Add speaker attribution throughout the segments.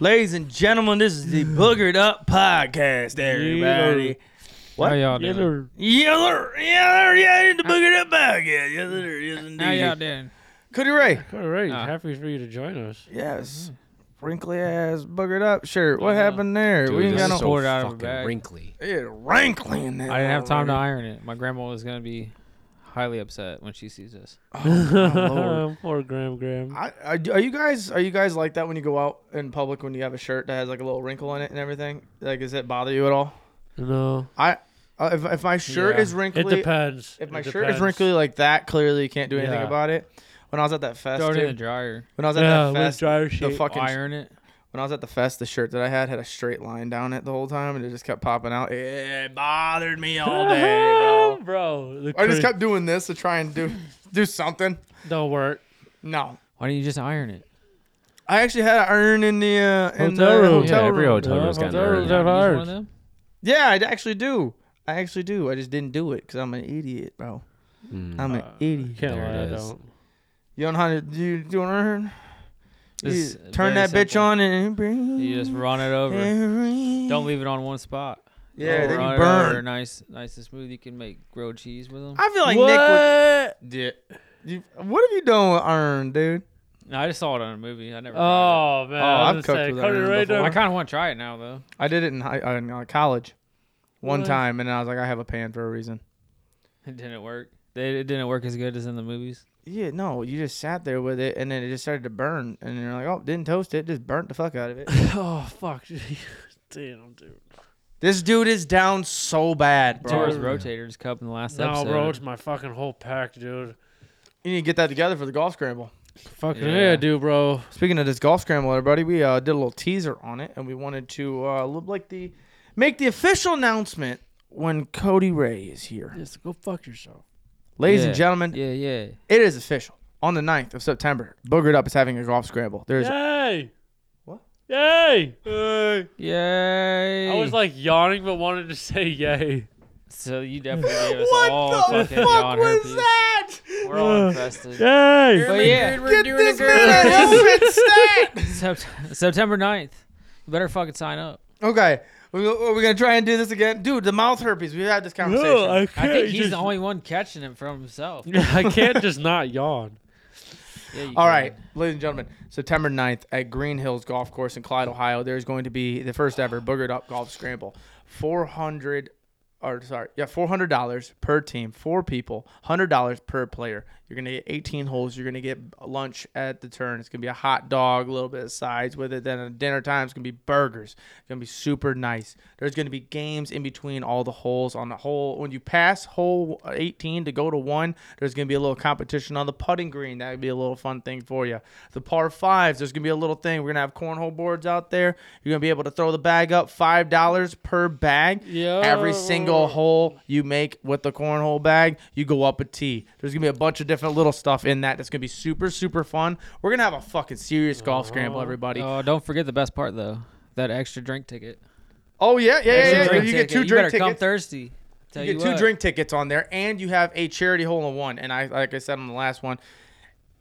Speaker 1: Ladies and gentlemen, this is the Boogered Up Podcast, everybody.
Speaker 2: How y'all doing?
Speaker 1: Yeah, sir. yeah, sir. yeah, it's the Boogered Up Podcast. Yes, sir. Yes,
Speaker 2: How y'all
Speaker 1: indeed.
Speaker 2: doing?
Speaker 1: Cody Ray.
Speaker 3: All right,
Speaker 2: Ah.
Speaker 3: happy for you to join us.
Speaker 1: Yes. Wrinkly ass Boogered Up shirt. What happened there?
Speaker 4: Dude,
Speaker 1: we ain't
Speaker 4: this
Speaker 1: got
Speaker 4: is
Speaker 1: no.
Speaker 2: so- Pour it out of a
Speaker 4: fucking
Speaker 2: bag.
Speaker 4: wrinkly.
Speaker 1: Yeah, wrinkly in that.
Speaker 2: I didn't have time to
Speaker 1: motherfucker.
Speaker 2: iron it. My grandma was gonna be highly upset when she sees this.
Speaker 3: Poor Graham Graham.
Speaker 1: I, I, are you guys are you guys like that when you go out in public when you have a shirt that has like a little wrinkle in it and everything? Like, does it bother you at all?
Speaker 3: No,
Speaker 1: I uh, if, if my shirt
Speaker 2: Yeah.
Speaker 1: is wrinkly,
Speaker 3: it depends.
Speaker 1: if my
Speaker 3: It
Speaker 1: shirt is
Speaker 3: depends.
Speaker 1: wrinkly like that, clearly you can't do anything
Speaker 3: Yeah.
Speaker 1: about it. When I was at that fest,
Speaker 2: Throw it in the
Speaker 1: dude,
Speaker 2: dryer.
Speaker 1: when I was at
Speaker 3: yeah,
Speaker 1: that
Speaker 3: with
Speaker 1: fest,
Speaker 3: dryer
Speaker 1: the
Speaker 3: sheet.
Speaker 1: fucking
Speaker 2: Iron it.
Speaker 1: when I was at the fest, the shirt that I had had a straight line down it the whole time, and it just kept popping out. It bothered me all day, bro.
Speaker 3: bro. The
Speaker 1: I just
Speaker 3: cre-
Speaker 1: kept doing this to try and do do something.
Speaker 3: don't work.
Speaker 1: No,
Speaker 2: Why don't you just iron it?
Speaker 1: I actually had an urn in the uh, in
Speaker 3: Hotel
Speaker 1: the
Speaker 3: room.
Speaker 1: hotel
Speaker 4: yeah, every
Speaker 1: room.
Speaker 4: hotel
Speaker 3: Yeah,
Speaker 4: room's got an
Speaker 3: hotel rooms
Speaker 4: urn. Yeah.
Speaker 3: have
Speaker 2: Use
Speaker 3: irons.
Speaker 2: one of them?
Speaker 1: Yeah, I actually do. I actually do. I just didn't do it because I'm an idiot, bro.
Speaker 4: Mm.
Speaker 1: I'm an idiot.
Speaker 3: Can't
Speaker 4: There
Speaker 3: lie,
Speaker 4: it
Speaker 3: I
Speaker 4: is.
Speaker 3: don't.
Speaker 1: You don't know how to do you, do an urn? You
Speaker 2: It's
Speaker 1: turn
Speaker 2: very
Speaker 1: that bitch
Speaker 2: simple.
Speaker 1: on and bring.
Speaker 2: You just run it over. Don't leave it on one spot.
Speaker 1: Yeah,
Speaker 2: Run
Speaker 1: then
Speaker 2: it
Speaker 1: you
Speaker 2: over
Speaker 1: burn.
Speaker 2: Nice, nice and smooth. You can make grilled cheese with them.
Speaker 1: I feel like Nick would. You, what have you done with Iron, dude?
Speaker 2: No, I just saw it on a movie. I never. tried
Speaker 3: Oh man,
Speaker 1: I've
Speaker 3: I was
Speaker 1: cooked
Speaker 3: gonna say,
Speaker 1: with
Speaker 3: Cody
Speaker 1: iron
Speaker 3: Ray
Speaker 1: before.
Speaker 2: it. I
Speaker 3: never-
Speaker 2: kind of want to try it now though.
Speaker 1: I did it in, high, uh, in uh, college one
Speaker 3: What?
Speaker 1: time, and I was like, I have a pan for a reason.
Speaker 2: It didn't work. They, it didn't work as good as in the movies.
Speaker 1: Yeah, no, you just sat there with it, and then it just started to burn, and you're like, oh, didn't toast it, just burnt the fuck out of it.
Speaker 3: Oh fuck, damn dude.
Speaker 1: this dude is down so bad,
Speaker 2: Bro,
Speaker 1: bro.
Speaker 2: rotator's cup in the last
Speaker 3: No,
Speaker 2: episode.
Speaker 3: bro, it's my fucking whole pack, dude.
Speaker 1: You need to get that together for the golf scramble.
Speaker 3: Fucking
Speaker 2: Yeah.
Speaker 3: yeah, dude, bro.
Speaker 1: Speaking of this golf scramble, everybody, we uh, did a little teaser on it, and we wanted to uh, look like the make the official announcement when Cody Ray is here,
Speaker 3: Just go fuck yourself.
Speaker 1: ladies
Speaker 2: Yeah.
Speaker 1: and gentlemen.
Speaker 2: Yeah, yeah.
Speaker 1: It is official. On the 9th of September, Boogered Up is having a golf scramble. There's
Speaker 3: Yay!
Speaker 1: What?
Speaker 3: Yay! Yay!
Speaker 2: Yay!
Speaker 3: I was like yawning, but wanted to say yay.
Speaker 2: so you definitely gave us all fucking yawn herpes.
Speaker 1: that?
Speaker 2: We're all infested.
Speaker 3: Yay!
Speaker 2: But yeah,
Speaker 1: Get this man a helmet stat.
Speaker 2: Sept- September 9th. You better fucking sign up.
Speaker 1: Okay, we, are we gonna try and do this again, dude? The mouth herpes. We had this conversation.
Speaker 2: I think he's the only one catching it from himself. Yeah,
Speaker 3: I can't just not yawn.
Speaker 2: you
Speaker 1: All
Speaker 2: can.
Speaker 1: right, ladies and gentlemen, September 9th at Green Hills Golf Course in Clyde, Ohio, there's going to be the first ever Boogered Up Golf Scramble. 400 or sorry, yeah, $400 per team, four people, $100 per player. You're going to get 18 holes. You're going to get lunch at the turn. It's going to be a hot dog, a little bit of sides with it. Then at dinner time, it's going to be burgers. It's going to be super nice. There's going to be games in between all the holes. On the hole, when you pass hole 18 to go to one, there's going to be a little competition on the putting green. That would be a little fun thing for you. The par fives, there's going to be a little thing. We're going to have cornhole boards out there. You're going to be able to throw the bag up $5 per bag.
Speaker 3: Yo.
Speaker 1: Every single hole you make with the cornhole bag, you go up a tee. There's gonna be a bunch of different little stuff in that that's gonna be super, super fun. We're gonna have a fucking serious golf scramble, everybody.
Speaker 2: Oh, don't forget the best part, though. That extra drink ticket.
Speaker 1: oh yeah, yeah, yeah.
Speaker 2: Extra
Speaker 1: yeah.
Speaker 2: drink
Speaker 1: You get
Speaker 2: ticket.
Speaker 1: two
Speaker 2: you better
Speaker 1: drink
Speaker 2: come
Speaker 1: tickets.
Speaker 2: thirsty. Tell
Speaker 1: You get two
Speaker 2: what.
Speaker 1: drink tickets on there, and you have a charity hole in one. And I, like I said on the last one,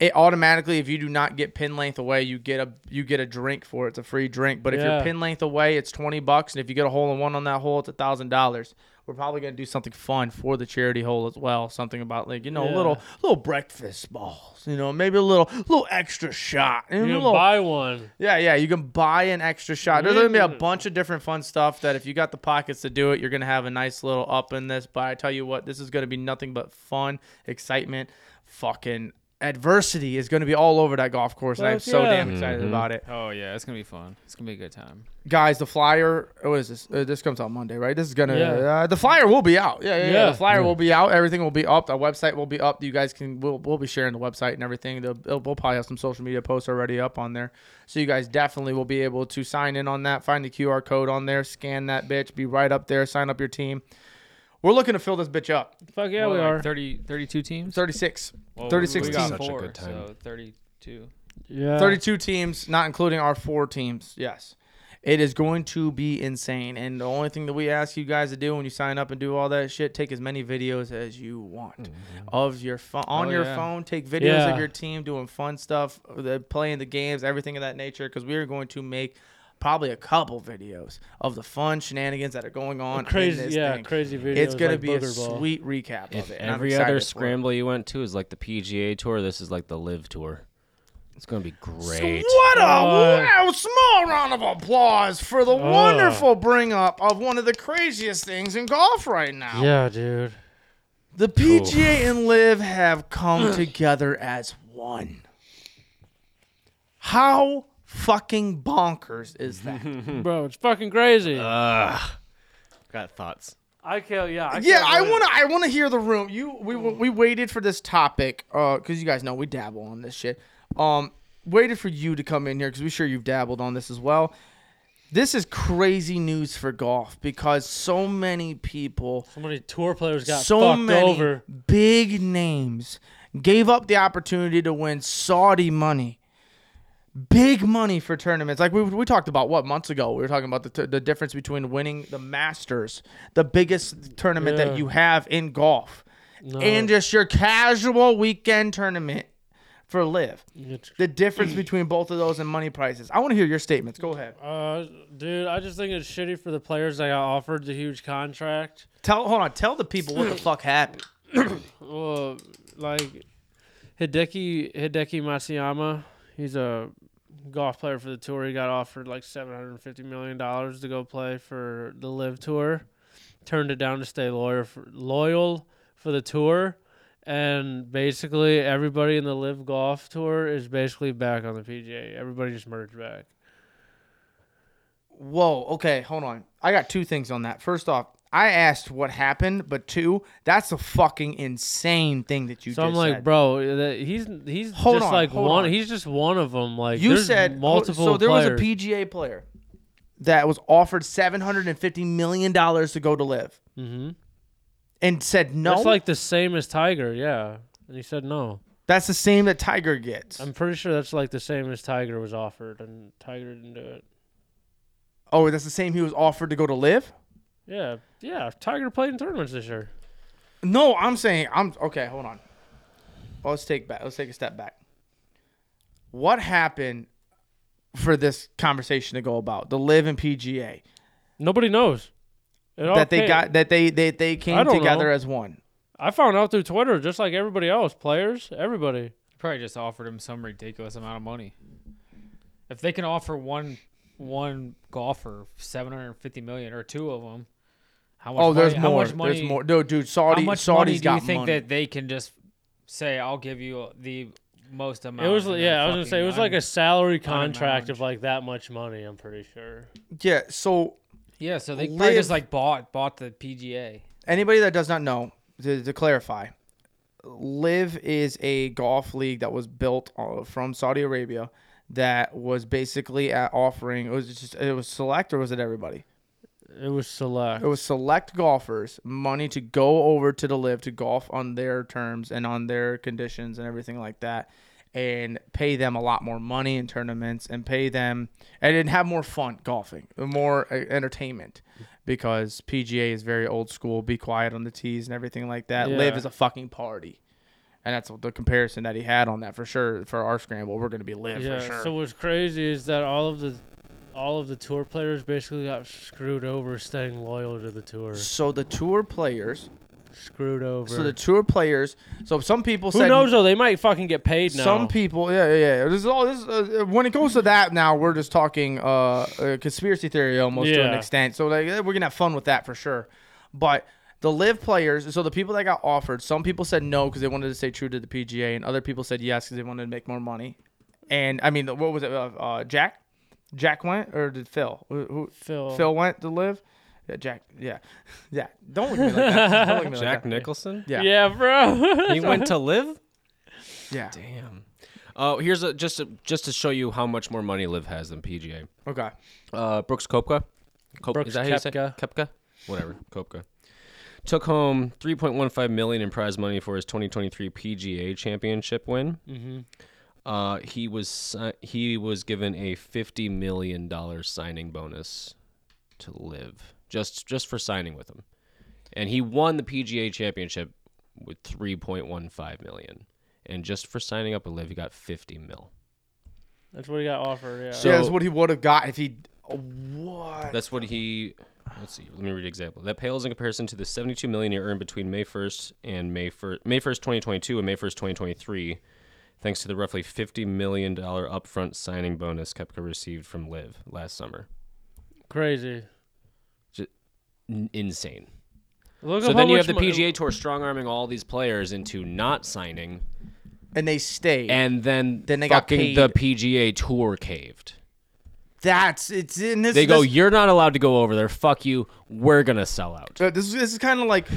Speaker 1: it automatically, if you do not get pin length away, you get a you get a drink for it. It's a free drink. But if you're
Speaker 3: Yeah.
Speaker 1: pin length away, it's twenty bucks, and if you get a hole in one on that hole, it's a thousand dollars. We're probably gonna do something fun for the charity hole as well. Something about like you know a
Speaker 3: Yeah.
Speaker 1: little little breakfast balls, you know, maybe a little little extra shot, you know,
Speaker 3: You
Speaker 1: a
Speaker 3: can
Speaker 1: little-
Speaker 3: buy one.
Speaker 1: yeah, yeah. You can buy an extra shot. There's gonna be a bunch of different fun stuff that if you got the pockets to do it, you're gonna have a nice little up in this. But I tell you what, this is gonna be nothing but fun, excitement, fucking adversity is gonna be all over that golf course, and I'm
Speaker 3: Fuck
Speaker 1: so
Speaker 3: yeah.
Speaker 1: damn excited about it.
Speaker 2: Oh, yeah. It's going to be fun. It's going to be a good time.
Speaker 1: Guys, the flyer. What is this? Uh, this comes out Monday, right? This is gonna.
Speaker 3: Yeah.
Speaker 1: Uh, the flyer will be out. Yeah, yeah. yeah.
Speaker 3: Yeah.
Speaker 1: The flyer will be out. Everything will be up. Our website will be up. You guys can. We'll, we'll be sharing the website and everything. The, we'll we'll probably have some social media posts already up on there, so you guys definitely will be able to sign in on that. Find the QR code on there. Scan that bitch. Be right up there. Sign up your team. We're looking to fill this bitch up.
Speaker 3: Fuck yeah,
Speaker 2: What,
Speaker 3: we
Speaker 2: like
Speaker 3: are.
Speaker 2: 30, 32 teams?
Speaker 1: 36.
Speaker 2: Well,
Speaker 1: 36
Speaker 2: we got
Speaker 4: teams. Such a
Speaker 2: four,
Speaker 4: good time.
Speaker 2: So 32.
Speaker 3: Yeah.
Speaker 1: 32 teams, not including our four teams. Yes. It is going to be insane. And the only thing that we ask you guys to do when you sign up and do all that shit, take as many videos as you want of your phone on
Speaker 2: Oh,
Speaker 1: your
Speaker 2: yeah.
Speaker 1: phone. Take videos of
Speaker 3: Mm-hmm. Yeah.
Speaker 1: your team doing fun stuff, the- playing the games, everything of that nature cuz we are going to make probably a couple videos of the fun shenanigans that are going on. in
Speaker 3: Crazy,
Speaker 1: this
Speaker 3: yeah,
Speaker 1: thing.
Speaker 3: crazy video.
Speaker 1: It's gonna
Speaker 3: like
Speaker 1: be a
Speaker 3: Booger Ball.
Speaker 1: sweet recap
Speaker 4: If
Speaker 1: of it. and I'm
Speaker 4: every
Speaker 1: excited for
Speaker 4: other
Speaker 1: it.
Speaker 4: scramble you went to is like the PGA tour, this is like the live tour. It's gonna be
Speaker 1: So
Speaker 4: great.
Speaker 1: What a
Speaker 3: Uh,
Speaker 1: wow! Small round of applause for the
Speaker 3: Uh.
Speaker 1: wonderful bring up of one of the craziest things in golf right now.
Speaker 3: Yeah, dude.
Speaker 1: The PGA and Live have come together as one. How fucking bonkers is that?
Speaker 3: Bro, it's fucking crazy.
Speaker 4: Ugh. Got thoughts.
Speaker 3: I can't. Yeah. I
Speaker 1: yeah,
Speaker 3: can't
Speaker 1: I
Speaker 3: wait.
Speaker 1: want to. I want to hear the room. You, we, we waited for this topic, uh, because you guys know we dabble on this shit. Um, waited for you to come in here because we're sure you've dabbled on this as well. This is crazy news for golf because so many people,
Speaker 3: So many tour players got
Speaker 1: so
Speaker 3: fucked
Speaker 1: many
Speaker 3: over.
Speaker 1: big names, gave up the opportunity to win Saudi money. Big money for tournaments. Like we, we talked about what months ago, we were talking about the, t- the difference between winning the Masters, the biggest tournament
Speaker 3: Yeah. Uh-huh.
Speaker 1: that you have in golf,
Speaker 3: No,
Speaker 1: and just your casual weekend tournament for live.
Speaker 3: it's-
Speaker 1: The difference between both of those and money prices. I want to hear your statements. Go ahead.
Speaker 3: uh, dude, I just think it's shitty for the players that got offered the huge contract.
Speaker 1: Tell hold on. Tell the people what the fuck happened.
Speaker 3: Well, like Hideki Hideki Matsuyama, he's a golf player for the tour. He got offered like seven hundred and fifty million dollars to go play for the Live Tour. Turned it down to stay lawyer for, loyal for the tour, and basically everybody in the Live Golf Tour is basically back on the PGA. Everybody just merged back.
Speaker 1: Whoa. Okay. Hold on. I got two things on that. First off, I asked what happened, but two, that's a fucking insane thing that you.
Speaker 3: So
Speaker 1: just
Speaker 3: I'm like,
Speaker 1: said.
Speaker 3: bro, that- he's he's
Speaker 1: Hold
Speaker 3: just
Speaker 1: on,
Speaker 3: like
Speaker 1: hold
Speaker 3: one.
Speaker 1: on.
Speaker 3: He's just one of them. Like
Speaker 1: You
Speaker 3: there's
Speaker 1: said
Speaker 3: multiple.
Speaker 1: So there
Speaker 3: players.
Speaker 1: was a PGA player that was offered seven hundred and fifty million dollars to go to live,
Speaker 3: Mhm.
Speaker 1: and said no.
Speaker 3: That's like the same as Tiger, yeah. And he said no.
Speaker 1: that's the same that Tiger gets.
Speaker 3: I'm pretty sure that's like the same as Tiger was offered, and Tiger didn't do it.
Speaker 1: Oh, that's the same he was offered to go to live?
Speaker 3: Yeah, yeah. Tiger played in tournaments this year.
Speaker 1: No, I'm saying I'm okay, hold on. Well, let's take back let's take a step back. What happened for this conversation to go about? The live and PGA.
Speaker 3: Nobody knows. It all
Speaker 1: That they
Speaker 3: came-
Speaker 1: got that they they, they
Speaker 3: I
Speaker 1: came
Speaker 3: don't
Speaker 1: together
Speaker 3: know.
Speaker 1: as one.
Speaker 3: I found out through Twitter, just like everybody else, players, everybody.
Speaker 2: Probably just offered him some ridiculous amount of money. If they can offer one one golfer seven hundred fifty million or two of them, how much?
Speaker 1: Oh, there's
Speaker 2: money-
Speaker 1: more.
Speaker 2: How much money,
Speaker 1: there's more. No, dude, Saudi
Speaker 2: how much
Speaker 1: Saudi's
Speaker 2: money do you
Speaker 1: got
Speaker 2: think
Speaker 1: money.
Speaker 2: that they can just say, "I'll give you the most amount"?
Speaker 3: It was
Speaker 2: and then
Speaker 3: yeah. I was gonna say it
Speaker 2: fucking
Speaker 3: was like a
Speaker 2: un-
Speaker 3: salary contract
Speaker 2: unannounced.
Speaker 3: of like that much money. I'm pretty sure.
Speaker 1: yeah, so
Speaker 2: yeah. So they probably
Speaker 1: live-
Speaker 2: just like bought bought the PGA.
Speaker 1: anybody that does not know, to, to clarify, Live is a golf league that was built uh, from Saudi Arabia that was basically at offering. It was just it was select or was it everybody?
Speaker 3: It was select.
Speaker 1: It was select golfers money to go over to the Live to golf on their terms and on their conditions and everything like that. And pay them a lot more money in tournaments, and pay them, and then have more fun golfing, more uh, entertainment, because PGA is very old school. Be quiet on the tees and everything like that. Live
Speaker 3: Yeah.
Speaker 1: is a fucking party, and that's the comparison that he had on that for sure. For our scramble, we're gonna be live
Speaker 3: yeah.
Speaker 1: for sure.
Speaker 3: So what's crazy is that all of the, all of the tour players basically got screwed over staying loyal to the tour.
Speaker 1: so the tour players,
Speaker 3: Screwed over.
Speaker 1: so the tour players, so some people
Speaker 3: Who
Speaker 1: said
Speaker 3: knows though? They might fucking get paid now.
Speaker 1: Some people, yeah, yeah, yeah. This is all this. Uh, when it goes to that, now we're just talking uh, uh conspiracy theory almost to an
Speaker 3: Yeah.
Speaker 1: extent. So like, eh, we're gonna have fun with that for sure. But the live players, so the people that got offered, some people said no because they wanted to stay true to the PGA, and other people said yes because they wanted to make more money. And I mean, the- what was it? Uh, uh, Jack, Jack went or did Phil? Who, who,
Speaker 3: Phil.
Speaker 1: Phil went to live. Yeah, Jack. Yeah, yeah. Don't look at me like that. Don't look at me like
Speaker 4: Jack
Speaker 1: that.
Speaker 4: Nicholson?
Speaker 1: Yeah.
Speaker 3: Yeah, bro.
Speaker 4: He went to live?
Speaker 1: Yeah.
Speaker 4: Damn. Oh, here's a just to, just to show you how much more money Live has than PGA.
Speaker 1: Okay.
Speaker 4: Uh, Brooks Kopka, Kop-
Speaker 3: Brooks
Speaker 4: is that how you say
Speaker 3: Koepka.
Speaker 4: Kepka? Whatever, Kopka. Took home 3.15 million in prize money for his 2023 PGA Championship win.
Speaker 3: Mhm.
Speaker 4: Uh, he was si- he was given a 50 million dollar signing bonus to live just just for signing with him, and he won the PGA Championship with 3.15 million, and just for signing up with live, he got 50 mil.
Speaker 3: That's what he got offered. Yeah.
Speaker 4: So-
Speaker 1: yeah, that's what he would have got if he
Speaker 4: That's what he. Let's see. Let me read an example. That pales in comparison to the 72 million he earned between May 1st and May 1st, May 1st, 2022, and May 1st, 2023, thanks to the roughly 50 million dollar upfront signing bonus Kepka received from Live last summer.
Speaker 3: Crazy.
Speaker 4: N- insane.
Speaker 3: Look
Speaker 4: So
Speaker 3: up
Speaker 4: then
Speaker 3: how
Speaker 4: you have the
Speaker 3: much mo-
Speaker 4: PGA Tour strong arming all these players into not signing,
Speaker 1: and they stayed.
Speaker 4: and then
Speaker 1: Then they got
Speaker 4: fucking the PGA Tour caved.
Speaker 1: That's it's in this.
Speaker 4: They go,
Speaker 1: This,
Speaker 4: "You're not allowed to go over there. Fuck you. We're gonna sell out."
Speaker 1: uh, this, is- this is kind of like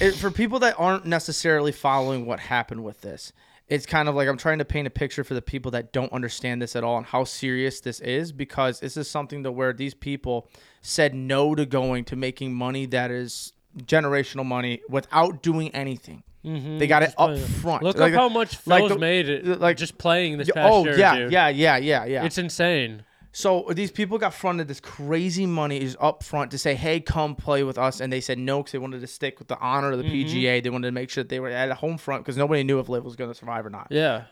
Speaker 1: it, for people that aren't necessarily following what happened with this. It's kind of like I'm trying to paint a picture for the people that don't understand this at all and how serious this is because this is something to where these people said no to going to making money that is generational money without doing anything.
Speaker 3: Mm-hmm.
Speaker 1: They got it up front.
Speaker 3: Look
Speaker 1: Like-
Speaker 3: up how much
Speaker 1: like
Speaker 3: Phil's
Speaker 1: the-
Speaker 3: made it.
Speaker 1: like-
Speaker 3: Like just playing this past
Speaker 1: Oh
Speaker 3: year,
Speaker 1: yeah,
Speaker 3: dude.
Speaker 1: yeah, yeah, yeah, yeah.
Speaker 3: It's insane.
Speaker 1: So these people got fronted this crazy money is up front to say, "Hey, come play with us," and they said no because they wanted to stick with the honor of the PGA. They wanted to make sure that they were at a home front because nobody knew if Liv was going to survive or not.
Speaker 3: Yeah.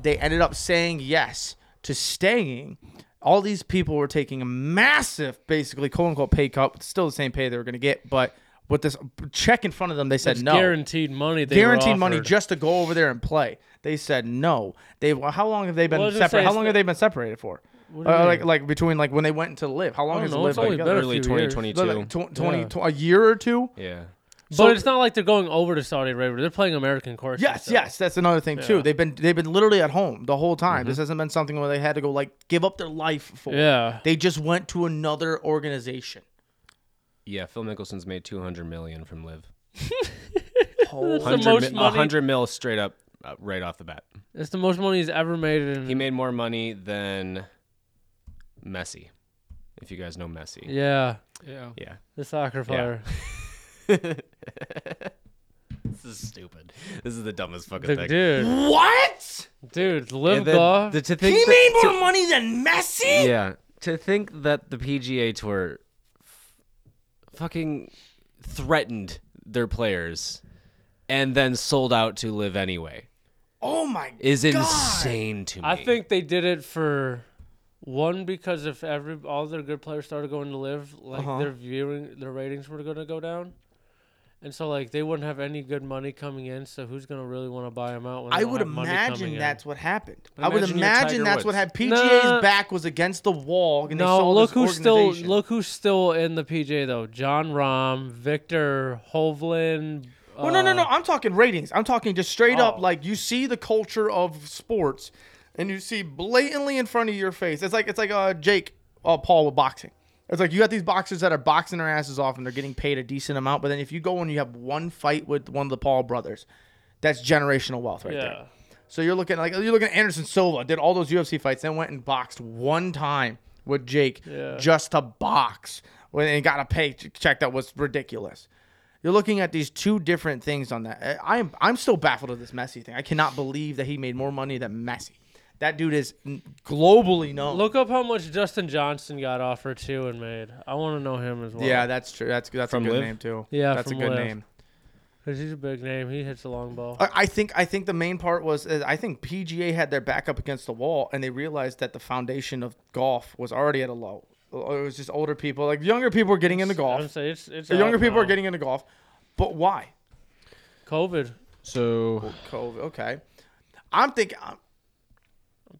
Speaker 1: They ended up saying yes to staying. All these people were taking a massive, basically quote unquote pay cut, it's still the same pay they were going to get, but with this check in front of them, they said
Speaker 3: It's
Speaker 1: no
Speaker 3: guaranteed money. They were
Speaker 1: guaranteed money
Speaker 3: offered.
Speaker 1: just to go over there and play. They said no. They well, how long have they been
Speaker 3: Well, I was gonna
Speaker 1: separated?
Speaker 3: say,
Speaker 1: How
Speaker 3: it's
Speaker 1: long
Speaker 3: the-
Speaker 1: have they been separated for?
Speaker 3: do you
Speaker 1: Uh,
Speaker 3: mean?
Speaker 1: like like between like when they went into live. How long
Speaker 3: I don't
Speaker 1: has
Speaker 3: know.
Speaker 1: live
Speaker 3: It's only
Speaker 1: been
Speaker 3: been
Speaker 1: together?
Speaker 3: a
Speaker 4: Early
Speaker 3: few years.
Speaker 4: 2022.
Speaker 1: Like, tw- 20,
Speaker 3: Yeah.
Speaker 1: tw- a year or two.
Speaker 4: Yeah.
Speaker 1: So-
Speaker 3: but it's not like they're going over to Saudi Arabia. They're playing American courses.
Speaker 1: Yes,
Speaker 3: so-
Speaker 1: yes, that's another thing too.
Speaker 3: Yeah.
Speaker 1: They've been they've been literally at home the whole time. This hasn't been something where they had to go like give up their life for.
Speaker 3: Yeah.
Speaker 1: They just went to another organization.
Speaker 4: Yeah, Phil Mickelson's made 200 million from Live.
Speaker 1: Holy-
Speaker 3: That's the most
Speaker 4: mi-
Speaker 3: money.
Speaker 4: 100 mil straight up uh, right off the bat.
Speaker 3: It's the most money he's ever made
Speaker 4: He
Speaker 3: in.
Speaker 4: made more money than Messi. If you guys know Messi.
Speaker 3: Yeah.
Speaker 2: Yeah.
Speaker 4: Yeah.
Speaker 3: The soccer player.
Speaker 4: This is stupid. This is the dumbest fucking
Speaker 3: The-
Speaker 4: thing.
Speaker 3: dude.
Speaker 1: What?
Speaker 3: Dude.
Speaker 4: And
Speaker 3: Live
Speaker 4: then
Speaker 3: golf.
Speaker 4: the- to think
Speaker 1: He
Speaker 4: that-
Speaker 1: made more money than Messi.
Speaker 4: Yeah. To think that the PGA Tour f- fucking threatened their players and then sold out to live anyway
Speaker 1: Oh my
Speaker 4: is
Speaker 1: god.
Speaker 4: insane to me.
Speaker 3: I think they did it for one because if every all their good players started going to live, like
Speaker 1: Uh-huh.
Speaker 3: their viewing their ratings were going to go down. And so like they wouldn't have any good money coming in, so who's going to really want to buy them out when they
Speaker 1: I
Speaker 3: don't
Speaker 1: would
Speaker 3: have money coming
Speaker 1: imagine
Speaker 3: in?
Speaker 1: that's what happened. I would
Speaker 4: imagine you're Tiger
Speaker 1: imagine that's what
Speaker 4: Woods.
Speaker 1: happened.
Speaker 3: No.
Speaker 1: PGA's back was against the wall, and they
Speaker 3: no,
Speaker 1: sold
Speaker 3: look
Speaker 1: this
Speaker 3: who's still
Speaker 1: organization.
Speaker 3: look who's still in the PJ though. John Rahm, Victor Hovland.
Speaker 1: Well, Oh, no, no, no.
Speaker 3: uh,
Speaker 1: I'm talking ratings. I'm talking just straight
Speaker 3: Oh.
Speaker 1: up. Like you see the culture of sports, and you see blatantly in front of your face. It's like it's like uh, Jake uh, Paul with boxing. It's like you got these boxers that are boxing their asses off, and they're getting paid a decent amount. But then if you go and you have one fight with one of the Paul brothers, that's generational wealth right there.
Speaker 3: Yeah.
Speaker 1: So you're looking like you're looking at Anderson Silva did all those UFC fights, then went and boxed one time with Jake
Speaker 3: Yeah.
Speaker 1: just to box when and got a pay ch- check that was ridiculous. You're looking at these two different things on that. I- I'm I'm still baffled of this Messi thing. I cannot believe that he made more money than Messi. That dude is n- globally known.
Speaker 3: Look up how much Justin Johnson got offered too and made. I want to know him as well.
Speaker 1: yeah, that's true. That's that's
Speaker 4: From
Speaker 1: a good
Speaker 4: Liv?
Speaker 1: name too.
Speaker 3: Yeah,
Speaker 1: that's a
Speaker 3: from
Speaker 1: good
Speaker 3: Liv.
Speaker 1: name.
Speaker 3: because he's a big name. He hits a long ball.
Speaker 1: I I think I think the main part was uh, I think PGA had their back up against the wall, and they realized that the foundation of golf was already at a low. Uh, It was just older people, like younger people, were getting into
Speaker 3: I'm
Speaker 1: golf.
Speaker 3: saying it's, it's
Speaker 1: The younger
Speaker 3: out
Speaker 1: people are
Speaker 3: now.
Speaker 1: getting into golf, but why?
Speaker 3: COVID.
Speaker 4: so.
Speaker 1: COVID. Okay, I'm um, thinking. I'm,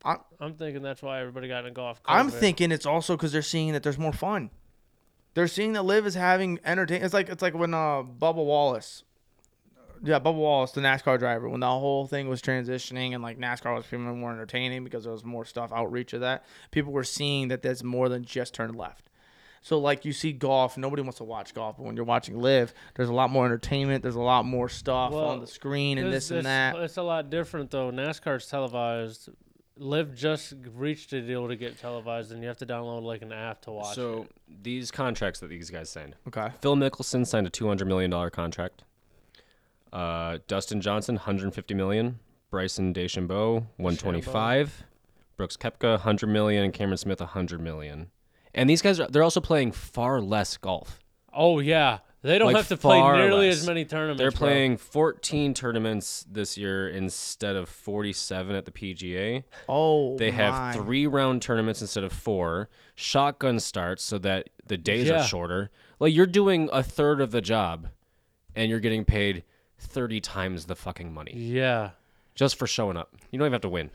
Speaker 3: I'm thinking that's why everybody got into golf.
Speaker 1: I'm
Speaker 3: COVID.
Speaker 1: thinking it's also because they're seeing that there's more fun. They're seeing that Live is having entertain. It's like it's like when uh Bubba Wallace, yeah, Bubba Wallace, the NASCAR driver, when the whole thing was transitioning and like NASCAR was becoming more entertaining because there was more stuff outreach of that. People were seeing that that's more than just turn left. So like you see golf, nobody wants to watch golf, but when you're watching Live, there's a lot more entertainment. There's a lot more stuff
Speaker 3: Well,
Speaker 1: on the screen and
Speaker 3: It's-
Speaker 1: this and
Speaker 3: it's-
Speaker 1: that.
Speaker 3: It's a lot different though. NASCAR's televised. Live just reached a deal to get televised, and you have to download like an app to watch.
Speaker 4: So these contracts that these guys signed.
Speaker 1: Okay.
Speaker 4: Phil Mickelson signed a two hundred million dollar contract. Uh, Dustin Johnson, hundred fifty million. Bryson DeChambeau, one twenty five. Brooks Kepka, hundred million, and Cameron Smith, hundred million. And these guys are they're also playing far less golf.
Speaker 3: oh yeah, they don't
Speaker 4: Like,
Speaker 3: have to play
Speaker 4: far
Speaker 3: nearly
Speaker 4: less.
Speaker 3: as many tournaments.
Speaker 4: They're
Speaker 3: bro.
Speaker 4: playing 14 tournaments this year instead of 47 at the PGA.
Speaker 1: Oh,
Speaker 4: They
Speaker 1: my.
Speaker 4: have three round tournaments instead of four. Shotgun starts so that The days
Speaker 2: Yeah.
Speaker 4: are shorter. Like you're doing a third of the job, and you're getting paid thirty times the fucking money
Speaker 3: Yeah.
Speaker 4: just for showing up. You don't even have to win.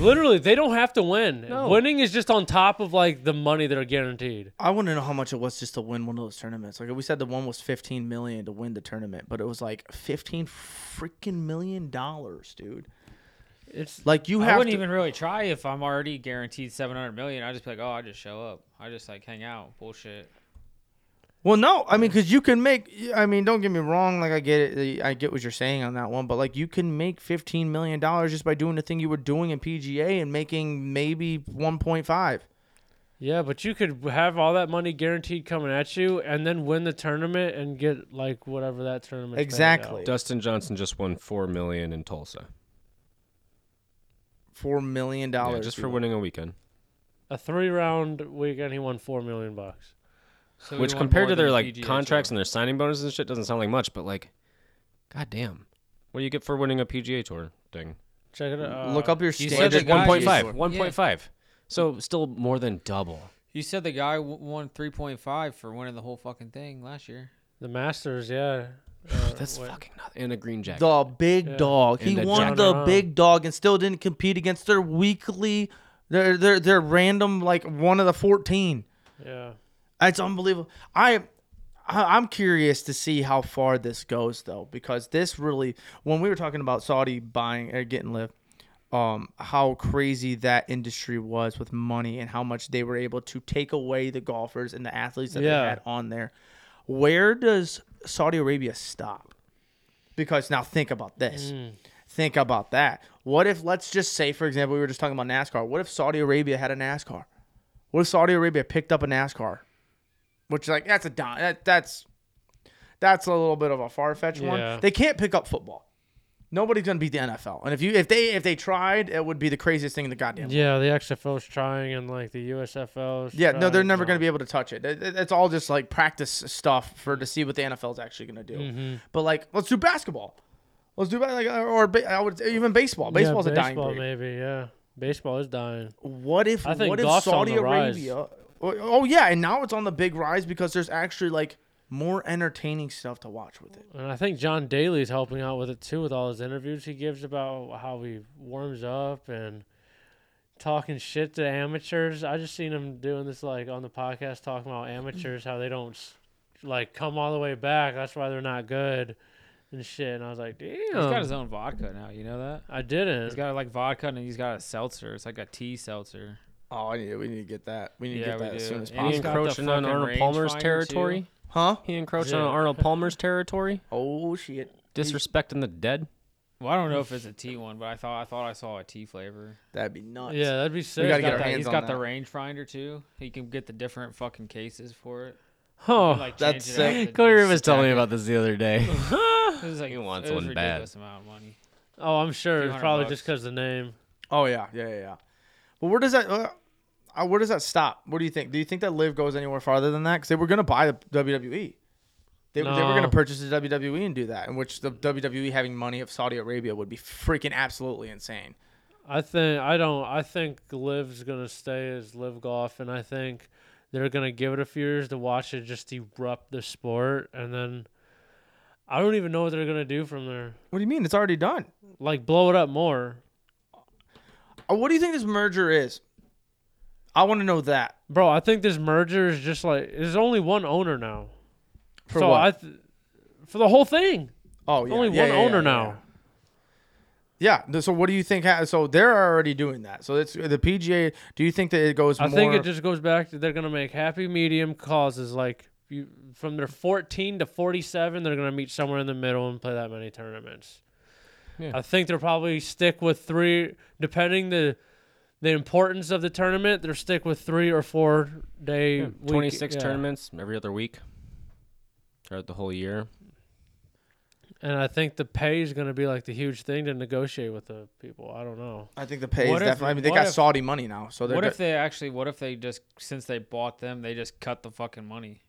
Speaker 3: Literally, they don't have to win.
Speaker 4: No.
Speaker 3: Winning is just on top of like the money that are guaranteed.
Speaker 1: I want to know how much it was just to win one of those tournaments. Like we said, the one was fifteen million to win the tournament, but it was like fifteen freaking million dollars, dude.
Speaker 3: It's
Speaker 1: Like you
Speaker 2: I
Speaker 1: have
Speaker 2: wouldn't
Speaker 1: to,
Speaker 2: even really try if I'm already guaranteed seven hundred million. I'd just be like, oh, I just show up. I just like hang out, bullshit.
Speaker 1: Well, no, I mean, because you can make. I mean, don't get me wrong. Like I get it. I get what you're saying on that one, but like you can make fifteen million dollars just by doing the thing you were doing in PGA and making maybe one point five.
Speaker 3: yeah, but you could have all that money guaranteed coming at you, and then win the tournament and get like whatever that tournament.
Speaker 1: Exactly.
Speaker 4: Dustin Johnson just won four million in Tulsa,
Speaker 1: Four million
Speaker 4: Yeah,
Speaker 1: dollars
Speaker 4: just for winning a weekend.
Speaker 3: A three round weekend, he won four million bucks.
Speaker 2: So we
Speaker 4: Which
Speaker 2: won
Speaker 4: compared
Speaker 2: more
Speaker 4: to their
Speaker 2: than
Speaker 4: like
Speaker 2: PGA
Speaker 4: contracts
Speaker 2: Tour.
Speaker 4: and their signing bonuses and shit doesn't sound like much, but like, goddamn, what do you get for winning a PGA Tour thing?
Speaker 3: Check it out.
Speaker 1: Look up your
Speaker 2: you
Speaker 1: standard.
Speaker 2: said the guy-
Speaker 4: One point five.
Speaker 2: Tour.
Speaker 4: One point five. So still more than double.
Speaker 2: you said the guy w- won three point five for winning the whole fucking thing last year.
Speaker 3: the Masters. Yeah, Uh,
Speaker 4: That's
Speaker 3: wait.
Speaker 4: fucking nothing. And a green jacket.
Speaker 1: The big
Speaker 3: Yeah.
Speaker 1: dog.
Speaker 4: And
Speaker 1: He
Speaker 4: the
Speaker 1: won
Speaker 4: John
Speaker 1: the
Speaker 3: Rahm.
Speaker 1: big dog and still didn't compete against their weekly, their their their random like one of the fourteen.
Speaker 3: Yeah,
Speaker 1: It's unbelievable. I, I I'm curious to see how far this goes though, because this really, when we were talking about Saudi buying or getting live, um, how crazy that industry was with money and how much they were able to take away the golfers and the athletes that
Speaker 3: Yeah.
Speaker 1: they had on there. Where does Saudi Arabia stop? Because now think about this. Think about that. What if, let's just say, for example, we were just talking about NASCAR. What if Saudi Arabia had a NASCAR? What if Saudi Arabia picked up a NASCAR? Which like that's a don- that, that's that's a little bit of a far fetched
Speaker 3: Yeah.
Speaker 1: one. They can't pick up football. Nobody's gonna beat the NFL. And if you if they if they tried, it would be the craziest thing in the goddamn. world.
Speaker 3: yeah. The XFL's trying, and like the USFL's.
Speaker 1: Yeah, no, they're
Speaker 3: trying.
Speaker 1: never going to be able to touch it. It- it- It's all just like practice stuff for to see what the NFL is actually going to do.
Speaker 3: Mm-hmm.
Speaker 1: But like, let's do basketball. Let's do ba- like or, or ba- I would even baseball.
Speaker 3: Yeah,
Speaker 1: Baseball's a dying
Speaker 3: baseball,
Speaker 1: breed.
Speaker 3: Maybe yeah. Baseball is dying.
Speaker 1: What if
Speaker 3: I think
Speaker 1: what if
Speaker 3: golf's on
Speaker 1: Saudi
Speaker 3: the rise.
Speaker 1: Arabia? Oh oh, yeah, and now it's on the big rise because there's actually like more entertaining stuff to watch with it.
Speaker 3: And I think John Daly's helping out with it too, with all his interviews he gives about how he warms up and talking shit to amateurs. I just seen him doing this like on the podcast talking about amateurs, how they don't s- like come all the way back. That's why they're not good and shit. And I was like,
Speaker 2: He's
Speaker 4: Um,
Speaker 2: got his
Speaker 3: damn,
Speaker 2: own vodka now. You know that?
Speaker 3: I
Speaker 2: He's
Speaker 3: didn't.
Speaker 2: got like vodka and he's got a seltzer. It's like a tea seltzer.
Speaker 1: Oh, I need, we need to get that. We need
Speaker 2: Yeah,
Speaker 1: to get
Speaker 2: we
Speaker 1: that as
Speaker 2: do.
Speaker 1: soon as
Speaker 2: And
Speaker 4: And he
Speaker 1: possible.
Speaker 2: he's got the
Speaker 4: encroaching on
Speaker 2: fucking
Speaker 4: Arnold
Speaker 2: range
Speaker 4: Palmer's
Speaker 2: finder,
Speaker 4: territory.
Speaker 2: too.
Speaker 1: Huh?
Speaker 4: He encroached
Speaker 3: Yeah.
Speaker 4: on Arnold Palmer's territory.
Speaker 1: Oh shit.
Speaker 4: Disrespecting the dead.
Speaker 2: Well, I don't know if it's a tea one, but I thought I thought I saw a tea flavor.
Speaker 1: That'd be nuts.
Speaker 3: Yeah, that'd be sick.
Speaker 1: We gotta
Speaker 2: He's
Speaker 1: get
Speaker 2: got,
Speaker 1: our
Speaker 2: that,
Speaker 1: hands
Speaker 2: he's
Speaker 1: on
Speaker 2: got the
Speaker 1: that.
Speaker 2: range finder too. He can get the different fucking cases for it.
Speaker 3: huh?
Speaker 2: Like,
Speaker 1: that's
Speaker 2: change it out
Speaker 1: sick.
Speaker 2: to
Speaker 4: Cody
Speaker 2: just
Speaker 4: was telling me
Speaker 2: stack
Speaker 4: about this the other day.
Speaker 2: It It was like
Speaker 4: He wants
Speaker 2: it was
Speaker 4: one bad.
Speaker 2: ridiculous amount of money.
Speaker 3: oh, I'm sure. It's
Speaker 2: 200
Speaker 3: probably
Speaker 2: bucks.
Speaker 3: just 'cause just because the name.
Speaker 1: Oh yeah, yeah, yeah. yeah. But where does that uh, uh, where does that stop? What do you think? Do you think that Live goes anywhere farther than that? Because they were gonna buy the WWE. They, they were
Speaker 3: No.
Speaker 1: gonna purchase the WWE and do that, in which the WWE having money of Saudi Arabia would be freaking absolutely insane.
Speaker 3: I think I don't. I think Liv's gonna stay as Live Golf, and I think they're gonna give it a few years to watch it just erupt the sport, and then I don't even know what they're gonna do from there.
Speaker 1: What do you mean? It's already done.
Speaker 3: Like blow it up more,
Speaker 1: Uh, what do you think this merger is? I want to know that.
Speaker 3: bro. I think this merger is just like there's only one owner now.
Speaker 1: For
Speaker 3: so
Speaker 1: what?
Speaker 3: I th- for the whole thing,
Speaker 1: oh, yeah.
Speaker 3: only
Speaker 1: yeah,
Speaker 3: one
Speaker 1: yeah, yeah,
Speaker 3: owner
Speaker 1: yeah,
Speaker 3: now.
Speaker 1: yeah. Yeah. th- So what do you think? Ha- so they're already doing that. So it's the PGA. Do you think that it goes?
Speaker 3: I
Speaker 1: more,
Speaker 3: think it just goes back to they're gonna make happy medium causes like you, from their 14 to 47 they're gonna meet somewhere in the middle and play that many tournaments.
Speaker 4: Yeah.
Speaker 3: I think they'll probably stick with three, depending the the importance of the tournament. They'll stick with three or four day. week-
Speaker 4: Twenty six
Speaker 3: yeah.
Speaker 4: tournaments every other week. Throughout the whole year.
Speaker 3: and I think the pay is gonna be like the huge thing to negotiate with the people. I don't know.
Speaker 1: I think the pay is
Speaker 2: What if-
Speaker 1: definitely. I mean, they
Speaker 2: what
Speaker 1: got
Speaker 2: if-
Speaker 1: Saudi money now, so they're
Speaker 2: What
Speaker 1: go-
Speaker 2: if they actually? What if they just since they bought them, they just cut the fucking money?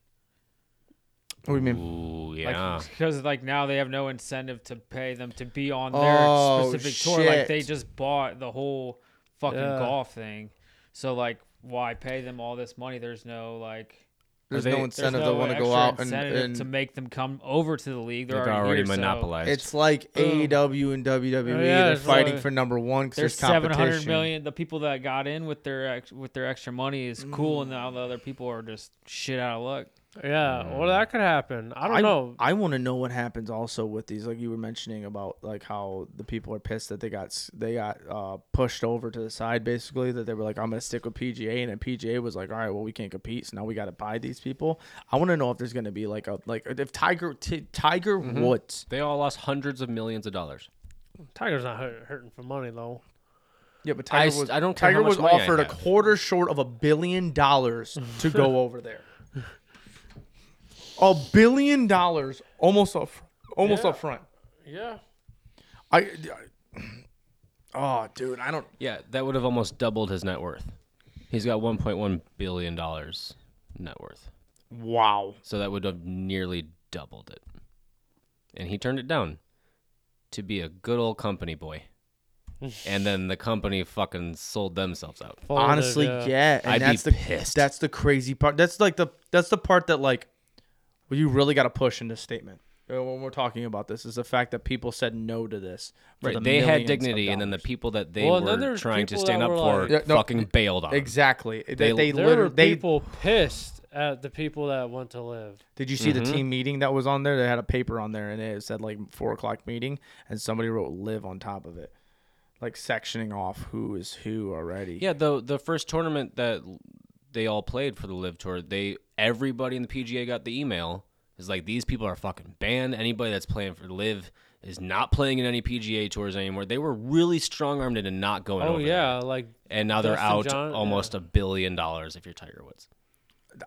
Speaker 1: What do you mean?
Speaker 4: Ooh, yeah.
Speaker 2: Because like now they have no incentive to pay them to be on
Speaker 1: Oh,
Speaker 2: their specific tour. Like they
Speaker 1: shit.
Speaker 2: just bought the whole fucking
Speaker 3: Yeah.
Speaker 2: golf thing. So like, why pay them all this money? There's no like
Speaker 1: There's
Speaker 4: they-
Speaker 1: no
Speaker 4: there's
Speaker 1: incentive
Speaker 2: no
Speaker 1: to want to go
Speaker 2: extra
Speaker 1: out and,
Speaker 2: incentive
Speaker 1: and
Speaker 2: to make them come over to the league. They're
Speaker 4: They've
Speaker 2: already,
Speaker 4: already
Speaker 2: here, so
Speaker 4: monopolized.
Speaker 1: it's like AEW and WWE.
Speaker 3: Oh, yeah,
Speaker 1: they're
Speaker 3: it's
Speaker 1: fighting
Speaker 3: like-
Speaker 1: for number one because
Speaker 2: There's
Speaker 1: there's
Speaker 2: seven hundred
Speaker 1: competition.
Speaker 2: million. The people that got in with their ex, with their extra money is
Speaker 1: Mm.
Speaker 2: cool, and all the other people are just shit out of luck.
Speaker 3: Yeah, well, that could happen. I don't know.
Speaker 1: I want to know what happens also with these, like you were mentioning about like how the people are pissed that they got s- they got uh, pushed over to the side basically that they were like I'm gonna stick with PGA and then PGA was like all right well we can't compete so now we got to buy these people. I want to know if there's gonna be like a like if Tiger t- Tiger Woods
Speaker 4: They all lost hundreds of millions of dollars.
Speaker 3: Tiger's not hurt, hurting for money though.
Speaker 1: yeah but
Speaker 4: I
Speaker 1: Tiger
Speaker 4: s-
Speaker 1: Woods
Speaker 4: I don't care how
Speaker 1: Tiger
Speaker 4: much
Speaker 1: was
Speaker 4: money I
Speaker 1: offered a
Speaker 4: have.
Speaker 1: quarter short of a billion dollars to go over there. A billion dollars almost up almost
Speaker 3: Yeah.
Speaker 1: up front.
Speaker 3: Yeah.
Speaker 1: I, I- oh, dude, I don't.
Speaker 4: Yeah, that would have almost doubled his net worth. He's got 1.1 billion dollars net worth.
Speaker 1: Wow.
Speaker 4: So that would have nearly doubled it. And he turned it down to be a good old company boy. and then the company fucking sold themselves out.
Speaker 3: Oh
Speaker 1: Honestly, yeah, and
Speaker 4: I'd be
Speaker 1: that's the
Speaker 4: pissed.
Speaker 1: that's the crazy part. That's like the that's the part that like well, you really got to push in this statement uh, when we're talking about this is the fact that people said no to this. for
Speaker 4: Right,
Speaker 1: the
Speaker 4: they
Speaker 1: millions
Speaker 4: had
Speaker 1: of
Speaker 4: dignity, and then the
Speaker 1: dollars.
Speaker 4: people that they
Speaker 3: Well, and then
Speaker 4: were
Speaker 3: there's
Speaker 4: trying to
Speaker 3: people
Speaker 4: stand
Speaker 3: that
Speaker 4: up
Speaker 3: were
Speaker 4: for
Speaker 3: like-
Speaker 1: Yeah, no,
Speaker 4: fucking bailed on. 'em.
Speaker 1: Uh, exactly they they,
Speaker 4: They-
Speaker 1: they
Speaker 3: There were
Speaker 1: literally they
Speaker 3: people pissed at the people that went to live.
Speaker 1: Did you see
Speaker 4: Mm-hmm.
Speaker 1: the team meeting that was on there? They had a paper on there and it said like four o'clock meeting, and somebody wrote live on top of it, like sectioning off who is who already.
Speaker 4: Yeah, the the first tournament that l- they all played for the Live Tour, they everybody in the PGA got the email. It's like these people are fucking banned. Anybody that's playing for Live is not playing in any PGA tours anymore. They were really strong armed into not going.
Speaker 3: Oh
Speaker 4: over
Speaker 3: yeah, like
Speaker 4: there. and now they're
Speaker 3: Dustin
Speaker 4: out
Speaker 3: John-
Speaker 4: almost a billion dollars if you're Tiger Woods.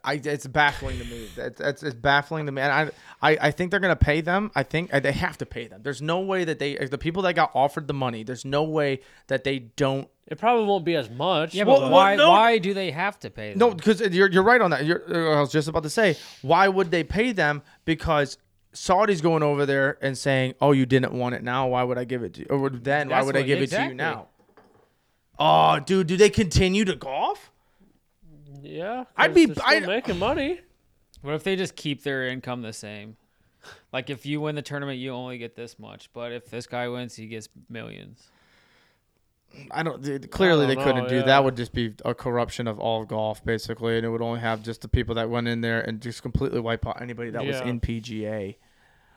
Speaker 1: I, it's baffling to me. That's, that's it's baffling to me. And I, I, I think they're gonna pay them. I think uh, they have to pay them. There's no way that they, the people that got offered the money, there's no way that they don't.
Speaker 3: it probably won't be as much.
Speaker 2: Yeah,
Speaker 1: Well,
Speaker 2: but
Speaker 1: well,
Speaker 2: why?
Speaker 1: no.
Speaker 2: Why do they have to pay? Them?
Speaker 1: No, because you're, you're right on that. You're, uh, I was just about to say, why would they pay them? Because Saudi's going over there and saying, "Oh, you didn't want it now. Why would I give it to you? Or then why
Speaker 2: That's
Speaker 1: would I
Speaker 2: what-
Speaker 1: give it to
Speaker 2: exactly.
Speaker 1: you now?" Oh, dude, do they continue to golf?
Speaker 3: yeah.
Speaker 1: I'd
Speaker 3: 'cause
Speaker 1: be-
Speaker 3: they're
Speaker 1: I'd-
Speaker 3: still making money.
Speaker 2: What if they just keep their income the same? Like if you win the tournament, you only get this much, but if this guy wins, he gets millions.
Speaker 1: I don't. th- Clearly,
Speaker 3: don't
Speaker 1: they couldn't
Speaker 3: know,
Speaker 1: do
Speaker 3: yeah.
Speaker 1: that. Would just be a corruption of all golf, basically, and it would only have just the people that went in there and just completely wipe out anybody that was
Speaker 3: Yeah.
Speaker 1: in PGA.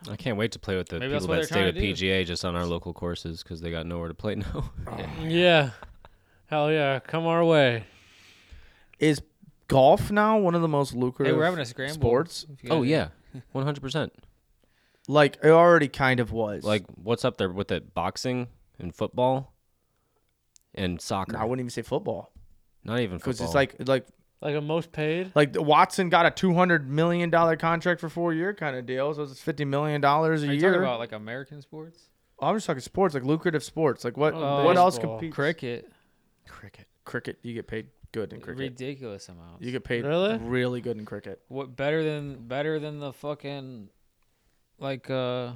Speaker 4: I can't wait to play with the
Speaker 2: Maybe that's
Speaker 4: people
Speaker 2: what
Speaker 4: that
Speaker 2: they're
Speaker 4: stay
Speaker 2: trying
Speaker 4: with
Speaker 2: to do.
Speaker 4: PGA just on our local courses because they got nowhere to play now.
Speaker 3: Yeah. Hell yeah, come our way.
Speaker 1: Is golf now one of the most lucrative?
Speaker 2: Hey, we're having a scramble.
Speaker 1: Sports,
Speaker 2: If you
Speaker 4: oh
Speaker 2: guys-
Speaker 4: yeah, one hundred percent.
Speaker 1: like it already kind of was.
Speaker 4: Like what's up there with it? Boxing and football and soccer.
Speaker 1: I wouldn't even say football
Speaker 4: Not even
Speaker 1: because
Speaker 4: football.
Speaker 1: it's like like
Speaker 3: Like a most paid.
Speaker 1: like the Watson got a two hundred million dollar contract for four year kind of deal, so it's fifty million dollars a
Speaker 2: Are you
Speaker 1: year.
Speaker 2: talking about like American sports?
Speaker 1: I'm just talking sports, like lucrative sports. Like what
Speaker 3: Oh,
Speaker 1: what else
Speaker 3: baseball.
Speaker 1: competes?
Speaker 2: Cricket,
Speaker 1: cricket, cricket. You get paid good in cricket.
Speaker 2: ridiculous amounts.
Speaker 1: You get paid
Speaker 3: Really?
Speaker 1: really good in cricket.
Speaker 2: what better than better than the fucking like uh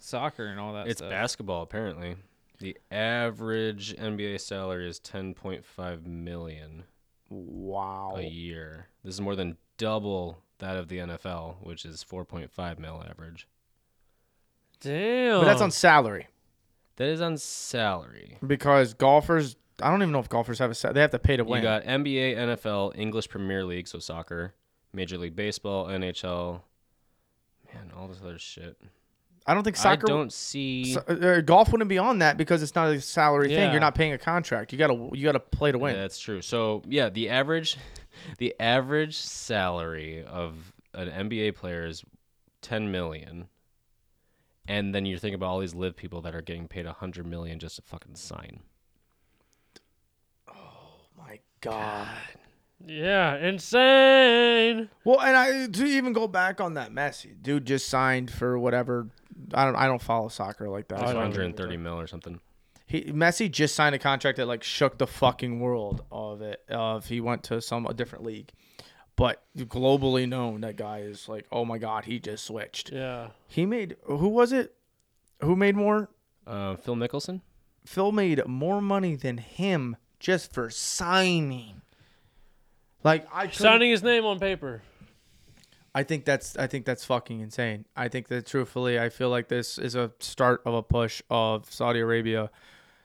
Speaker 2: soccer and all that
Speaker 4: It's
Speaker 2: stuff.
Speaker 4: basketball, apparently. The average NBA salary is ten point five million
Speaker 1: Wow.
Speaker 4: a year. This is more than double that of the NFL, which is four point five mil average.
Speaker 3: Damn.
Speaker 1: But that's on salary
Speaker 4: That is on salary.
Speaker 1: because golfers. I don't even know if golfers have a sa- They have to pay to win.
Speaker 4: You got NBA, NFL, English Premier League, so soccer, Major League Baseball, NHL, man, all this other shit.
Speaker 1: I don't think soccer.
Speaker 4: I don't see.
Speaker 1: so- uh, golf wouldn't be on that because it's not a salary thing.
Speaker 3: Yeah.
Speaker 1: You're not paying a contract. You gotta you gotta play to win.
Speaker 4: Yeah, that's true. So yeah, the average, the average salary of an NBA player is ten million, and then you're thinking about all these live people that are getting paid hundred million just to fucking sign.
Speaker 1: My God.
Speaker 3: Yeah, insane.
Speaker 1: Well, and I to even go back on that Messi dude just signed for whatever. I don't I don't follow soccer like that.
Speaker 3: I don't
Speaker 4: Hundred and thirty mil or something.
Speaker 1: He Messi just signed a contract that like shook the fucking world of it. Of he went to some a different league, but globally known that guy is like oh my god he just switched.
Speaker 3: Yeah.
Speaker 1: He made who was it? Who made more?
Speaker 4: Uh, Phil Mickelson.
Speaker 1: Phil made more money than him just for signing. Like I couldn't-
Speaker 3: Signing his name on paper.
Speaker 1: I think that's I think that's fucking insane. I think that truthfully, I feel like this is a start of a push of Saudi Arabia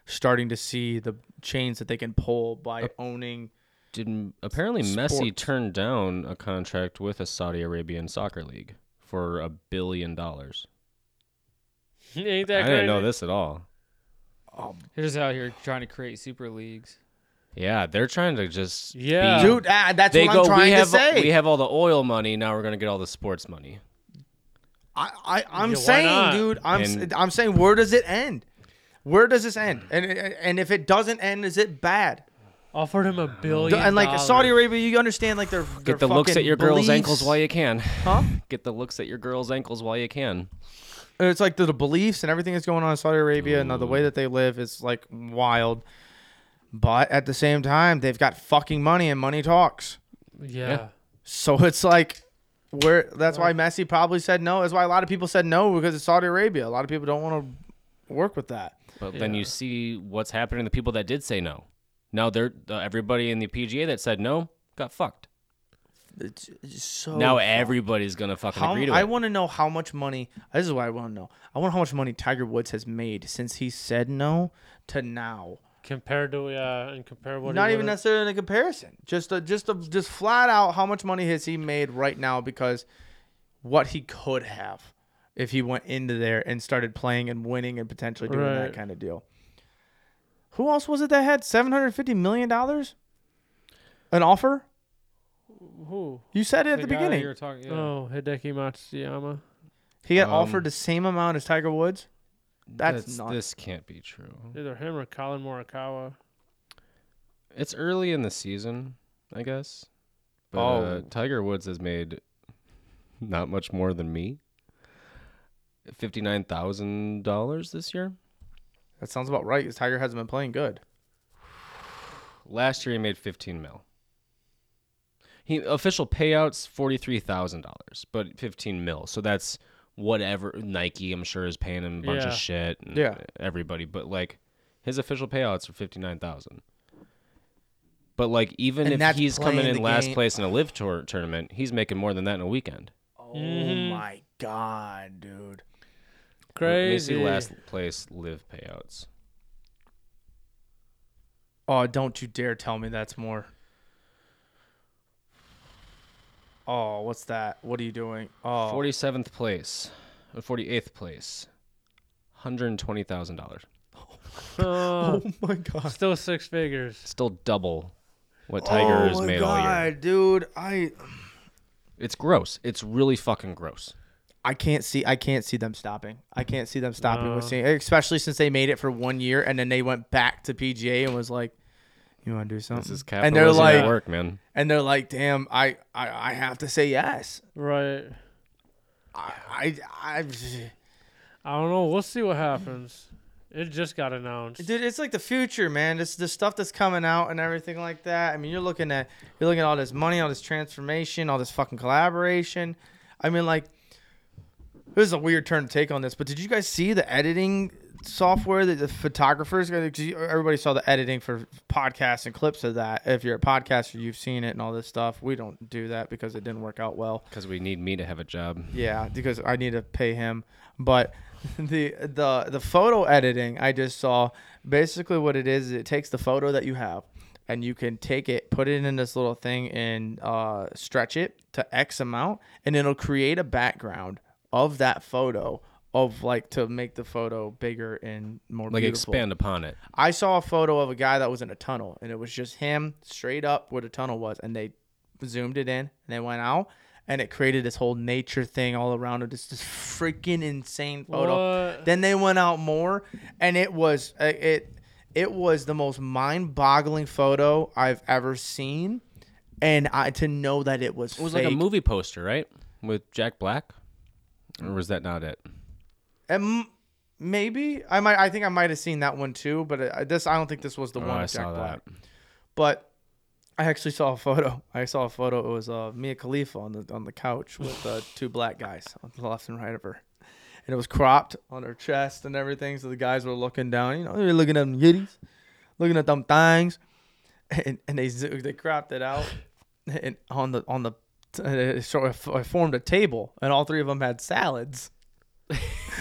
Speaker 1: starting to see the chains that they can pull by owning.
Speaker 4: Didn't apparently Messi
Speaker 1: Sports.
Speaker 4: turned down a contract with a Saudi Arabian soccer league for a billion dollars.
Speaker 3: Ain't
Speaker 4: I
Speaker 3: that
Speaker 4: didn't
Speaker 3: crazy?
Speaker 4: know this at all.
Speaker 2: They're just out here trying to create super leagues.
Speaker 4: Yeah, they're trying to just be-
Speaker 3: Yeah.
Speaker 1: Dude, ah, that's
Speaker 4: They
Speaker 1: what
Speaker 4: go.
Speaker 1: I'm trying
Speaker 4: We have
Speaker 1: to say.
Speaker 4: we have all the oil money. Now we're gonna get all the sports money.
Speaker 1: I, I I'm
Speaker 3: Yeah, why
Speaker 1: saying,
Speaker 3: not?
Speaker 1: dude, I'm s
Speaker 4: And-
Speaker 1: I'm saying, where does it end? Where does this end? And and if it doesn't end, is it bad?
Speaker 3: Offered him a billion.
Speaker 1: And like
Speaker 3: dollars.
Speaker 1: Saudi Arabia, you understand, like they're
Speaker 4: Get the looks at your girl's ankles while you can.
Speaker 1: Huh?
Speaker 4: Get the looks at your girl's ankles while you can.
Speaker 1: it's like the, the beliefs and everything that's going on in Saudi Arabia and the
Speaker 4: Mm.
Speaker 1: way that they live is like wild. But at the same time, they've got fucking money and money talks.
Speaker 3: Yeah.
Speaker 4: Yeah.
Speaker 1: So it's like where that's why Messi probably said no. That's why a lot of people said no because it's Saudi Arabia. A lot of people don't want to work with that.
Speaker 4: But then you
Speaker 3: Yeah.
Speaker 4: see what's happening to the people that did say no. Now they're uh, everybody in the PGA that said no got fucked.
Speaker 1: It's, it's so
Speaker 4: now everybody's gonna fucking
Speaker 1: Oh, How,
Speaker 4: agree to
Speaker 1: I
Speaker 4: it.
Speaker 1: want to know how much money. This is what I want to know. I want how much money Tiger Woods has made since he said no to now.
Speaker 3: Compared to uh, and compare what? he
Speaker 1: Not even
Speaker 3: would've-
Speaker 1: necessarily in a comparison. Just a, just a, just flat out how much money has he made right now because what he could have if he went into there and started playing and winning and potentially doing that
Speaker 3: Right.
Speaker 1: kind of deal. Who else was it that had seven hundred fifty million dollars? An offer?
Speaker 3: Who?
Speaker 1: You said it at the
Speaker 2: guy
Speaker 1: beginning.
Speaker 2: you were talking, yeah.
Speaker 3: Oh, Hideki Matsuyama.
Speaker 1: He got
Speaker 4: Um,
Speaker 1: offered the same amount as Tiger Woods. That's, not.
Speaker 4: this can't be true.
Speaker 3: Either him or Colin Morikawa.
Speaker 4: It's early in the season, I guess. But uh,
Speaker 1: Oh.
Speaker 4: Tiger Woods has made not much more than me. Fifty nine thousand dollars this year.
Speaker 1: That sounds about right because Tiger hasn't been playing good.
Speaker 4: Last year he made fifteen mil. He official payouts forty three thousand dollars, but fifteen mil. So that's whatever Nike I'm sure is paying him a bunch of
Speaker 3: Yeah.
Speaker 4: shit. And
Speaker 1: Yeah.
Speaker 4: everybody. But like his official payouts are fifty nine thousand. But like even
Speaker 1: And
Speaker 4: if
Speaker 1: that's
Speaker 4: he's coming
Speaker 1: playing
Speaker 4: in
Speaker 1: the
Speaker 4: last
Speaker 1: game.
Speaker 4: place in a live tour tournament, he's making more than that in a weekend.
Speaker 1: Oh
Speaker 3: Mhm.
Speaker 1: my god, dude.
Speaker 3: Crazy.
Speaker 4: Let me see last place live payouts.
Speaker 1: Oh, don't you dare tell me that's more. Oh, what's that? What are you doing? Oh,
Speaker 4: Forty seventh place, forty eighth place, hundred twenty thousand dollars.
Speaker 3: Uh,
Speaker 1: Oh my god.
Speaker 3: still six figures.
Speaker 4: still double what Tiger has
Speaker 1: oh my
Speaker 4: made
Speaker 1: god,
Speaker 4: all year.
Speaker 1: dude. I
Speaker 4: It's gross. It's really fucking gross.
Speaker 1: I can't see I can't see them stopping. I can't see them stopping with
Speaker 3: No.
Speaker 1: seeing especially since they made it for one year and then they went back to PGA and was like, You wanna do something?
Speaker 4: This is
Speaker 1: and
Speaker 4: capitalism
Speaker 1: they're like
Speaker 4: at work, man.
Speaker 1: and they're like, damn, I, I, I have to say yes.
Speaker 3: Right.
Speaker 1: I, I, I,
Speaker 3: I don't know. We'll see what happens. It just got announced.
Speaker 1: dude, it's like the future, man. It's the stuff that's coming out and everything like that. I mean, you're looking at you're looking at all this money, all this transformation, all this fucking collaboration. I mean, like, this is a weird turn to take on this, but did you guys see the editing software that the photographers? uh, Cause you- everybody saw the editing for podcasts and clips of that. If you're a podcaster, you've seen it and all this stuff. We don't do that because it didn't work out well.
Speaker 4: Because we need me to have a job.
Speaker 1: Yeah, because I need to pay him. But the the the photo editing I just saw basically what it is it takes the photo that you have and you can take it, put it in this little thing and uh, stretch it to X amount and it'll create a background of that photo of like to make the photo bigger and more
Speaker 4: Like
Speaker 1: beautiful.
Speaker 4: expand upon it.
Speaker 1: I saw a photo of a guy that was in a tunnel, and it was just him straight up where the tunnel was, and they zoomed it in, and they went out, and it created this whole nature thing all around it. This this freaking insane photo.
Speaker 3: What?
Speaker 1: Then they went out more, and it was uh, it it was the most mind-boggling photo I've ever seen, and I to know that it was
Speaker 4: It was like a
Speaker 1: fake.
Speaker 4: movie poster, right? With Jack Black? Or was that not it?
Speaker 1: Um, maybe I might I think I might have seen that one too, but uh, this I don't think this was the
Speaker 4: Oh,
Speaker 1: one.
Speaker 4: I
Speaker 1: with Jack
Speaker 4: saw
Speaker 1: Black.
Speaker 4: that.
Speaker 1: but I actually saw a photo. I saw a photo. It was uh, Mia Khalifa on the on the couch with uh, two black guys on the left and right of her, and it was cropped on her chest and everything. So the guys were looking down. You know, they were looking at them yitties, looking at them things, and and they zo- they cropped it out, and on the on the t- uh, sort of I formed a table, and all three of them had salads,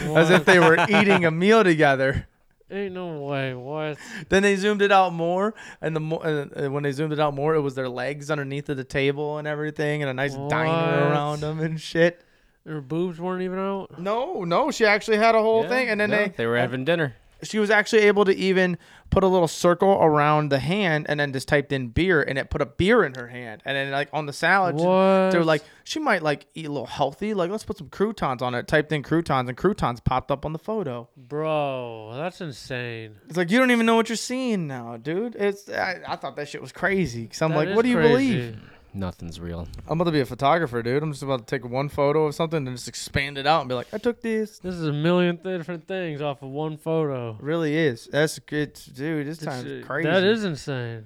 Speaker 1: as if they were eating a meal together.
Speaker 3: Ain't no way. What?
Speaker 1: Then they zoomed it out more, and the mo- uh, uh, when they zoomed it out more, it was their legs underneath of the table and everything, and a nice diner
Speaker 3: What?
Speaker 1: around them and shit.
Speaker 3: Their boobs weren't even out.
Speaker 1: No, no, she actually had a whole
Speaker 4: Yeah,
Speaker 1: thing, and then
Speaker 4: no,
Speaker 1: they
Speaker 4: they were having dinner.
Speaker 1: she was actually able to even put a little circle around the hand and then just typed in beer and it put a beer in her hand and then like on the salad she- they were
Speaker 3: What?
Speaker 1: like she might like eat a little healthy like let's put some croutons on it typed in croutons and croutons popped up on the photo
Speaker 3: Bro, that's insane.
Speaker 1: it's like you don't even know what you're seeing now dude it's i, I thought that shit was crazy because i'm
Speaker 3: That
Speaker 1: like
Speaker 3: is
Speaker 1: what do you
Speaker 3: crazy.
Speaker 1: believe
Speaker 4: Nothing's real.
Speaker 1: i'm about to be a photographer dude i'm just about to take one photo of something and just expand it out and be like i took this
Speaker 3: This is a million th- different things off of one photo.
Speaker 1: It really is that's good dude this
Speaker 3: It's,
Speaker 1: time's
Speaker 3: uh,
Speaker 1: crazy
Speaker 3: That is insane.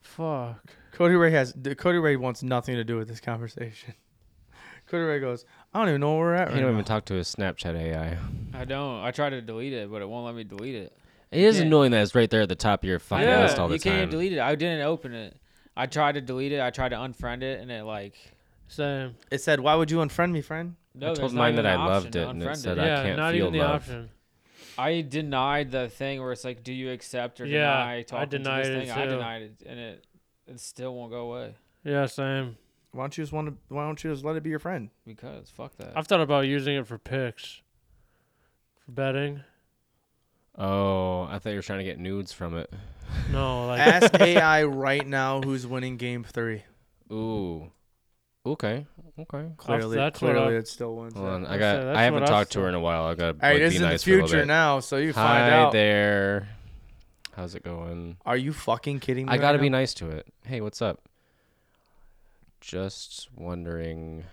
Speaker 3: Fuck.
Speaker 1: Cody Ray has d- Cody Ray wants nothing to do with this conversation. Cody Ray goes, I don't even know where we're at
Speaker 4: He
Speaker 1: right
Speaker 4: don't even
Speaker 1: now.
Speaker 4: talk to his Snapchat AI.
Speaker 2: I don't. I tried to delete it, but it won't let me delete it.
Speaker 4: It is
Speaker 2: Yeah.
Speaker 4: annoying that it's right there at the top of your fucking
Speaker 2: Yeah,
Speaker 4: list all the
Speaker 2: you
Speaker 4: time.
Speaker 2: can't delete it. I didn't open it. I tried to delete it. I tried to unfriend it, and it like
Speaker 3: Same.
Speaker 1: It said, Why would you unfriend me, friend?
Speaker 2: no.
Speaker 4: told
Speaker 2: there's not
Speaker 4: mine
Speaker 2: even
Speaker 4: that
Speaker 2: an
Speaker 4: I
Speaker 2: option
Speaker 4: loved
Speaker 2: to
Speaker 4: it, and it
Speaker 2: unfriend
Speaker 4: said I
Speaker 3: Yeah,
Speaker 4: can't
Speaker 3: not
Speaker 4: feel
Speaker 3: even the
Speaker 4: love.
Speaker 3: option.
Speaker 2: I denied the thing where it's like, do you accept or
Speaker 3: Yeah, I
Speaker 2: deny talking
Speaker 3: denied
Speaker 2: to
Speaker 3: it
Speaker 2: this thing? I
Speaker 3: too.
Speaker 2: denied it, and it it still won't go away
Speaker 3: Yeah, same.
Speaker 1: Why don't you just want to why don't you just let it be your friend?
Speaker 2: because fuck that.
Speaker 3: I've thought about using it for picks, for betting.
Speaker 4: Oh, I thought you were trying to get nudes from it.
Speaker 3: No, like
Speaker 1: Ask AI right now who's winning game three.
Speaker 4: Ooh. Okay. Okay.
Speaker 1: Clearly
Speaker 3: that's what
Speaker 1: clearly
Speaker 3: I-
Speaker 1: it still wins.
Speaker 4: Hold
Speaker 1: it.
Speaker 4: on. I
Speaker 3: That's-
Speaker 4: got.
Speaker 3: that's
Speaker 4: I haven't
Speaker 3: what I
Speaker 4: talked to
Speaker 3: saw.
Speaker 4: her in a while. I got.
Speaker 1: Hey,
Speaker 4: like,
Speaker 1: this
Speaker 4: be
Speaker 1: is
Speaker 4: nice
Speaker 1: the
Speaker 4: for a little
Speaker 1: future
Speaker 4: bit.
Speaker 1: now, so you find
Speaker 4: Hi
Speaker 1: out.
Speaker 4: there. How's it going?
Speaker 1: Are you fucking kidding me?
Speaker 4: I gotta
Speaker 1: right
Speaker 4: be
Speaker 1: now?
Speaker 4: nice to it. Hey, what's up? Just wondering.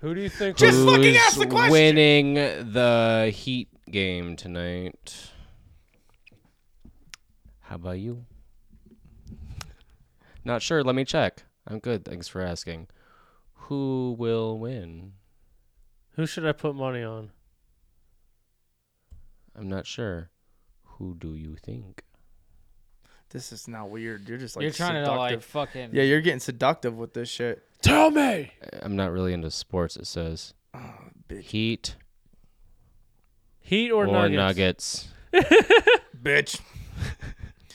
Speaker 3: who do you think?
Speaker 1: Just
Speaker 3: was-
Speaker 1: fucking
Speaker 4: who's
Speaker 1: ask the question!
Speaker 4: Winning the Heat game tonight. How about you? Not sure. Let me check. I'm good. Thanks for asking. Who will win?
Speaker 3: who should I put money on?
Speaker 4: I'm not sure. Who do you think?
Speaker 1: This is not weird. You're just like
Speaker 2: You're trying to like
Speaker 1: seductive.
Speaker 2: fucking
Speaker 1: Yeah, you're getting seductive with this shit.
Speaker 3: Tell me.
Speaker 4: I'm not really into sports. It says
Speaker 1: Oh, Bitch.
Speaker 4: Heat
Speaker 3: Heat or,
Speaker 4: or,
Speaker 3: nuggets?
Speaker 4: Nuggets.
Speaker 1: Bitch.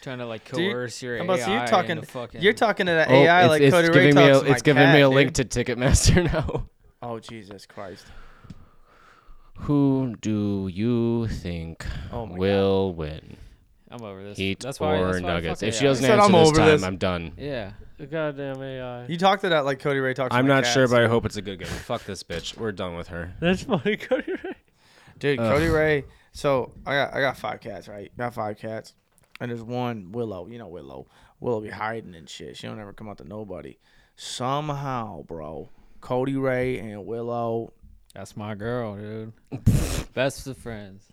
Speaker 2: trying to like
Speaker 1: So you-
Speaker 2: coerce your
Speaker 1: I'm about to say,
Speaker 2: AI
Speaker 1: you're talking-
Speaker 2: into fucking.
Speaker 1: You're talking to that
Speaker 4: Oh,
Speaker 1: AI
Speaker 4: it's,
Speaker 1: like
Speaker 4: it's
Speaker 1: Cody Ray
Speaker 4: giving
Speaker 1: talks
Speaker 4: me a,
Speaker 1: to my
Speaker 4: It's giving me
Speaker 1: cat,
Speaker 4: a
Speaker 1: dude.
Speaker 4: link to Ticketmaster now.
Speaker 1: Oh Jesus Christ.
Speaker 4: Who do you think
Speaker 1: Oh my
Speaker 4: will win?
Speaker 2: I'm over this.
Speaker 4: Heat
Speaker 2: that's why,
Speaker 4: or
Speaker 2: that's why I
Speaker 4: Nuggets?
Speaker 2: fuck
Speaker 4: If she
Speaker 2: AI.
Speaker 4: doesn't
Speaker 1: I said
Speaker 4: answer
Speaker 1: I'm
Speaker 4: this
Speaker 1: over
Speaker 4: time,
Speaker 1: this.
Speaker 4: I'm done.
Speaker 2: Yeah.
Speaker 3: The goddamn AI.
Speaker 1: You talk to that like Cody Ray talks. to
Speaker 4: I'm
Speaker 1: my
Speaker 4: not sure,
Speaker 1: cats.
Speaker 4: but I hope it's a good game. Fuck this bitch. We're done with her.
Speaker 3: That's funny, Cody. Ray.
Speaker 1: dude,
Speaker 4: Ugh.
Speaker 1: Cody Ray. So I got I got five cats, right? Got five cats, and there's one Willow. You know Willow. Willow be hiding and shit. She don't ever come out to nobody. Somehow, bro, Cody Ray and Willow.
Speaker 2: That's my girl, dude. Best of friends.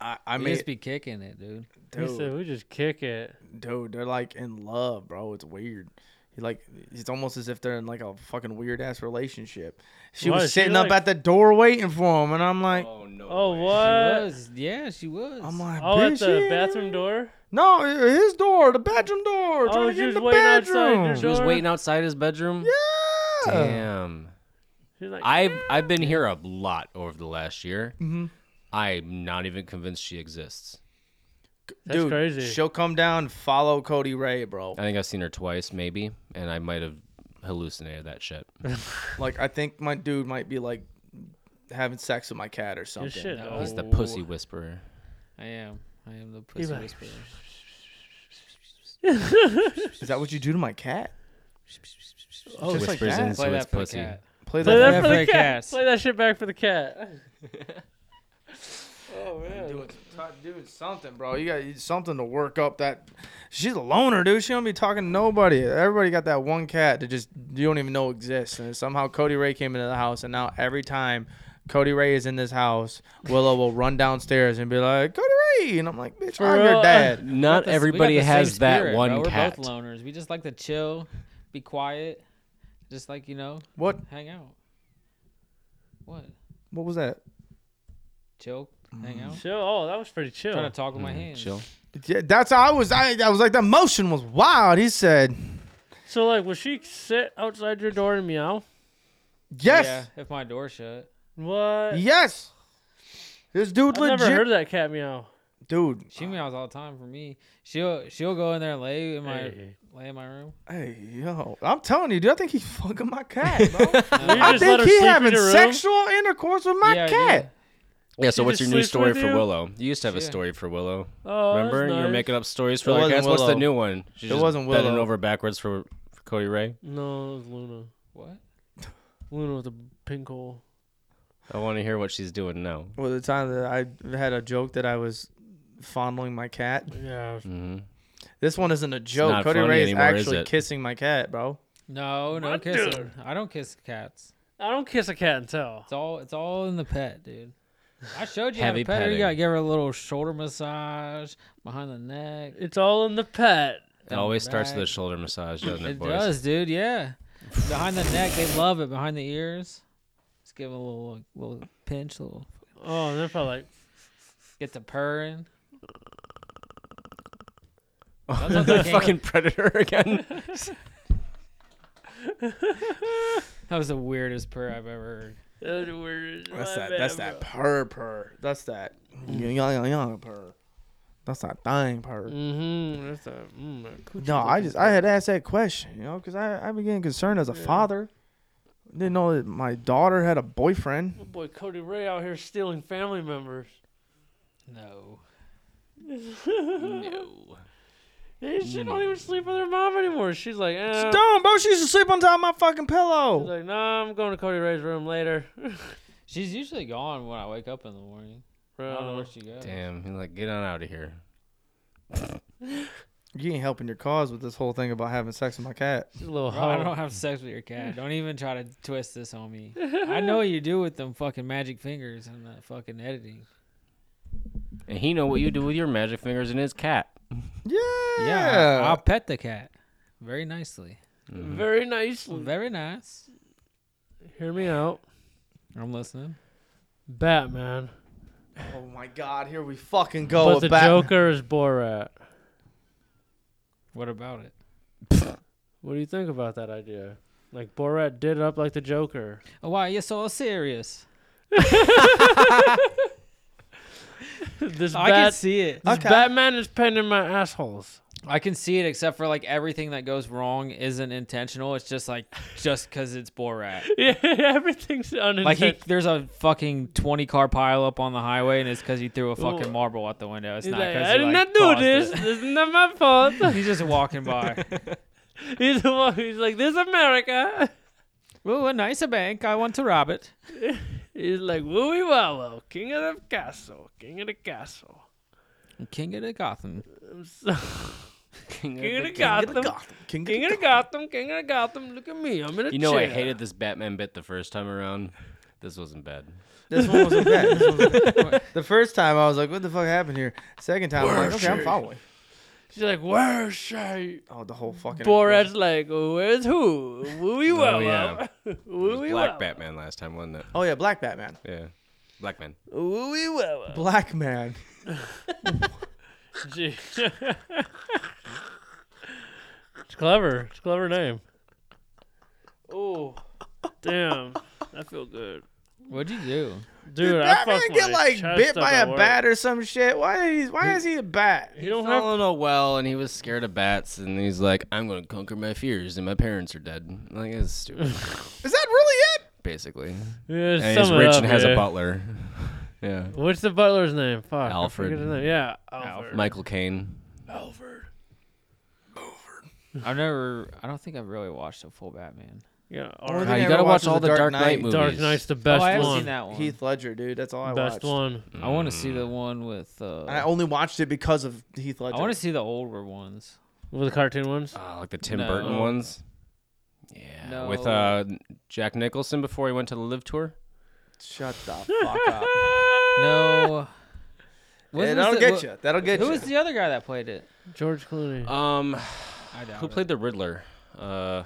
Speaker 1: I, I
Speaker 2: I
Speaker 1: mean,
Speaker 2: just be kicking it, dude.
Speaker 3: He said
Speaker 1: dude,
Speaker 3: we just kick it.
Speaker 1: dude, they're like in love, bro. It's weird. He like it's almost as if they're in like a fucking weird ass relationship. She
Speaker 3: Why,
Speaker 1: was
Speaker 3: is she
Speaker 1: sitting up
Speaker 3: like-
Speaker 1: at the door waiting for him, and I'm like,
Speaker 4: Oh no.
Speaker 3: Oh
Speaker 2: She
Speaker 3: what?
Speaker 2: was. Yeah, she was.
Speaker 1: I'm like,
Speaker 3: Oh, at
Speaker 1: "Bitch,
Speaker 3: the
Speaker 1: yeah."
Speaker 3: bathroom door.
Speaker 1: No, his door, the bedroom door.
Speaker 3: Oh,
Speaker 1: trying to
Speaker 3: she
Speaker 1: get in
Speaker 3: was
Speaker 1: the
Speaker 3: waiting outside
Speaker 1: bedroom.
Speaker 3: your
Speaker 4: She was
Speaker 3: door?
Speaker 4: waiting outside his bedroom.
Speaker 1: Yeah.
Speaker 4: Damn.
Speaker 3: She's like,
Speaker 4: I've I've been here a lot over the last year.
Speaker 1: Mhm.
Speaker 4: I'm not even convinced she exists.
Speaker 3: That's
Speaker 1: Dude,
Speaker 3: crazy.
Speaker 1: She'll come down, follow Cody Ray, bro.
Speaker 4: I think I've seen her twice, maybe, and I might have hallucinated that shit.
Speaker 1: Like I think my dude might be like having sex with my cat or something.
Speaker 3: shit,
Speaker 2: No.
Speaker 4: He's the
Speaker 2: Oh.
Speaker 4: pussy whisperer.
Speaker 2: I am. I am the pussy
Speaker 3: like-
Speaker 2: whisperer.
Speaker 1: Is that what you do to my cat? Oh, just like
Speaker 4: Whispers
Speaker 1: that.
Speaker 4: into
Speaker 2: Play
Speaker 4: his
Speaker 2: that for the
Speaker 4: pussy.
Speaker 2: cat.
Speaker 1: Play that.
Speaker 3: Play that for
Speaker 2: for
Speaker 3: the
Speaker 2: the
Speaker 3: cat.
Speaker 2: cats.
Speaker 3: Play that shit back for the cat. oh
Speaker 1: for-
Speaker 3: man.
Speaker 1: Doing, doing something, bro. You got something to work up that. She's a loner, dude. She don't be talking to nobody. Everybody got that one cat that just you don't even know exists. And somehow Cody Ray came into the house, and now every time Cody Ray is in this house, Willow will run downstairs and be like, Cody Ray, and I'm like, bitch,
Speaker 3: For
Speaker 1: I'm
Speaker 3: real?
Speaker 1: your dad.
Speaker 4: Not
Speaker 2: We got the s- we
Speaker 4: everybody
Speaker 2: got the same
Speaker 4: has that
Speaker 2: spirit,
Speaker 4: one
Speaker 2: bro. We're
Speaker 4: cat.
Speaker 2: both loners. We just like to chill, be quiet, just like you know,
Speaker 1: What?
Speaker 2: hang out. What?
Speaker 1: What was that?
Speaker 2: Chill, hang out.
Speaker 3: Chill. Oh, that was pretty chill.
Speaker 2: Trying to talk with my hands.
Speaker 4: Mm, Hmm, Chill.
Speaker 1: Yeah, that's how I was. I, I was like, the motion was wild. He said,
Speaker 3: So like, will she sit outside your door and meow?
Speaker 2: Yeah,
Speaker 1: Yes.
Speaker 2: if my door's shut.
Speaker 3: What?
Speaker 1: Yes. This dude
Speaker 3: I've
Speaker 1: legit.
Speaker 3: never heard that cat meow.
Speaker 1: Dude.
Speaker 2: She meows all the time for me. She'll she'll go in there and lay in my
Speaker 3: Hey.
Speaker 2: lay in my room.
Speaker 1: Hey, yo. I'm telling you, dude. I think he's fucking my cat, bro.
Speaker 3: You
Speaker 1: I
Speaker 3: just let
Speaker 1: think
Speaker 3: her
Speaker 1: he's
Speaker 3: sleep in
Speaker 1: having
Speaker 3: your room?
Speaker 1: sexual intercourse with my
Speaker 2: Yeah, I do.
Speaker 1: cat.
Speaker 4: Yeah, so
Speaker 3: She
Speaker 4: what's
Speaker 3: just
Speaker 4: your new
Speaker 3: sleeps
Speaker 4: story
Speaker 3: with
Speaker 4: for
Speaker 3: you?
Speaker 4: Willow? You used to have a
Speaker 2: Yeah.
Speaker 4: story for Willow.
Speaker 3: Oh, that's
Speaker 4: Remember? You were
Speaker 3: nice.
Speaker 4: making up stories for
Speaker 1: It
Speaker 4: other
Speaker 1: wasn't
Speaker 4: cats. What's the
Speaker 1: Willow.
Speaker 4: new one? She
Speaker 1: It
Speaker 4: just
Speaker 1: wasn't
Speaker 4: bending
Speaker 1: Willow.
Speaker 4: over backwards for for Cody Ray.
Speaker 3: No, it was Luna.
Speaker 2: What?
Speaker 3: Luna with a pink hole.
Speaker 4: I want to hear what she's doing now.
Speaker 1: Well, the time that I had a joke that I was fondling my cat.
Speaker 3: Yeah.
Speaker 4: hmm
Speaker 1: This one isn't a joke.
Speaker 4: not
Speaker 1: Cody
Speaker 4: funny
Speaker 1: Ray
Speaker 4: anymore, is
Speaker 1: is actually
Speaker 4: it?
Speaker 1: kissing my cat, bro.
Speaker 2: No, no
Speaker 3: My
Speaker 2: kissing.
Speaker 3: dude.
Speaker 2: I don't kiss cats.
Speaker 3: I don't kiss a cat and tell.
Speaker 2: It's all it's all in the pet, dude. I showed you how
Speaker 4: Heavy
Speaker 2: to pet her.
Speaker 4: petting.
Speaker 2: You gotta give her a little shoulder massage behind the neck.
Speaker 3: It's all in the pet.
Speaker 4: It always starts with a
Speaker 2: back.
Speaker 4: shoulder massage, doesn't it,
Speaker 2: It
Speaker 4: boys?
Speaker 2: does, dude. Yeah, behind the neck, they love it. Behind the ears, just give 'em a little little pinch, little
Speaker 3: Oh, and they're probably like,
Speaker 2: get the purring.
Speaker 4: That's the fucking predator again.
Speaker 2: That was the weirdest purr I've ever heard.
Speaker 3: that's weird.
Speaker 1: That's
Speaker 3: My
Speaker 1: that.
Speaker 3: bad,
Speaker 1: That's
Speaker 3: bro."
Speaker 1: that purr purr. That's that young young young purr. That's that thing purr.
Speaker 3: Mm-hmm. That's that. Mm, that coochie
Speaker 1: No, I
Speaker 3: looking
Speaker 1: just
Speaker 3: thing.
Speaker 1: I had asked that question, you know, because I I began concerned as a father. Didn't know that my daughter had a boyfriend.
Speaker 3: Boy, Cody Ray out here stealing family members.
Speaker 2: No,
Speaker 4: no.
Speaker 3: Hey, She don't even sleep with her mom anymore. She's like,
Speaker 1: She's
Speaker 3: eh.
Speaker 1: dumb, bro. She used to sleep on top of my fucking
Speaker 3: She's
Speaker 1: pillow.
Speaker 3: like, nah, I'm going to Cody Ray's room later.
Speaker 2: she's usually gone when I wake up in the morning. I don't know
Speaker 3: Bro.
Speaker 2: where she goes.
Speaker 4: Damn. He's like, get on out of here.
Speaker 1: You ain't helping your cause with this whole thing about having sex with my cat.
Speaker 3: She's a little
Speaker 2: Bro, I
Speaker 3: hot.
Speaker 2: don't have sex with your cat. Don't even try to twist this on me. I know what you do with them fucking magic fingers and that fucking editing.
Speaker 4: And he know what you do with your magic fingers and his cat.
Speaker 1: Yeah.
Speaker 2: Yeah, I, will pet the cat very nicely.
Speaker 4: Mm-hmm.
Speaker 3: Very nicely.
Speaker 2: Very nice.
Speaker 3: Hear me out.
Speaker 2: I'm listening.
Speaker 3: Batman.
Speaker 1: oh my God. Here we fucking go.
Speaker 3: but
Speaker 1: with
Speaker 3: the
Speaker 1: Oh, Batman.
Speaker 3: Joker is Borat.
Speaker 2: What about it?
Speaker 3: What do you think about that idea? Like Borat did it up like the Joker.
Speaker 2: Oh, why you so serious?
Speaker 3: this
Speaker 2: I can
Speaker 3: bat,
Speaker 2: see it.
Speaker 3: this
Speaker 1: Okay.
Speaker 3: Batman is painting my assholes.
Speaker 2: I can see it, except for like everything that goes wrong isn't intentional. It's just like just because it's Borat.
Speaker 3: Yeah, everything's unintentional.
Speaker 2: Like he, there's a fucking twenty car pileup on the highway, and it's because he threw a fucking
Speaker 3: Ooh.
Speaker 2: marble out the window. It's
Speaker 3: He's
Speaker 2: not
Speaker 3: like,
Speaker 2: because
Speaker 3: I did not do this. This is not my fault.
Speaker 2: He's just walking by.
Speaker 3: he's, the one who's like, this is America.
Speaker 2: Ooh, a nice bank. I want to rob it.
Speaker 3: He's like, wooey wallow, king of the castle, king of the castle.
Speaker 2: King of the Gotham.
Speaker 3: I'm so-
Speaker 4: King
Speaker 3: king of the Gotham,
Speaker 1: King,
Speaker 3: king of the Gotham, king of the Gotham. Look at me, I'm in a
Speaker 4: You know, I
Speaker 3: chair.
Speaker 4: hated this Batman bit the first time around. This wasn't bad.
Speaker 1: This one was okay. This one was okay. the first time I was like, "What the fuck happened here?" Second time, I'm like, "Okay, I'm following."
Speaker 3: She's like, where's she?
Speaker 1: Oh, the whole fucking.
Speaker 3: Borat's like, where's who? Wooey wallow.
Speaker 4: yeah. It was
Speaker 3: Wooey
Speaker 4: Black
Speaker 3: wallow.
Speaker 4: Batman last time, wasn't it?
Speaker 1: Oh yeah, Black Batman.
Speaker 4: Yeah. Black man.
Speaker 3: Wooey wallow.
Speaker 1: Black man.
Speaker 3: Gee. it's clever. It's a clever name. Oh, damn. I feel good.
Speaker 2: What'd you do?
Speaker 3: Dude,
Speaker 1: Did
Speaker 3: I
Speaker 1: Batman
Speaker 3: fucked
Speaker 1: get
Speaker 3: my
Speaker 1: like
Speaker 3: chest
Speaker 1: bit
Speaker 3: up
Speaker 1: by
Speaker 3: at
Speaker 1: a
Speaker 3: work.
Speaker 1: bat or some shit? Why is why is he a bat?
Speaker 3: You don't
Speaker 4: fell
Speaker 3: have
Speaker 4: in a well and he was scared of bats and he's like, I'm gonna conquer my fears and my parents are dead. Like it's stupid,
Speaker 1: Is that really it?
Speaker 4: basically.
Speaker 3: yeah,
Speaker 4: And he's
Speaker 3: sum it
Speaker 4: rich
Speaker 3: up,
Speaker 4: and has
Speaker 3: yeah.
Speaker 4: a butler. yeah.
Speaker 3: What's the butler's name? Fuck. I forget
Speaker 4: Alfred.
Speaker 3: his name. Yeah, Alfred.
Speaker 4: Michael Caine.
Speaker 3: Alfred.
Speaker 2: I've never. I don't think I've really watched a full Batman.
Speaker 3: Yeah,
Speaker 1: Only
Speaker 4: Nah,
Speaker 1: thing
Speaker 3: Alfred.
Speaker 4: you
Speaker 1: I
Speaker 4: gotta
Speaker 1: ever watched
Speaker 4: watch
Speaker 1: was
Speaker 4: all
Speaker 1: the
Speaker 4: the
Speaker 1: Dark
Speaker 4: Dark,
Speaker 1: Knight
Speaker 4: Knight, movies.
Speaker 3: Dark Knight's the best
Speaker 2: oh, I
Speaker 3: one.
Speaker 2: haven't seen that one.
Speaker 1: Heath Ledger, dude. That's all I
Speaker 3: Best
Speaker 1: watched.
Speaker 3: one.
Speaker 2: I want to see the one with. Uh,
Speaker 1: And I only watched it because of Heath Ledger.
Speaker 2: I want to see the older ones.
Speaker 3: With the cartoon ones.
Speaker 4: Oh, like the Tim
Speaker 2: No.
Speaker 4: Burton ones. Yeah. With
Speaker 2: No.
Speaker 4: uh, Jack Nicholson before he went to the Live Tour.
Speaker 1: Shut the fuck up.
Speaker 2: No.
Speaker 1: Yeah,
Speaker 2: Wasn't
Speaker 1: that'll
Speaker 2: this the-
Speaker 1: get you. That'll get
Speaker 2: Who
Speaker 1: you.
Speaker 2: was the other guy that played it?
Speaker 3: George Clooney.
Speaker 4: Um,
Speaker 2: I doubt
Speaker 4: who played the Riddler? Uh,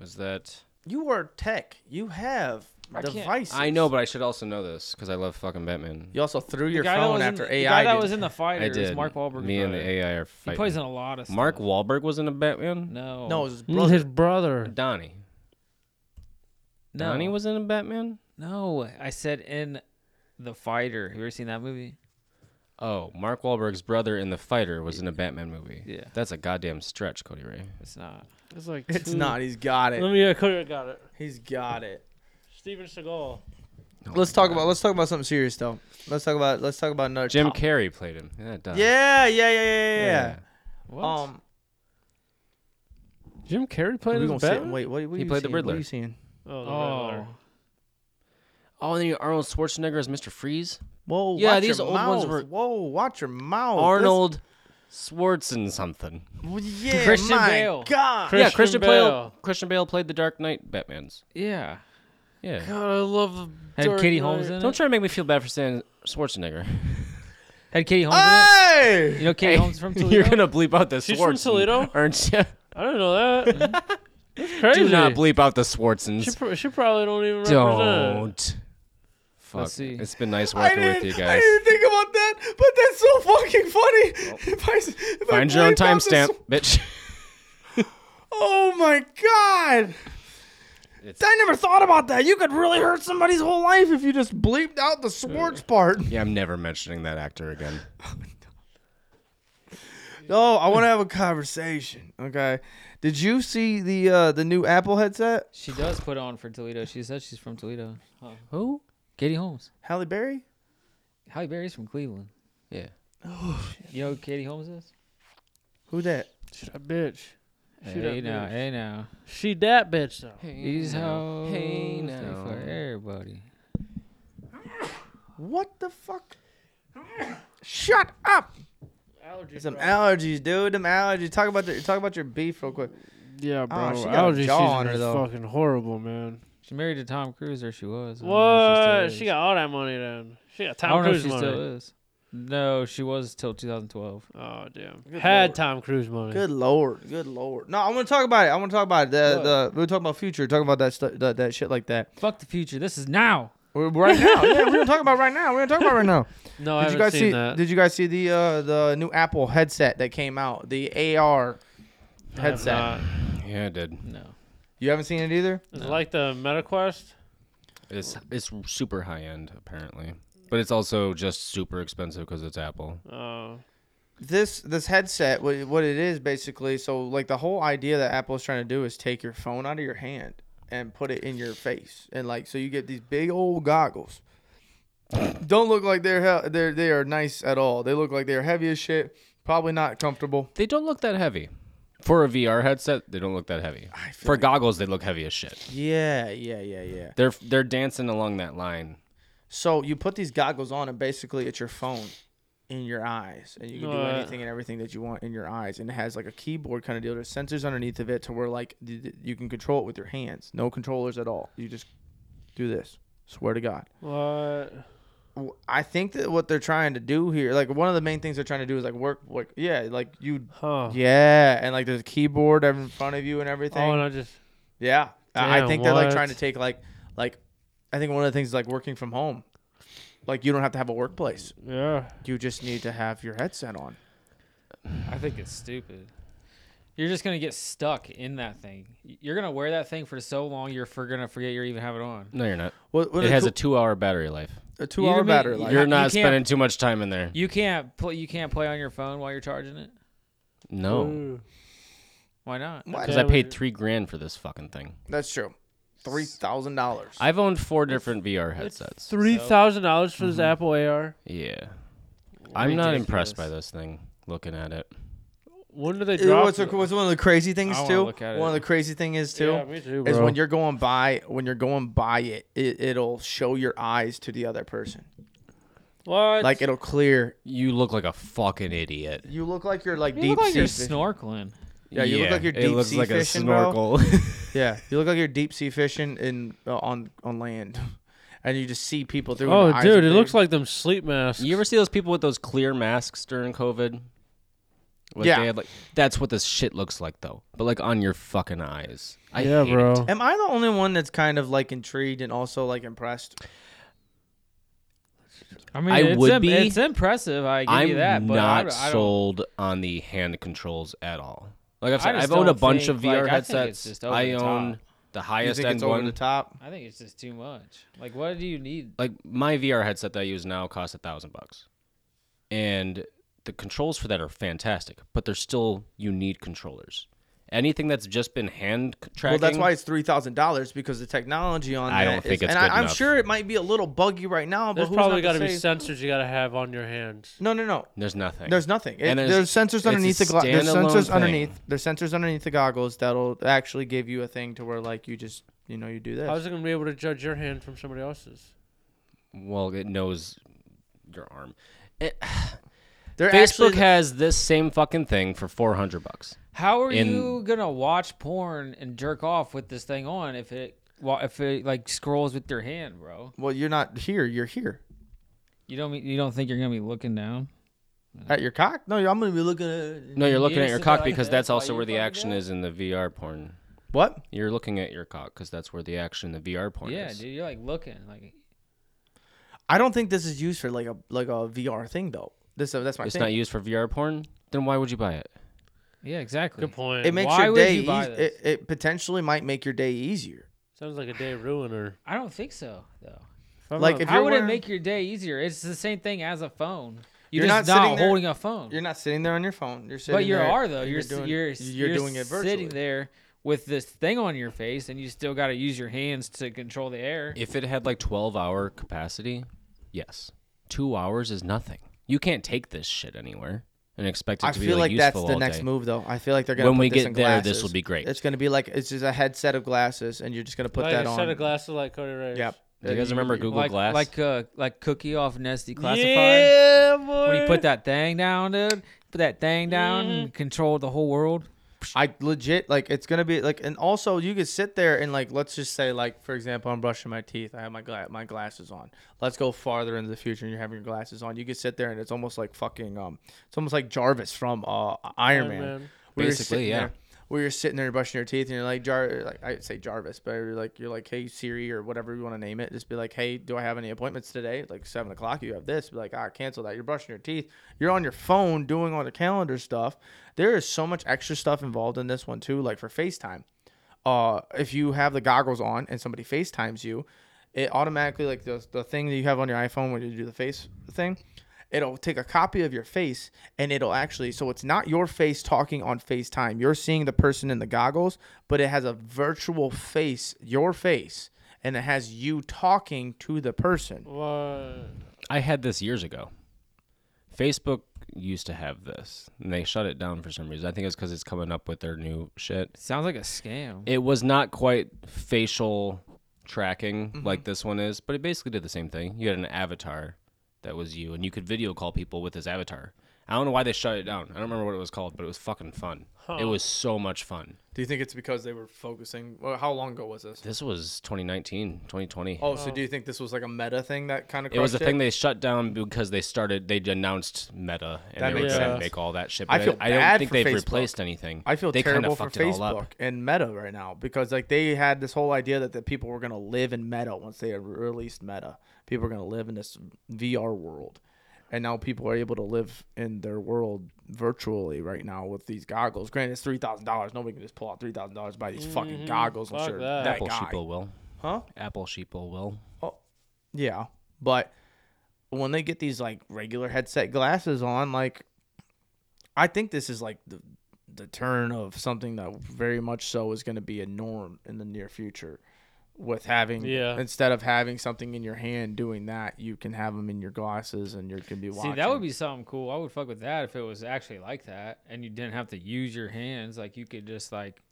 Speaker 4: was that
Speaker 1: you are tech. You have devices.
Speaker 4: I know, but I should also know this because I love fucking Batman.
Speaker 1: you also threw your
Speaker 2: the guy that
Speaker 1: phone
Speaker 2: was
Speaker 1: after
Speaker 2: in, the
Speaker 1: AI.
Speaker 2: guy that
Speaker 1: did.
Speaker 2: was in the fighter
Speaker 4: I did.
Speaker 2: is Mark Wahlberg.
Speaker 4: Me and the
Speaker 2: brother.
Speaker 4: AI are
Speaker 2: He
Speaker 4: fighting.
Speaker 2: plays in a lot of stuff.
Speaker 4: Mark Wahlberg was in a Batman.
Speaker 2: No,
Speaker 1: no, it was his
Speaker 3: Mm, His
Speaker 1: brother.
Speaker 3: brother.
Speaker 4: Donnie.
Speaker 2: no,
Speaker 4: Donnie was in a Batman.
Speaker 2: no. I said in the fighter. Have you ever seen that movie?
Speaker 4: Oh, Mark Wahlberg's brother in the Fighter was in a Batman movie.
Speaker 2: Yeah.
Speaker 4: that's a goddamn stretch, Cody Ray.
Speaker 2: It's not.
Speaker 3: It's like
Speaker 1: It's
Speaker 3: two-
Speaker 1: not. He's got
Speaker 3: Let
Speaker 1: it.
Speaker 3: me. Uh, Cody got it.
Speaker 1: He's got it.
Speaker 3: Steven Seagal.
Speaker 1: Let's talk about let's talk about something serious though. Let's talk about let's talk about another
Speaker 4: Oh Jim
Speaker 1: top-
Speaker 4: Carrey played him. Yeah, Donnie.
Speaker 1: Yeah, yeah, yeah, yeah, yeah.
Speaker 2: What?
Speaker 1: yeah. Um,
Speaker 3: Jim Carrey
Speaker 1: we
Speaker 3: played
Speaker 1: gonna
Speaker 3: his
Speaker 1: sit
Speaker 3: Batman.
Speaker 1: and wait. What, what are
Speaker 4: He
Speaker 1: you
Speaker 4: played the
Speaker 1: seeing? What
Speaker 4: Riddler.
Speaker 1: are you seeing?
Speaker 3: Oh, the
Speaker 2: oh,
Speaker 3: Riddler.
Speaker 4: Oh, and then you- Arnold Schwarzenegger as Mr. Freeze.
Speaker 1: Whoa,
Speaker 4: Yeah,
Speaker 1: watch
Speaker 4: these
Speaker 1: your
Speaker 4: old ones
Speaker 1: mouth.
Speaker 4: were-
Speaker 1: Whoa, watch your
Speaker 2: Oh,
Speaker 1: mouth.
Speaker 4: Arnold Schwartzen something.
Speaker 1: This, oh, yeah,
Speaker 2: Christian
Speaker 1: my
Speaker 2: Bale.
Speaker 1: God.
Speaker 3: Christian
Speaker 4: yeah, Christian Bale.
Speaker 3: Bale.
Speaker 4: Christian Bale played the Dark Knight Batman's.
Speaker 2: yeah.
Speaker 4: Yeah.
Speaker 3: God, I love the.
Speaker 2: Had
Speaker 3: Dark
Speaker 2: Katie
Speaker 3: Knight.
Speaker 2: Holmes in
Speaker 4: Don't
Speaker 2: it.
Speaker 4: try to make me feel bad for saying Schwarzenegger.
Speaker 2: Had Katie Holmes in it.
Speaker 1: Hey,
Speaker 2: You know Katie Holmes from Toledo.
Speaker 4: Ah! You're gonna bleep out the
Speaker 3: She's
Speaker 4: Schwartzen,
Speaker 3: from Toledo?
Speaker 4: aren't you?
Speaker 3: I don't know that. That's crazy.
Speaker 4: Do not
Speaker 3: believe.
Speaker 4: bleep out the
Speaker 3: She,
Speaker 4: Schwartzens.
Speaker 3: pro- she probably don't even represent.
Speaker 4: Don't. Fuck.
Speaker 2: Let's see.
Speaker 4: It's been nice
Speaker 1: I
Speaker 4: working
Speaker 1: didn't,
Speaker 4: with you
Speaker 1: I
Speaker 4: guys.
Speaker 1: didn't think about that, but that's so fucking funny. If I, s- if I
Speaker 4: Find your own
Speaker 1: bleeped out the
Speaker 4: timestamp,
Speaker 1: s-
Speaker 4: bitch.
Speaker 1: Oh my God.
Speaker 4: It's-
Speaker 1: I never thought about that. You could really hurt somebody's whole life if you just bleeped out the sports part.
Speaker 4: Yeah, I'm never mentioning that actor again.
Speaker 1: No, I want to have a conversation. Okay. Did you see the uh, the new Apple headset?
Speaker 2: She does put on for Toledo. She says she's from Toledo.
Speaker 4: Who?
Speaker 2: Katie Holmes.
Speaker 1: Halle Berry?
Speaker 2: Halle Berry's from Cleveland.
Speaker 4: Yeah. Oh,
Speaker 2: You know who Katie Holmes is?
Speaker 1: Who that?
Speaker 3: She's a bitch. She
Speaker 2: hey
Speaker 3: that
Speaker 2: now,
Speaker 3: bitch.
Speaker 2: hey now.
Speaker 3: She that bitch though.
Speaker 2: These hoes
Speaker 4: Hey
Speaker 2: hey
Speaker 4: now.
Speaker 2: for everybody.
Speaker 1: What the fuck? Shut up!
Speaker 3: Allergy.
Speaker 1: Some allergies, dude. Them allergies. Talk about the, talk about your beef real quick.
Speaker 3: Yeah, bro.
Speaker 1: Oh, she got a
Speaker 3: allergy
Speaker 1: jaw
Speaker 3: season
Speaker 1: on her,
Speaker 3: is
Speaker 1: though.
Speaker 3: fucking horrible, man.
Speaker 2: She married to Tom Cruise, or she was. I don't know
Speaker 3: What?
Speaker 2: if
Speaker 3: She,
Speaker 2: still is.
Speaker 3: got all that money then. She got
Speaker 2: I
Speaker 3: Tom
Speaker 2: don't know if
Speaker 3: Cruise
Speaker 2: she
Speaker 3: money.
Speaker 2: still is. No, she was till 2012.
Speaker 3: Oh damn.
Speaker 1: Good
Speaker 3: Had
Speaker 1: lord.
Speaker 3: Tom Cruise money.
Speaker 1: Good lord, good lord. No, I want to talk about it. I want to talk about it. The,
Speaker 2: What?
Speaker 1: the we were talking about future, talking about that stu- that, that shit like that.
Speaker 2: Fuck the future. This is now.
Speaker 1: We're, right now, yeah, we're gonna talk about right now. We're gonna talk about right now.
Speaker 3: No, I
Speaker 1: did
Speaker 3: haven't
Speaker 1: you guys
Speaker 3: seen
Speaker 1: see?
Speaker 3: that.
Speaker 1: Did you guys see the uh, the new Apple headset that came out? The AR
Speaker 3: I have
Speaker 1: headset.
Speaker 3: not.
Speaker 4: Yeah, I did.
Speaker 2: No.
Speaker 1: You haven't seen it either.
Speaker 3: Is it like the MetaQuest?
Speaker 4: It's it's super high end apparently, but it's also just super expensive because it's Apple.
Speaker 3: Oh.
Speaker 1: This this headset, what, what it is basically, so like the whole idea that Apple is trying to do is take your phone out of your hand and put it in your face, and like so you get these big old goggles. Don't look like they're he- they're they are nice at all. They look like they're heavy as shit. Probably not comfortable.
Speaker 4: They don't look that heavy. For a VR headset, they don't look that heavy. For goggles, they look heavy as shit.
Speaker 1: Yeah, yeah, yeah, yeah.
Speaker 4: They're they're dancing along that line.
Speaker 1: So you put these goggles on, and basically it's your phone in your eyes, and you can do
Speaker 3: Right.
Speaker 1: anything and everything that you want in your eyes. And it has like a keyboard kind of deal. There's sensors underneath of it to where like th- th- you can control it with your hands. No controllers at all. You just do this. Swear to God.
Speaker 3: What?
Speaker 1: W- I think that what they're trying to do here, like one of the main things they're trying to do is like work, like yeah, like you,
Speaker 3: Huh.
Speaker 1: yeah, and like there's a keyboard in front of you and everything.
Speaker 3: Oh, and I just
Speaker 1: Yeah, I I
Speaker 3: Damn,
Speaker 1: think they're like
Speaker 3: what?
Speaker 1: trying to take like, like, I think one of the things is like working from home. Like you don't have to have a workplace.
Speaker 3: yeah.
Speaker 1: You just need to have your headset on.
Speaker 2: I think it's stupid. You're just gonna get stuck in that thing. Y- You're gonna wear that thing for so long, you're for gonna forget you even have it on.
Speaker 4: No, you're not.
Speaker 1: Well,
Speaker 4: It has a two hour battery life.
Speaker 1: a, two-hour
Speaker 2: You mean-
Speaker 1: battery
Speaker 2: you-
Speaker 1: life.
Speaker 4: You're
Speaker 2: you
Speaker 4: not
Speaker 2: can't-
Speaker 4: spending too much time in there.
Speaker 2: You can't play. You can't play on your phone while you're charging it.
Speaker 4: No,
Speaker 3: Ooh.
Speaker 2: Why not?
Speaker 1: What?
Speaker 4: because I paid three grand for this fucking thing.
Speaker 1: That's true. Three thousand dollars.
Speaker 4: I've owned four different VR headsets.
Speaker 3: Three thousand dollars for this Apple AR.
Speaker 4: Yeah, I'm not impressed by
Speaker 2: Ridiculous.
Speaker 4: this thing. Looking at it,
Speaker 3: When do they drop?
Speaker 1: What's,
Speaker 3: it?
Speaker 1: what's one of the crazy things
Speaker 2: I wanna
Speaker 1: too?
Speaker 2: look at
Speaker 1: One of
Speaker 2: it.
Speaker 1: the crazy thing is too
Speaker 3: Yeah, me too,
Speaker 1: is
Speaker 3: bro.
Speaker 1: when you're going by when you're going by it, it, it'll show your eyes to the other person.
Speaker 3: What?
Speaker 1: Like it'll clear.
Speaker 4: you look like a fucking idiot.
Speaker 1: You look like you're like
Speaker 2: You
Speaker 1: deep
Speaker 2: look like
Speaker 1: sea
Speaker 2: you're
Speaker 1: fish-
Speaker 2: snorkeling.
Speaker 1: Yeah, you look like you're
Speaker 4: it
Speaker 1: deep
Speaker 4: looks
Speaker 1: sea
Speaker 4: like
Speaker 1: fishing,
Speaker 4: a
Speaker 1: bro.
Speaker 4: snorkel.
Speaker 1: Yeah, you look like you're deep sea fishing in uh, on on land, and you just see people through. and
Speaker 3: oh,
Speaker 1: their eyes are
Speaker 3: dude, it
Speaker 1: big.
Speaker 3: looks like them sleep masks.
Speaker 4: you ever see those people with those clear masks during COVID? Like,
Speaker 1: Yeah.
Speaker 4: they had, like, that's what this shit looks like though. But like on your fucking eyes. I
Speaker 3: yeah,
Speaker 4: hate
Speaker 3: bro.
Speaker 4: it.
Speaker 1: Am I the only one that's kind of like intrigued and also like impressed?
Speaker 2: I mean,
Speaker 4: I
Speaker 2: it's,
Speaker 4: would
Speaker 2: im-
Speaker 4: be.
Speaker 2: it's impressive. I give
Speaker 4: I'm
Speaker 2: you that, but I,
Speaker 4: not
Speaker 2: don't- I don't.
Speaker 4: sold on the hand controls at all. Like I've
Speaker 2: I
Speaker 4: said,
Speaker 2: just
Speaker 4: I've owned a
Speaker 2: don't
Speaker 4: bunch
Speaker 2: think-
Speaker 4: of VR
Speaker 2: like, I think it's
Speaker 4: headsets.
Speaker 2: just over
Speaker 4: I
Speaker 2: the
Speaker 4: own
Speaker 2: top.
Speaker 4: the
Speaker 1: You
Speaker 4: highest
Speaker 1: think
Speaker 4: end
Speaker 1: it's over
Speaker 4: one.
Speaker 1: the top?
Speaker 2: I think it's just too much. Like, what do you need?
Speaker 4: Like my VR headset that I use now costs a thousand bucks, and the controls for that are fantastic, but they're still you need controllers. Anything that's just been hand c- tracking.
Speaker 1: Well, that's why it's three thousand dollars because the technology on
Speaker 4: I
Speaker 1: that
Speaker 4: don't think
Speaker 1: is-
Speaker 4: it's
Speaker 1: and
Speaker 4: good
Speaker 1: I, I'm
Speaker 4: enough.
Speaker 1: sure it might be a little buggy right now, but
Speaker 3: There's
Speaker 1: who's
Speaker 3: probably
Speaker 1: got to
Speaker 3: be
Speaker 1: say-
Speaker 3: sensors you got to have on your hands.
Speaker 1: No, no, no.
Speaker 4: There's nothing.
Speaker 1: There's nothing. It-
Speaker 4: And
Speaker 1: there's,
Speaker 4: there's-
Speaker 1: sensors
Speaker 4: a
Speaker 1: underneath the gla- there's
Speaker 4: standalone
Speaker 1: sensors
Speaker 4: thing.
Speaker 1: underneath there's sensors underneath the goggles that'll actually give you a thing to where like you just you know you do this.
Speaker 3: How's it gonna be able to judge your hand from somebody else's?
Speaker 4: well, it knows your arm.
Speaker 1: They're
Speaker 4: Facebook
Speaker 1: actually-
Speaker 4: has this same fucking thing for four hundred bucks.
Speaker 2: How are
Speaker 4: In-
Speaker 2: you gonna watch porn and jerk off with this thing on if it wa- if it like scrolls with your hand, bro?
Speaker 1: well, you're not here. You're here
Speaker 2: You don't mean- you don't think you're gonna be looking down?
Speaker 1: at your cock. No, I'm gonna be looking at
Speaker 4: No, you're looking
Speaker 2: You
Speaker 4: at your
Speaker 2: sit
Speaker 4: cock
Speaker 2: like
Speaker 4: because
Speaker 2: this
Speaker 4: that's
Speaker 2: while
Speaker 4: also
Speaker 2: you
Speaker 4: where the
Speaker 2: fucking
Speaker 4: action
Speaker 2: do it?
Speaker 4: is in the VR porn.
Speaker 1: what?
Speaker 4: You're looking at your cock because that's where the action in the VR porn
Speaker 2: Yeah,
Speaker 4: is.
Speaker 2: dude, you're like looking like
Speaker 1: I don't think this is used for like a like a VR thing though. This uh, that's my
Speaker 4: It's
Speaker 1: thing.
Speaker 4: not used for VR porn. Then why would you buy it?
Speaker 2: yeah, exactly.
Speaker 3: Good point.
Speaker 1: it makes
Speaker 2: Why
Speaker 1: your
Speaker 2: would
Speaker 1: day.
Speaker 2: you buy
Speaker 1: eas-
Speaker 2: this?
Speaker 1: it, it potentially might make your day easier.
Speaker 3: Sounds like a day ruiner.
Speaker 2: I don't think so though.
Speaker 3: I'm
Speaker 1: Like
Speaker 3: not-
Speaker 1: if
Speaker 2: How
Speaker 1: you're
Speaker 2: would
Speaker 1: wearing-
Speaker 2: it make your day easier? It's the same thing as a phone. You're,
Speaker 1: You're
Speaker 2: just
Speaker 1: not
Speaker 2: not,
Speaker 1: sitting there-
Speaker 2: holding a phone.
Speaker 1: You're not sitting there on your phone. You're sitting.
Speaker 2: but you
Speaker 1: there
Speaker 2: are though.
Speaker 1: and
Speaker 2: You're s- you're s-
Speaker 1: you're,
Speaker 2: you're
Speaker 1: doing it virtually.
Speaker 2: sitting there with this thing on your face, and you still got to use your hands to control the air.
Speaker 4: If it had like 12 hour capacity, yes. Two hours is nothing. You can't take this shit anywhere and expect it
Speaker 1: I
Speaker 4: to be
Speaker 1: feel
Speaker 4: like,
Speaker 1: like that's
Speaker 4: useful
Speaker 1: the
Speaker 4: all
Speaker 1: next
Speaker 4: day.
Speaker 1: move though. I feel like they're gonna
Speaker 4: When
Speaker 1: put
Speaker 4: we
Speaker 1: this
Speaker 4: get
Speaker 1: in
Speaker 4: there, this
Speaker 1: glasses.
Speaker 4: will be great.
Speaker 1: It's gonna be like it's just a headset of glasses, and you're just gonna put
Speaker 2: Oh,
Speaker 3: like
Speaker 1: that
Speaker 3: a
Speaker 1: on.
Speaker 3: set of glasses like Cody Reyes.
Speaker 1: Yep.
Speaker 4: Do you guys remember Google
Speaker 2: like,
Speaker 4: Glass?
Speaker 2: like uh, like Cookie off Nesty Classified.
Speaker 3: Yeah, boy.
Speaker 2: When he put that thing down, dude, put that thing down and controlled the whole world.
Speaker 1: I legit like it's gonna be like, and also you could sit there and like, let's just say like, for example, I'm brushing my teeth. I have my gla- my glasses on. Let's go farther into the future, and you're having your glasses on. You could sit there, and it's almost like fucking um, it's almost like Jarvis from uh Iron
Speaker 3: Iron
Speaker 1: Man.
Speaker 3: Man.
Speaker 1: Where you're
Speaker 4: Basically,
Speaker 1: sitting
Speaker 4: yeah.
Speaker 1: there- where you're sitting there brushing your teeth, and you're like Jar, like I say Jarvis, but you're like you're like, hey Siri or whatever you want to name it, just be like, hey, do I have any appointments today? Like seven o'clock, you have this. Be like, ah, cancel that. You're brushing your teeth. You're on your phone doing all the calendar stuff. There is so much extra stuff involved in this one too, like for FaceTime uh, if you have the goggles on and somebody FaceTimes you, it automatically like the the thing that you have on your iPhone when you do the face thing, it'll take a copy of your face and it'll actually so it's not your face talking on FaceTime. You're seeing the person in the goggles, but it has a virtual face, your face, and it has you talking to the person.
Speaker 3: What?
Speaker 4: I had this years ago. Facebook used to have this, and they shut it down for some reason. I think it's because it's coming up with their new shit.
Speaker 2: Sounds like a scam.
Speaker 4: It was not quite facial tracking
Speaker 1: Mm-hmm.
Speaker 4: like this one is, but it basically did the same thing. You had an avatar that was you, and you could video call people with this avatar. I don't know why they shut it down. I don't remember what it was called, but it was fucking fun. It was so much fun.
Speaker 1: Do you think it's because they were focusing? Well, how long ago was this?
Speaker 4: This was 2019, 2020.
Speaker 1: Oh, so do you think this was like a meta thing that kind of?
Speaker 4: Uh, it was a thing they shut down because they started. They announced Meta, and
Speaker 1: That
Speaker 4: they were
Speaker 1: makes
Speaker 4: going to
Speaker 3: sense.
Speaker 4: make all that shit.
Speaker 1: I
Speaker 4: but
Speaker 1: feel
Speaker 4: I, don't
Speaker 1: bad
Speaker 4: think
Speaker 1: for
Speaker 4: they've
Speaker 1: Facebook.
Speaker 4: replaced anything.
Speaker 1: I feel
Speaker 4: they kinda
Speaker 1: terrible for
Speaker 4: fucked it all up.
Speaker 1: Facebook and Meta right now because like they had this whole idea that the people were gonna live in Meta once they had released Meta. People were gonna live in this VR world, and now people are able to live in their world virtually right now with these goggles. Granted, it's three thousand dollars. Nobody can just pull out three thousand dollars buy these fucking goggles. I'm
Speaker 3: Fuck
Speaker 1: sure
Speaker 3: that.
Speaker 1: that,
Speaker 4: Mm-hmm. Apple
Speaker 1: guy.
Speaker 4: sheeple will.
Speaker 1: huh?
Speaker 4: Apple sheeple will.
Speaker 1: Yeah, but when they get these like regular headset glasses on, like I think this is like the the turn of something that very much so is going to be a norm in the near future. With having,
Speaker 3: Yeah.
Speaker 1: instead of having something in your hand doing that, you can have them in your glasses and you can be watching.
Speaker 2: See, that would be something cool. I would fuck with that if it was actually like that, and you didn't have to use your hands. Like you could just like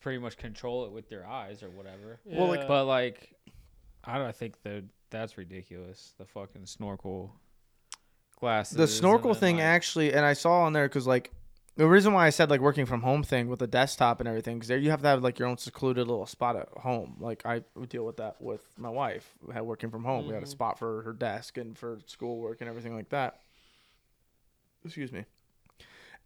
Speaker 2: pretty much control it with your eyes or whatever.
Speaker 3: Well, like-
Speaker 2: but like, I don't think that that's ridiculous. The fucking snorkel glasses.
Speaker 1: the
Speaker 2: and
Speaker 1: snorkel
Speaker 2: then,
Speaker 1: thing
Speaker 2: like-
Speaker 1: actually, and I saw on there because like the reason why I said like working from home thing with the desktop and everything because there you have to have like your own secluded little spot at home. Like I would deal with that with my wife had working from home. We had a spot for her desk and for schoolwork and everything like that. Excuse me,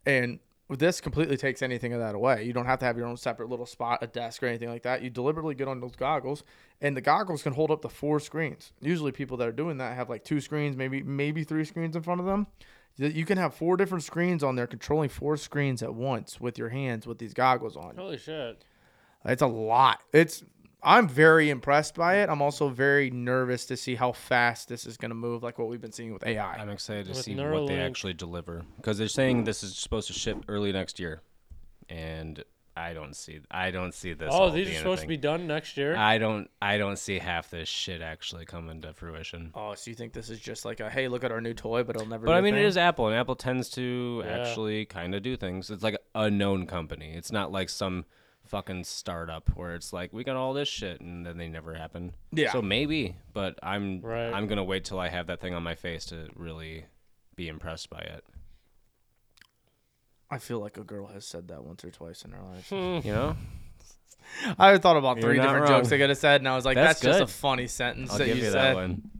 Speaker 1: and this completely takes anything of that away. You don't have to have your own separate little spot, a desk, or anything like that. You deliberately get on those goggles, and the goggles can hold up to four screens. Usually, people that are doing that have like two screens, maybe maybe three screens in front of them. You you can have four different screens on there, controlling four screens at once with your hands with these goggles on.
Speaker 3: Holy shit.
Speaker 1: It's a lot. It's I'm very impressed by it. I'm also very nervous to see how fast this is going to move, like what we've been seeing with AI.
Speaker 4: I'm excited to
Speaker 3: With
Speaker 4: see what they
Speaker 3: Neuralink.
Speaker 4: actually deliver because they're saying this is supposed to ship early next year, and I don't see I don't see this.
Speaker 3: oh,
Speaker 4: all
Speaker 3: these are
Speaker 4: being a
Speaker 3: supposed to be
Speaker 4: thing.
Speaker 3: done next year.
Speaker 4: I don't I don't see half this shit actually coming to fruition.
Speaker 1: Oh, so you think this is just like a hey, look at our new toy, but it'll never.
Speaker 4: But
Speaker 1: be
Speaker 4: I
Speaker 1: a
Speaker 4: mean, it
Speaker 1: thing"?
Speaker 4: is Apple, and Apple tends to
Speaker 3: Yeah.
Speaker 4: actually kind of do things. It's like a known company. It's not like some fucking startup where it's like we got all this shit and then they never happen.
Speaker 1: Yeah.
Speaker 4: So maybe, but I'm
Speaker 3: Right.
Speaker 4: I'm gonna wait till I have that thing on my face to really be impressed by it.
Speaker 1: I feel like a girl has said that once or twice in her life.
Speaker 4: You know,
Speaker 1: I thought about
Speaker 4: You're
Speaker 1: three
Speaker 4: not
Speaker 1: different
Speaker 4: wrong.
Speaker 1: jokes I could have said, and I was like,
Speaker 4: That's
Speaker 1: "That's, just a
Speaker 4: good.
Speaker 1: funny sentence
Speaker 4: I'll
Speaker 1: that
Speaker 4: give
Speaker 1: you
Speaker 4: you
Speaker 1: said."
Speaker 4: that one.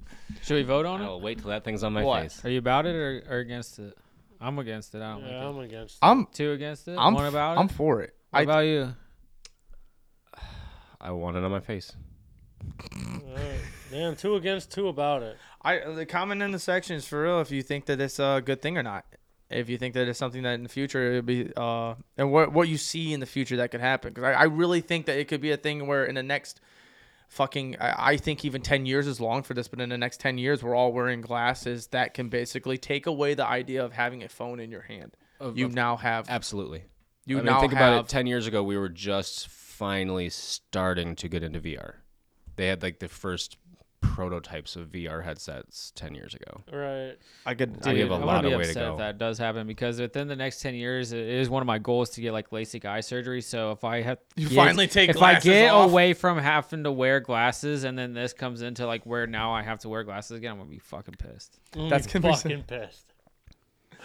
Speaker 2: Should we vote on it?
Speaker 4: I'll wait till that thing's on my
Speaker 1: What?
Speaker 4: face.
Speaker 2: Are you about it or, or against it? I'm against it. I don't
Speaker 3: yeah,
Speaker 2: like
Speaker 3: I'm against.
Speaker 1: I'm,
Speaker 2: it. Two against it.
Speaker 1: I'm,
Speaker 2: One about
Speaker 1: I'm
Speaker 2: it.
Speaker 1: for it.
Speaker 2: What
Speaker 1: I,
Speaker 2: about you?
Speaker 4: I want it on my face.
Speaker 3: it. Alright. Damn, two against, two about it.
Speaker 1: I, the comment in the sections for real if you think that it's a good thing or not. If you think that it's something that in the future it would be, uh, and what what you see in the future that could happen, because I, I really think that it could be a thing where in the next fucking, I, I think even ten years is long for this, but in the next ten years we're all wearing glasses that can basically take away the idea of having a phone in your hand.
Speaker 4: Of-
Speaker 1: you
Speaker 4: of-
Speaker 1: now have
Speaker 4: Absolutely.
Speaker 1: you
Speaker 4: I mean,
Speaker 1: now
Speaker 4: think
Speaker 1: have
Speaker 4: about it. Ten years ago, we were just finally starting to get into VR. They had like the first prototypes of VR headsets ten years ago.
Speaker 3: Right.
Speaker 1: I could
Speaker 4: I
Speaker 2: Dude,
Speaker 4: have a
Speaker 2: I'm gonna
Speaker 4: lot
Speaker 2: be
Speaker 4: of way to
Speaker 2: upset
Speaker 4: go.
Speaker 2: If that does happen because within the next ten years, it is one of my goals to get like LASIK eye surgery. So if I have,
Speaker 1: You finally take
Speaker 2: if I
Speaker 1: glasses
Speaker 2: get
Speaker 1: off.
Speaker 2: away from having to wear glasses, and then this comes into like where now I have to wear glasses again, I'm gonna be fucking pissed.
Speaker 3: I'm
Speaker 1: That's
Speaker 3: gonna
Speaker 1: gonna
Speaker 3: be
Speaker 1: be
Speaker 3: Mm, fucking pissed.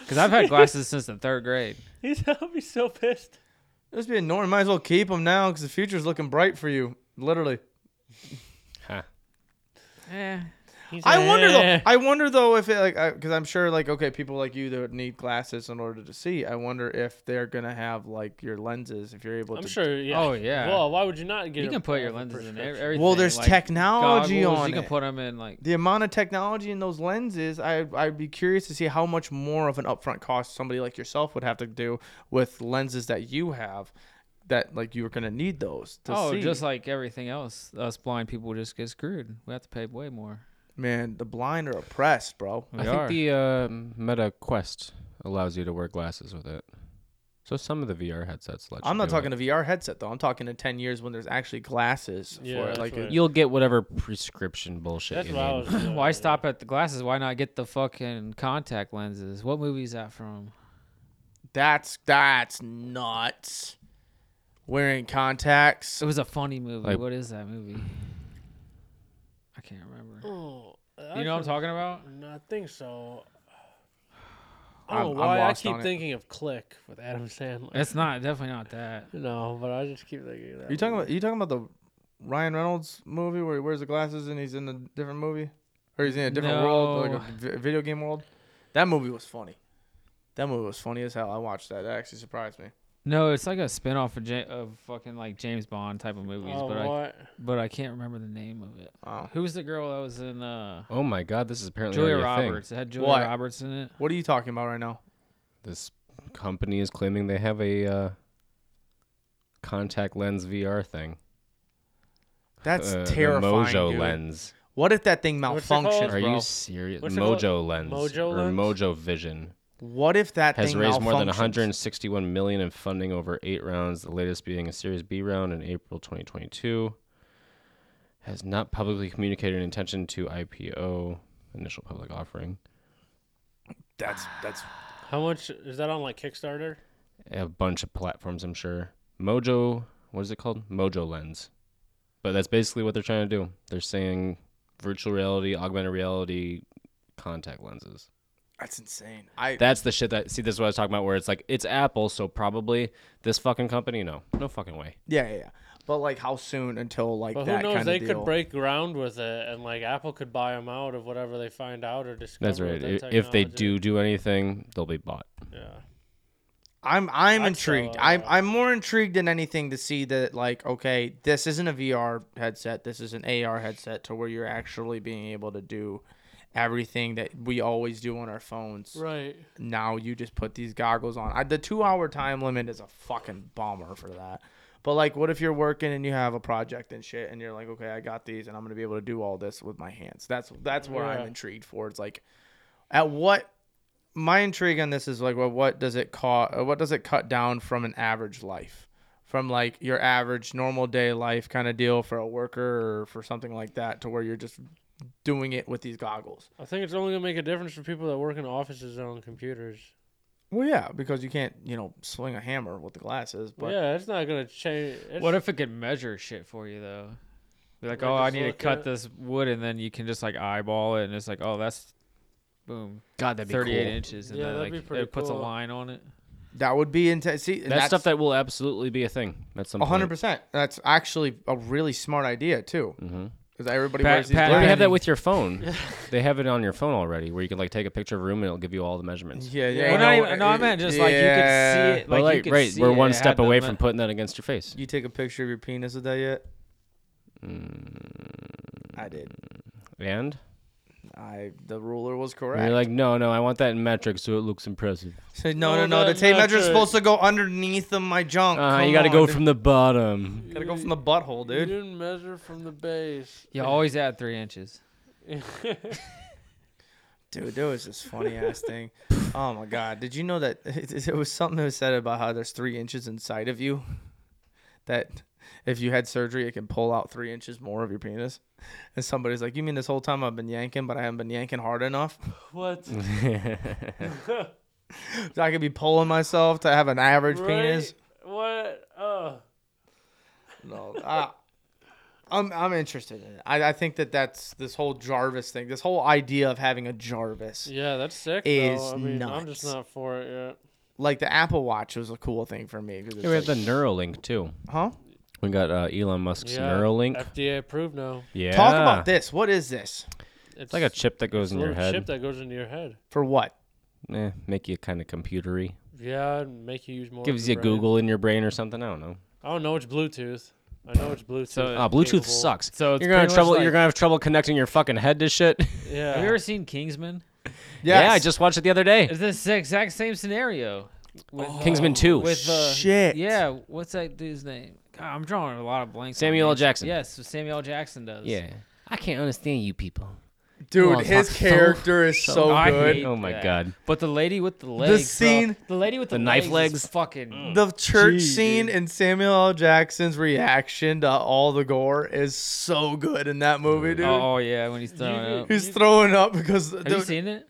Speaker 2: Because I've had glasses since the third grade.
Speaker 3: He's I'll be so pissed.
Speaker 1: Just be a norm. Might as well keep them now because the future's looking bright for you. Literally.
Speaker 4: Huh.
Speaker 2: Eh.
Speaker 3: He's
Speaker 1: I
Speaker 3: like,
Speaker 1: wonder though.
Speaker 3: "Eh."
Speaker 1: I wonder though if it like because I'm sure like okay people like you that need glasses in order to see. I wonder if they're gonna have like your lenses if you're able
Speaker 3: I'm
Speaker 1: to.
Speaker 3: sure. Yeah.
Speaker 2: Oh, yeah.
Speaker 3: Well, why would you not get?
Speaker 2: You
Speaker 3: a-
Speaker 2: can put your
Speaker 3: a
Speaker 2: lenses in
Speaker 3: prescription?
Speaker 2: everything.
Speaker 1: Well, there's
Speaker 2: like,
Speaker 1: technology
Speaker 2: goggles,
Speaker 1: on
Speaker 2: You can
Speaker 1: it.
Speaker 2: put them in like
Speaker 1: the amount of technology in those lenses, I I'd be curious to see how much more of an upfront cost somebody like yourself would have to do with lenses that you have, that like you're gonna need those to
Speaker 2: oh,
Speaker 1: see.
Speaker 2: just like everything else, us blind people just get screwed. We have to pay way more.
Speaker 1: man, the blind are oppressed, bro.
Speaker 2: We
Speaker 4: I
Speaker 2: are.
Speaker 4: think the uh, Meta Quest allows you to wear glasses with it. So some of the VR headsets let you.
Speaker 1: I'm not
Speaker 4: do
Speaker 1: talking
Speaker 4: it.
Speaker 1: a VR headset though. I'm talking in ten years when there's actually glasses
Speaker 3: Yeah,
Speaker 1: for it.
Speaker 3: that's
Speaker 1: Like
Speaker 3: what
Speaker 1: it-
Speaker 4: You'll get whatever prescription bullshit
Speaker 3: That's
Speaker 4: you
Speaker 3: what I
Speaker 4: need.
Speaker 3: was. doing,
Speaker 2: Why
Speaker 3: yeah.
Speaker 2: stop at the glasses? Why not get the fucking contact lenses? What movie is that from?
Speaker 1: that's that's nuts. Wearing contacts.
Speaker 2: It was a funny movie.
Speaker 4: Like-
Speaker 2: what is that movie? I can't remember.
Speaker 3: Oh,
Speaker 2: You know what I'm talking about?
Speaker 3: talking. I think so. I don't
Speaker 1: I'm-
Speaker 3: know
Speaker 1: I'm
Speaker 3: why I
Speaker 1: lost on
Speaker 3: keep
Speaker 1: it.
Speaker 3: thinking of Click with Adam Sandler.
Speaker 2: It's not definitely not that.
Speaker 3: no, but I just keep thinking of that.
Speaker 1: You talking
Speaker 3: movie.
Speaker 1: about you talking about the Ryan Reynolds movie where he wears the glasses and he's in a different movie, or he's in a different world, like
Speaker 2: No.
Speaker 1: a vi- video game world. That movie was funny. That movie was funny as hell. I watched that. That actually surprised me.
Speaker 2: No, it's like a spinoff of, ja- of fucking like James Bond type of movies,
Speaker 3: Oh,
Speaker 2: but I
Speaker 3: what?
Speaker 2: but I can't remember the name of it.
Speaker 1: Oh.
Speaker 2: Who was the girl that was in uh
Speaker 4: Oh my god, this is apparently
Speaker 2: Julia
Speaker 4: already a thing.
Speaker 2: Roberts? It had Julia
Speaker 1: What?
Speaker 2: Roberts in it.
Speaker 1: What are you talking about right now?
Speaker 4: This company is claiming they have a uh, contact lens VR thing.
Speaker 1: That's
Speaker 4: Uh, the
Speaker 1: terrifying,
Speaker 4: Mojo
Speaker 1: dude.
Speaker 4: lens.
Speaker 1: What if that thing
Speaker 3: What's it called?
Speaker 1: malfunctions,
Speaker 4: Are
Speaker 1: bro?
Speaker 4: you serious?
Speaker 3: What's it called?
Speaker 4: Mojo lens
Speaker 3: Mojo
Speaker 4: or
Speaker 3: lens?
Speaker 4: Mojo Vision
Speaker 1: What if that
Speaker 4: has
Speaker 1: thing
Speaker 4: raised more than
Speaker 1: malfunctions?
Speaker 4: 161 million in funding over eight rounds. The latest being a Series B round in April 2022. Has not publicly communicated an intention to IPO initial public offering.
Speaker 1: That's that's
Speaker 3: How much is that on like Kickstarter?
Speaker 4: A bunch of platforms, I'm sure. Mojo, what is it called? Mojo Lens. But that's basically what they're trying to do. They're saying virtual reality, augmented reality, contact lenses.
Speaker 1: that's insane. I
Speaker 4: That's the shit that see this is what I was talking about where it's like it's Apple, so probably this fucking company, no. No fucking way.
Speaker 1: yeah yeah yeah. But like how soon until like
Speaker 3: But who
Speaker 1: that
Speaker 3: knows?
Speaker 1: kind
Speaker 3: They
Speaker 1: of deal?
Speaker 3: could break ground with it, and like Apple could buy them out of whatever they find out or discover.
Speaker 4: That's
Speaker 3: with
Speaker 4: right.
Speaker 3: that
Speaker 4: I- If they
Speaker 3: technology.
Speaker 4: do do anything, they'll be bought.
Speaker 3: yeah.
Speaker 1: I'm I'm
Speaker 2: I'd sell
Speaker 3: uh,
Speaker 1: intrigued.
Speaker 2: it,
Speaker 1: I'm
Speaker 2: yeah.
Speaker 1: I'm more intrigued than anything to see that like okay, this isn't a VR headset. This is an AR headset to where you're actually being able to do everything that we always do on our phones.
Speaker 3: Right.
Speaker 1: Now you just put these goggles on. I, the 2-hour time limit is a fucking bummer for that. But like what if you're working and you have a project and shit and you're like, "Okay, I got these and I'm going to be able to do all this with my hands." That's that's where I'm
Speaker 2: Yeah.
Speaker 1: intrigued for. It's like at what my intrigue on this is like, well, what does it cut? What does it cut down from an average life, from like your average normal day life kind of deal for a worker or for something like that, to where you're just doing it with these goggles?
Speaker 3: I think it's only gonna make a difference for people that work in offices and on computers.
Speaker 1: Well, yeah, because you can't, you know, swing a hammer with the glasses. But
Speaker 3: yeah, it's not gonna change. It's,
Speaker 2: What if it could measure shit for you though? Be like,
Speaker 3: Like,
Speaker 2: oh, I
Speaker 3: just
Speaker 2: need to
Speaker 3: look
Speaker 2: cut
Speaker 3: at-
Speaker 2: this wood, and then you can just like eyeball it, and it's like, oh, that's boom,
Speaker 4: God, that'd be
Speaker 2: thirty-eight
Speaker 4: cool.
Speaker 2: inches, and
Speaker 3: Yeah,
Speaker 2: then
Speaker 3: that'd
Speaker 2: like
Speaker 3: be pretty
Speaker 2: it puts a
Speaker 3: cool.
Speaker 2: line on it.
Speaker 1: that would be intense. See, and
Speaker 4: That's, stuff that will absolutely be a thing. That's some.
Speaker 1: A hundred
Speaker 4: point.
Speaker 1: percent. That's actually a really smart idea too,
Speaker 4: Mhm.
Speaker 1: because everybody
Speaker 2: Pat-
Speaker 1: wears these.
Speaker 2: Pat-
Speaker 4: They already
Speaker 1: glasses.
Speaker 4: have that with your phone. they have it on your phone already, where you can like take a picture of a room and it'll give you all the measurements.
Speaker 1: yeah, yeah.
Speaker 2: Well,
Speaker 1: you
Speaker 2: not
Speaker 1: know,
Speaker 2: even, no, I
Speaker 1: it-
Speaker 2: meant just like you
Speaker 1: yeah.
Speaker 2: could see it. Like,
Speaker 4: But
Speaker 2: you
Speaker 4: like,
Speaker 2: could
Speaker 4: right,
Speaker 2: see
Speaker 4: we're
Speaker 2: it,
Speaker 4: one
Speaker 2: it
Speaker 4: step
Speaker 2: had the
Speaker 4: away
Speaker 2: me-
Speaker 4: from putting that against your face.
Speaker 1: You take a picture of your penis with that yet?
Speaker 2: Mm.
Speaker 1: I did.
Speaker 4: And
Speaker 1: I the ruler was
Speaker 4: you're
Speaker 1: correct.
Speaker 4: like, no, no, I want that in metric so it looks impressive.
Speaker 1: Said, no, no,
Speaker 3: No,
Speaker 1: no. The
Speaker 3: that-
Speaker 1: tape
Speaker 3: that's
Speaker 1: measure's
Speaker 3: it.
Speaker 1: supposed to go underneath of my
Speaker 2: Oh,
Speaker 1: junk.
Speaker 2: Uh-huh,
Speaker 4: Uh,
Speaker 1: Come
Speaker 4: you got to
Speaker 1: on,
Speaker 4: go
Speaker 1: dude.
Speaker 4: from the bottom.
Speaker 1: Gotta go from the butthole,
Speaker 3: you
Speaker 1: dude.
Speaker 3: didn't measure from the base?
Speaker 2: You always add three inches.
Speaker 1: Dude, there was this funny ass thing. Oh my god, did you know that it, it was something that was said about how there's three inches inside of you? That if you had surgery, it can pull out three inches more of your penis. And somebody's like, "You mean this whole time I've been yanking, but I haven't been yanking hard enough?
Speaker 3: what?
Speaker 4: Mm.
Speaker 1: So I could be pulling myself to have an average penis."
Speaker 3: What? Uh,
Speaker 1: No, uh, I'm I'm interested in it. I, I think that that's this whole Jarvis thing. This whole idea of having a Jarvis,
Speaker 3: yeah, that's sick.
Speaker 1: Is
Speaker 3: though. I mean, I'm just
Speaker 1: nuts.
Speaker 3: not for it yet.
Speaker 1: like the Apple Watch, was a cool thing for me. 'cause it's
Speaker 4: Yeah, we have the
Speaker 1: like-
Speaker 4: Neuralink too.
Speaker 1: huh?
Speaker 4: We got uh, Elon Musk's
Speaker 3: Yeah,
Speaker 4: Neuralink.
Speaker 3: FDA approved now.
Speaker 4: yeah,
Speaker 1: Talk about this. What is this
Speaker 4: It's like a chip that goes in your
Speaker 3: little
Speaker 4: head.
Speaker 3: chip that goes into your head.
Speaker 1: for? What?
Speaker 4: Eh, make you kind of computery.
Speaker 3: Yeah, and make you use more. of
Speaker 4: Gives you
Speaker 3: your brain.
Speaker 4: Google in your brain or something. I don't know.
Speaker 3: I don't know it's Bluetooth. I know it's Bluetooth.
Speaker 2: So-
Speaker 4: Ah,
Speaker 2: Uh,
Speaker 4: Bluetooth
Speaker 3: capable.
Speaker 4: sucks.
Speaker 2: So it's
Speaker 4: you're gonna have
Speaker 2: pretty much
Speaker 4: trouble.
Speaker 2: like-
Speaker 4: you're gonna have trouble connecting your fucking head to shit.
Speaker 3: Yeah.
Speaker 2: Have you ever seen Kingsman?
Speaker 4: yeah, I just watched it the other day.
Speaker 2: It's this exact same scenario. With,
Speaker 4: Kingsman Two.
Speaker 2: With uh,
Speaker 1: Shit.
Speaker 2: Yeah, what's that dude's name? God, I'm drawing a lot of blanks. on
Speaker 4: Samuel L.
Speaker 2: names.
Speaker 4: Jackson.
Speaker 2: Yes, so Samuel L. Jackson does.
Speaker 4: yeah, I can't understand you people.
Speaker 1: dude,
Speaker 4: Oh,
Speaker 1: his
Speaker 4: fuck.
Speaker 1: character is so
Speaker 2: I
Speaker 1: good.
Speaker 2: hate
Speaker 4: Oh my
Speaker 2: that.
Speaker 4: God.
Speaker 2: But the lady with the legs, bro,
Speaker 1: scene-
Speaker 2: the lady with the,
Speaker 4: knife
Speaker 2: is
Speaker 4: legs.
Speaker 2: fucking.
Speaker 3: Mm.
Speaker 1: The church
Speaker 3: Gee,
Speaker 1: scene
Speaker 3: dude.
Speaker 1: and Samuel L. Jackson's reaction to all the gore is so good in that movie, dude.
Speaker 2: Oh yeah, when he's throwing
Speaker 3: You-
Speaker 2: up.
Speaker 1: He's throwing up because
Speaker 2: Have you
Speaker 1: dude,
Speaker 2: seen it?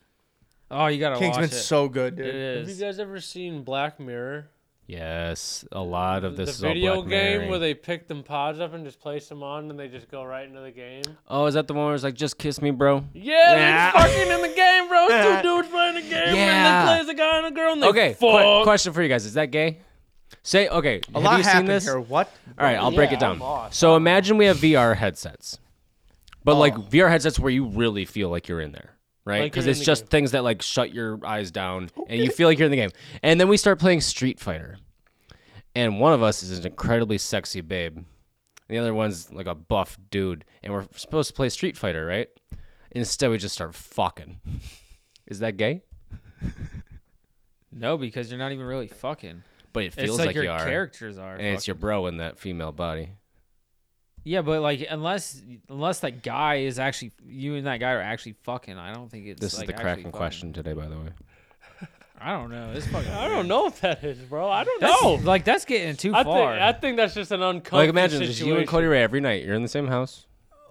Speaker 2: Oh, you gotta watch
Speaker 1: Kingsman's
Speaker 2: it.
Speaker 1: so good,
Speaker 2: it
Speaker 1: dude.
Speaker 3: Have you
Speaker 2: is.
Speaker 3: guys ever seen Black Mirror?
Speaker 4: Yes, a lot of this
Speaker 3: the
Speaker 4: is
Speaker 3: video
Speaker 4: all Black
Speaker 3: game
Speaker 4: Mirror.
Speaker 3: where they pick them pods up and just place them on, and they just go right into the game.
Speaker 4: Oh, is that the one where it's like, just kiss me, bro?
Speaker 3: Yeah,
Speaker 4: Yeah.
Speaker 3: it's fucking in the game, bro. It's two dudes playing the game,
Speaker 4: Yeah.
Speaker 3: and they plays a guy and a girl, and they
Speaker 4: Okay,
Speaker 3: fuck.
Speaker 4: que- question for you guys: Is that gay? Say okay.
Speaker 1: A
Speaker 4: have
Speaker 1: lot
Speaker 4: you seen
Speaker 1: happened
Speaker 4: this?
Speaker 1: here. What?
Speaker 4: All right, I'll break
Speaker 3: Yeah,
Speaker 4: it down.
Speaker 3: I'm lost.
Speaker 4: So imagine we have VR headsets, but like
Speaker 1: Oh.
Speaker 4: VR headsets where you really feel like you're in there, right?
Speaker 3: Like
Speaker 4: Because
Speaker 3: you're in
Speaker 4: it's
Speaker 3: the
Speaker 4: just things that like shut your eyes down and you feel like you're in the game. And then we start playing Street Fighter, and one of us is an incredibly sexy babe, and the other one's like a buff dude, and we're supposed to play Street Fighter, right? Instead, we just start fucking. Is that gay?
Speaker 2: No, because you're not even really fucking.
Speaker 4: But it feels
Speaker 2: it's
Speaker 4: like,
Speaker 2: like, your
Speaker 4: you are,
Speaker 2: characters are.
Speaker 4: and it's
Speaker 2: fucking.
Speaker 4: your bro in that female body.
Speaker 2: yeah, but like unless unless that guy is actually you and that guy are actually fucking, I don't think it's.
Speaker 4: This
Speaker 2: like,
Speaker 4: is the
Speaker 2: actually
Speaker 4: cracking
Speaker 2: fucking.
Speaker 4: question today, by the way.
Speaker 2: I don't know. It's fucking.
Speaker 3: I don't know if that is, bro. I don't
Speaker 2: That's,
Speaker 3: know.
Speaker 2: like that's getting too
Speaker 3: I think,
Speaker 2: far.
Speaker 3: I think that's just an uncomfortable
Speaker 4: like imagine
Speaker 3: situation.
Speaker 4: just you and Cody Ray every night. You're in the same house.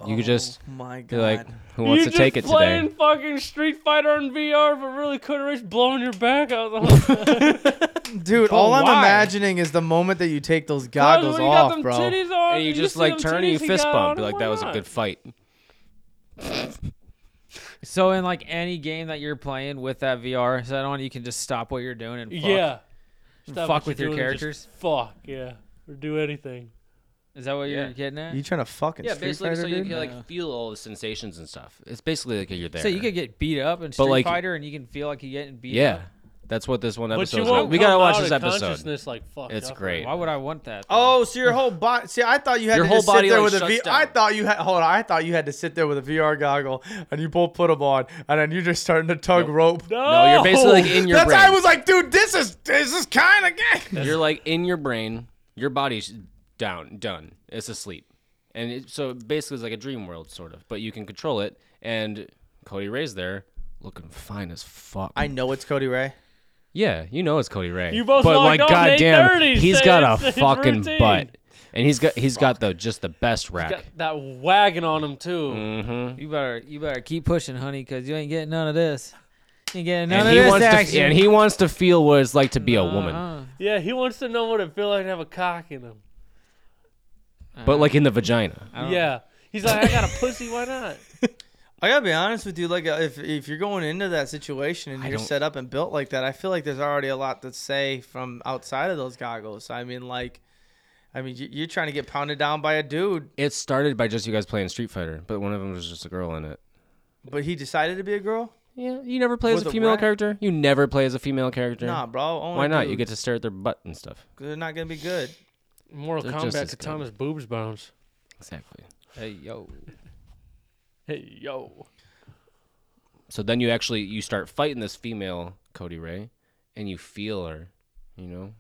Speaker 4: You could just
Speaker 1: Oh my
Speaker 4: be
Speaker 1: god.
Speaker 4: like, "Who wants
Speaker 3: you
Speaker 4: to take it
Speaker 3: just playing
Speaker 4: today?"
Speaker 3: fucking Street Fighter in VR, but really Cody Ray's blowing your back out the whole time.
Speaker 1: Dude, all I'm
Speaker 2: why?
Speaker 1: imagining is the moment that you take those goggles
Speaker 3: when you got
Speaker 1: off,
Speaker 3: them
Speaker 1: bro.
Speaker 3: titties on,
Speaker 4: And you just
Speaker 3: see
Speaker 4: like
Speaker 3: them
Speaker 4: turn and you
Speaker 3: titties he
Speaker 4: fist
Speaker 3: got Oh
Speaker 4: bump,
Speaker 3: on,
Speaker 4: be like
Speaker 3: why
Speaker 4: that was a
Speaker 3: not?
Speaker 4: good fight.
Speaker 2: So in like any game that you're playing with that VR set on, you can just stop what you're doing and fuck.
Speaker 3: Yeah. Stop
Speaker 2: fuck
Speaker 3: what
Speaker 2: with
Speaker 3: you're
Speaker 2: your
Speaker 3: doing and just
Speaker 2: characters?
Speaker 3: Fuck yeah, or do anything.
Speaker 2: Is that what
Speaker 4: Yeah.
Speaker 2: you're getting at?
Speaker 1: You trying to fucking Street Fighter, dude?
Speaker 2: can, like, Yeah.
Speaker 4: feel all the sensations and stuff. It's basically like you're there.
Speaker 2: So you could get beat up in
Speaker 4: But,
Speaker 2: Street
Speaker 4: like-
Speaker 2: Fighter, and you can feel like you're getting beat
Speaker 4: yeah,
Speaker 2: up.
Speaker 4: That's what this one
Speaker 3: But
Speaker 4: episode
Speaker 3: you
Speaker 4: is.
Speaker 3: won't
Speaker 4: We gotta
Speaker 3: come
Speaker 4: watch
Speaker 3: out
Speaker 4: this
Speaker 3: of
Speaker 4: episode.
Speaker 3: Consciousness like fuck.
Speaker 4: It's
Speaker 3: up.
Speaker 4: great.
Speaker 2: Why would I want that? though?
Speaker 1: Oh, so your whole body. See, I thought you had
Speaker 4: Your
Speaker 1: to
Speaker 4: whole
Speaker 1: just
Speaker 4: body,
Speaker 1: sit there
Speaker 4: like,
Speaker 1: with a V.
Speaker 4: shuts
Speaker 1: I
Speaker 4: down.
Speaker 1: thought you had. Hold on. I thought you had to sit there with a VR goggle and you both put them on, and then you're just starting to tug rope.
Speaker 4: No, you're basically like in your
Speaker 1: That's
Speaker 4: brain.
Speaker 1: why I was like, dude, this is this is kind of gay.
Speaker 4: you're like in your brain. Your body's down, done. It's asleep, and it, so basically it's like a dream world sort of, but you can control it. And Cody Ray's there, looking fine as fuck.
Speaker 1: I know it's Cody Ray.
Speaker 4: yeah, you know it's Cody Ray.
Speaker 3: You both
Speaker 4: but
Speaker 3: logged
Speaker 4: like,
Speaker 3: off at
Speaker 4: goddamn,
Speaker 3: 8:30,
Speaker 4: he's
Speaker 3: say
Speaker 4: got
Speaker 3: it's
Speaker 4: a
Speaker 3: his
Speaker 4: fucking
Speaker 3: routine.
Speaker 4: butt, and he's got he's got the just the best rack.
Speaker 3: Got that wagon on him too.
Speaker 4: Mm-hmm.
Speaker 2: You better you better keep pushing, honey, because you ain't getting none of this. You ain't getting none
Speaker 4: And
Speaker 2: of
Speaker 4: he
Speaker 2: this
Speaker 4: wants
Speaker 2: action.
Speaker 4: to and he wants to feel what it's like to be a woman,
Speaker 2: Uh-uh.
Speaker 3: Yeah, he wants to know what it feels like to have a cock in him.
Speaker 4: but like in the vagina.
Speaker 2: I don't-
Speaker 3: Yeah, he's like, I got a pussy. Why not?
Speaker 1: I gotta be honest with you. Like, uh, if if you're going into that situation and
Speaker 4: I
Speaker 1: you're
Speaker 4: don't-
Speaker 1: set up and built like that, I feel like there's already a lot to say from outside of those goggles. I mean, like, I mean, you- you're trying to get pounded down by a dude,
Speaker 4: It started by just you guys playing Street Fighter, but one of them was just a girl in it.
Speaker 1: but he decided to be a girl.
Speaker 4: Yeah, you never play as
Speaker 1: With
Speaker 4: a
Speaker 1: a
Speaker 4: female
Speaker 1: rack?
Speaker 4: character. You never play as a female character.
Speaker 1: Nah, bro. Only
Speaker 4: Why not? You
Speaker 1: dudes.
Speaker 4: get to stare at their butt and stuff.
Speaker 1: They're not gonna be good.
Speaker 3: Mortal
Speaker 4: They're just
Speaker 3: Kombat
Speaker 4: as good.
Speaker 3: Katana's boobs bones.
Speaker 4: Exactly.
Speaker 2: Hey yo.
Speaker 3: Hey yo,
Speaker 4: So then you actually you start fighting this female Cody Ray, and you feel her, you know.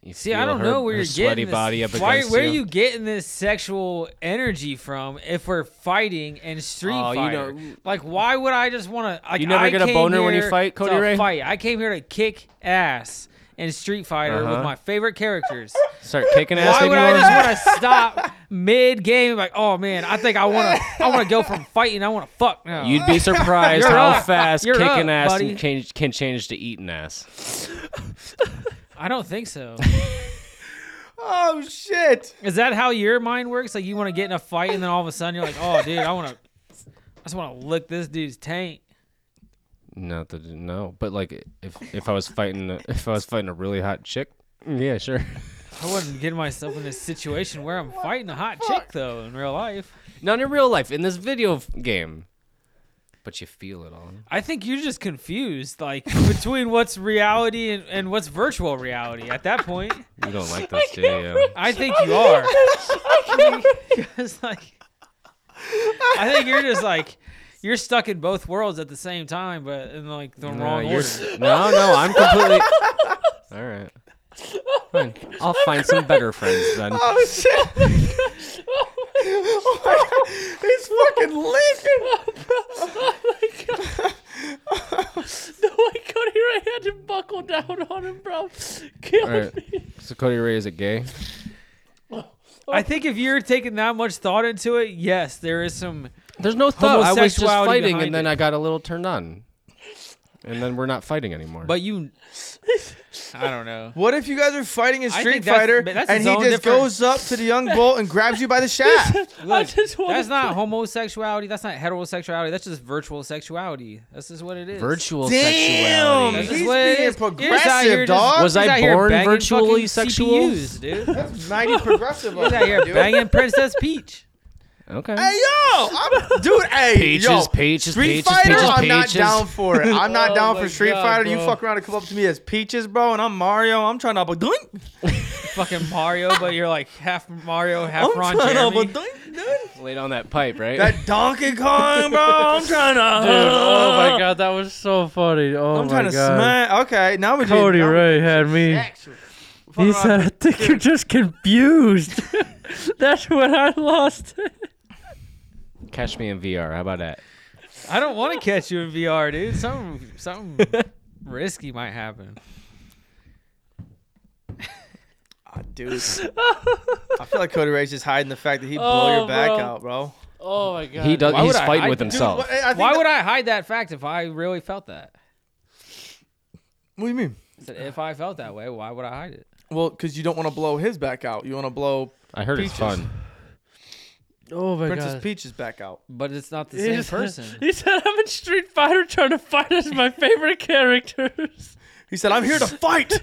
Speaker 4: You
Speaker 2: See,
Speaker 4: feel
Speaker 2: I don't
Speaker 4: her-
Speaker 2: know where
Speaker 4: her
Speaker 2: you're
Speaker 4: sweaty
Speaker 2: getting this.
Speaker 4: body up
Speaker 2: Why,
Speaker 4: against
Speaker 2: where are you getting this sexual energy from if we're fighting and street
Speaker 4: Oh, you
Speaker 2: fighter?
Speaker 4: know-
Speaker 2: like, why would I just want to? Like,
Speaker 4: You never
Speaker 2: I
Speaker 4: get a
Speaker 2: came
Speaker 4: boner when you
Speaker 2: here
Speaker 4: fight, Cody
Speaker 2: to
Speaker 4: Ray?
Speaker 2: Fight. I came here to kick ass in Street Fighter
Speaker 4: Uh-huh.
Speaker 2: with my favorite characters.
Speaker 4: Start kicking ass.
Speaker 2: Why
Speaker 4: like
Speaker 2: would
Speaker 4: you
Speaker 2: I
Speaker 4: are?
Speaker 2: just want to stop mid game? Like, oh man, I think I want to. I want to go from fighting. I want to fuck now.
Speaker 4: You'd be surprised
Speaker 2: You're
Speaker 4: how
Speaker 2: up.
Speaker 4: fast
Speaker 2: You're
Speaker 4: kicking
Speaker 2: up,
Speaker 4: ass
Speaker 2: buddy.
Speaker 4: and change, can change to eating ass.
Speaker 2: I don't think so.
Speaker 1: Oh shit!
Speaker 2: Is that how your mind works? Like you want to get in a fight and then all of a sudden you're like, oh dude, I want to. I just want to lick this dude's taint.
Speaker 4: Not that no, but like if if I was fighting a- if I was fighting a really hot chick, yeah, sure.
Speaker 2: I wouldn't get myself in this situation where I'm fighting a hot chick though in real life.
Speaker 4: Not in real life, in this video f- game. But you feel it all.
Speaker 2: I think you're just confused, like between what's reality and, and what's virtual reality at that point.
Speaker 4: You don't like this, do you?
Speaker 2: I think you are. Because, like, I think you're just like you're stuck in both worlds at the same time, but in like the
Speaker 4: No,
Speaker 2: wrong
Speaker 4: you're-
Speaker 2: order.
Speaker 4: no, no, I'm completely. All right. Fine. I'll find some better friends then.
Speaker 1: Oh shit! oh my god! He's fucking
Speaker 3: Oh,
Speaker 1: leaking.
Speaker 3: the way Cody Ray had to buckle down on him, bro, killed
Speaker 4: All right.
Speaker 3: me.
Speaker 4: So Cody Ray is it gay?
Speaker 2: I think if you're taking that much thought into it, yes, there is some.
Speaker 4: There's no thought. Oh, I was just
Speaker 2: Homosexuality
Speaker 4: fighting,
Speaker 2: behind
Speaker 4: and then
Speaker 2: it.
Speaker 4: I got a little turned on, and then we're not fighting anymore.
Speaker 2: But you, I don't know.
Speaker 1: What if you guys are fighting a
Speaker 2: I
Speaker 1: Street
Speaker 2: think that's-
Speaker 1: Fighter
Speaker 2: but that's
Speaker 1: and
Speaker 2: his
Speaker 1: he
Speaker 2: own
Speaker 1: just
Speaker 2: different-
Speaker 1: goes up to the young bull and grabs you by the shaft?
Speaker 3: I
Speaker 2: Look,
Speaker 3: just want
Speaker 2: That's not homosexuality. That's not heterosexuality. That's just virtual sexuality. That's just what it is.
Speaker 4: virtual
Speaker 1: Damn,
Speaker 2: That's
Speaker 4: sexuality.
Speaker 2: just
Speaker 1: He's
Speaker 2: what it
Speaker 1: being
Speaker 2: is. You're just out
Speaker 1: progressive,
Speaker 2: here just-
Speaker 1: dog.
Speaker 4: Was
Speaker 2: he's
Speaker 4: I
Speaker 2: out here
Speaker 4: born
Speaker 2: banging
Speaker 4: virtually
Speaker 2: fucking
Speaker 4: sexual?
Speaker 2: CPUs, dude. He's
Speaker 1: Mighty progressive over
Speaker 2: out
Speaker 1: here,
Speaker 2: here
Speaker 1: dude.
Speaker 2: banging Princess Peach.
Speaker 4: Okay.
Speaker 1: Hey yo, I'm, dude. Hey
Speaker 4: Peaches,
Speaker 1: yo,
Speaker 4: peaches,
Speaker 1: Street
Speaker 4: peaches,
Speaker 1: Fighter.
Speaker 4: peaches,
Speaker 1: I'm not
Speaker 4: peaches.
Speaker 1: down for it. I'm not
Speaker 3: Oh
Speaker 1: down
Speaker 3: my
Speaker 1: for Street
Speaker 3: God,
Speaker 1: Fighter. You
Speaker 3: bro.
Speaker 1: fuck around and come up to me as Peaches, bro, and I'm Mario. I'm trying to up a doink.
Speaker 2: Fucking Mario, but you're like half Mario, half
Speaker 1: I'm
Speaker 2: Ron
Speaker 1: trying to up a
Speaker 2: Jeremy.
Speaker 1: doink, dude.
Speaker 4: Laid on that pipe, right?
Speaker 1: That Donkey Kong, bro. I'm trying to.
Speaker 3: Dude, oh my god, that was so funny. Oh
Speaker 1: I'm
Speaker 3: my
Speaker 1: trying to
Speaker 3: god.
Speaker 1: smash. Okay, now we
Speaker 3: Cody
Speaker 1: now we-
Speaker 3: Ray had me. He said, "I think you're just confused." That's when I lost. it.
Speaker 4: Catch me in VR. How about that?
Speaker 2: I don't want to catch you in VR, dude. Something, something risky might happen.
Speaker 1: Ah, dude. I feel like Cody Ray's just hiding the fact that he blew your
Speaker 3: Oh,
Speaker 1: back
Speaker 3: bro.
Speaker 1: out, bro.
Speaker 3: Oh my god.
Speaker 4: He does.
Speaker 2: Why
Speaker 4: He's
Speaker 2: would I
Speaker 4: fighting
Speaker 2: hide-
Speaker 4: with
Speaker 2: Dude,
Speaker 4: himself.
Speaker 1: Dude, what- I think
Speaker 2: Why
Speaker 1: that-
Speaker 2: would I hide that fact if I really felt that?
Speaker 1: What do you mean?
Speaker 2: I said, if I felt that way, why would I hide it?
Speaker 1: Well, because you don't want to blow his back out. You want to blow
Speaker 4: I heard
Speaker 1: Peaches.
Speaker 4: it's fun.
Speaker 3: Oh my
Speaker 1: Princess
Speaker 3: god.
Speaker 1: Peach's back out.
Speaker 2: But it's not the
Speaker 3: He
Speaker 2: same
Speaker 3: just-
Speaker 2: person.
Speaker 3: He said, "I'm in Street Fighter trying to fight as my favorite characters.
Speaker 1: He said, "I'm here to fight."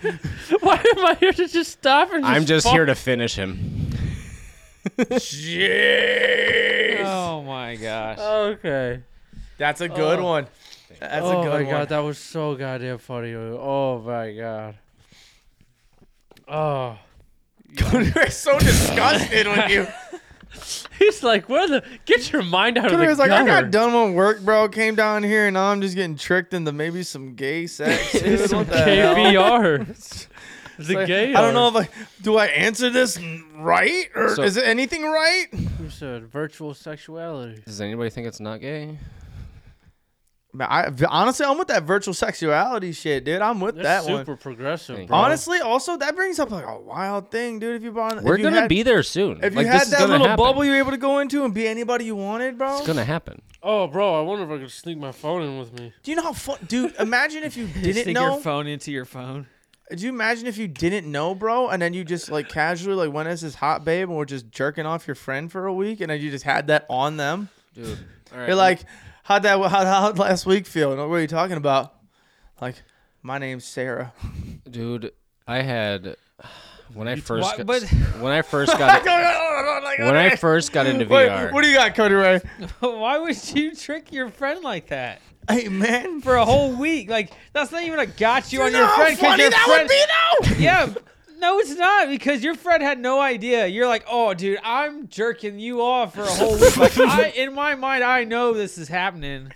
Speaker 3: Why am I here to just stop and just
Speaker 4: I'm just
Speaker 3: fuck?
Speaker 4: here to finish him.
Speaker 1: Jeez.
Speaker 2: Oh my gosh.
Speaker 3: Okay.
Speaker 2: Oh,
Speaker 1: That's a good
Speaker 3: Oh.
Speaker 1: one. That's
Speaker 3: oh
Speaker 1: a
Speaker 3: my
Speaker 1: good one.
Speaker 3: god, that was so goddamn funny. Oh my god. Oh,
Speaker 1: We're so disgusted with you.
Speaker 3: he's like, where the get your mind out of
Speaker 1: Cody
Speaker 3: the
Speaker 1: was like, I
Speaker 3: gutter."
Speaker 1: got done with work, bro. Came down here and now I'm just getting tricked into maybe some gay sex. dude.
Speaker 3: It's some
Speaker 1: What the hell?
Speaker 3: KBR. the
Speaker 1: Like,
Speaker 3: gay.
Speaker 1: I don't know if I do I answer this right or
Speaker 4: So-
Speaker 1: is it anything right?
Speaker 3: You said virtual sexuality.
Speaker 4: Does anybody think it's not gay?
Speaker 1: Man, I honestly I'm with that virtual sexuality shit, dude. I'm with
Speaker 3: That's
Speaker 1: that one.
Speaker 3: super progressive,
Speaker 4: Thank
Speaker 3: bro.
Speaker 1: Honestly, also that brings up like a wild thing, dude. If you bought, if
Speaker 4: We're
Speaker 1: you
Speaker 4: gonna
Speaker 1: had-
Speaker 4: be there soon.
Speaker 1: If you
Speaker 4: like,
Speaker 1: had
Speaker 4: this is
Speaker 1: that
Speaker 4: gonna
Speaker 1: little
Speaker 4: happen.
Speaker 1: bubble, you were able to go into and be anybody you wanted, bro.
Speaker 4: it's gonna happen.
Speaker 3: Oh, bro, I wonder if I could sneak my phone in with me.
Speaker 1: Do you know how fun, dude? Imagine if you
Speaker 2: Stick
Speaker 1: didn't
Speaker 2: your
Speaker 1: know.
Speaker 2: phone into your phone.
Speaker 1: Do you imagine if you didn't know, bro? And then you just like casually like went as this hot babe and were just jerking off your friend for a week, and then you just had that on them.
Speaker 4: Dude. All
Speaker 1: You're like, how'd that? How how'd last week feel? And what are you talking about? Like, my name's Sarah.
Speaker 4: dude, I had when I first
Speaker 2: Why-
Speaker 4: got,
Speaker 2: but-
Speaker 4: when I first got when I first got into VR.
Speaker 1: Wait, what do you got, Cody Ray?
Speaker 2: Why would you trick your friend like that
Speaker 1: Hey man,
Speaker 2: for a whole week? Like that's not even a got you on your
Speaker 1: know how
Speaker 2: friend because
Speaker 1: funny
Speaker 2: your
Speaker 1: that
Speaker 2: friend.
Speaker 1: would be though.
Speaker 2: yeah. No, it's not because your friend had no idea. You're like, oh, dude, I'm jerking you off for a whole week. Like, I, in my mind, I know this is happening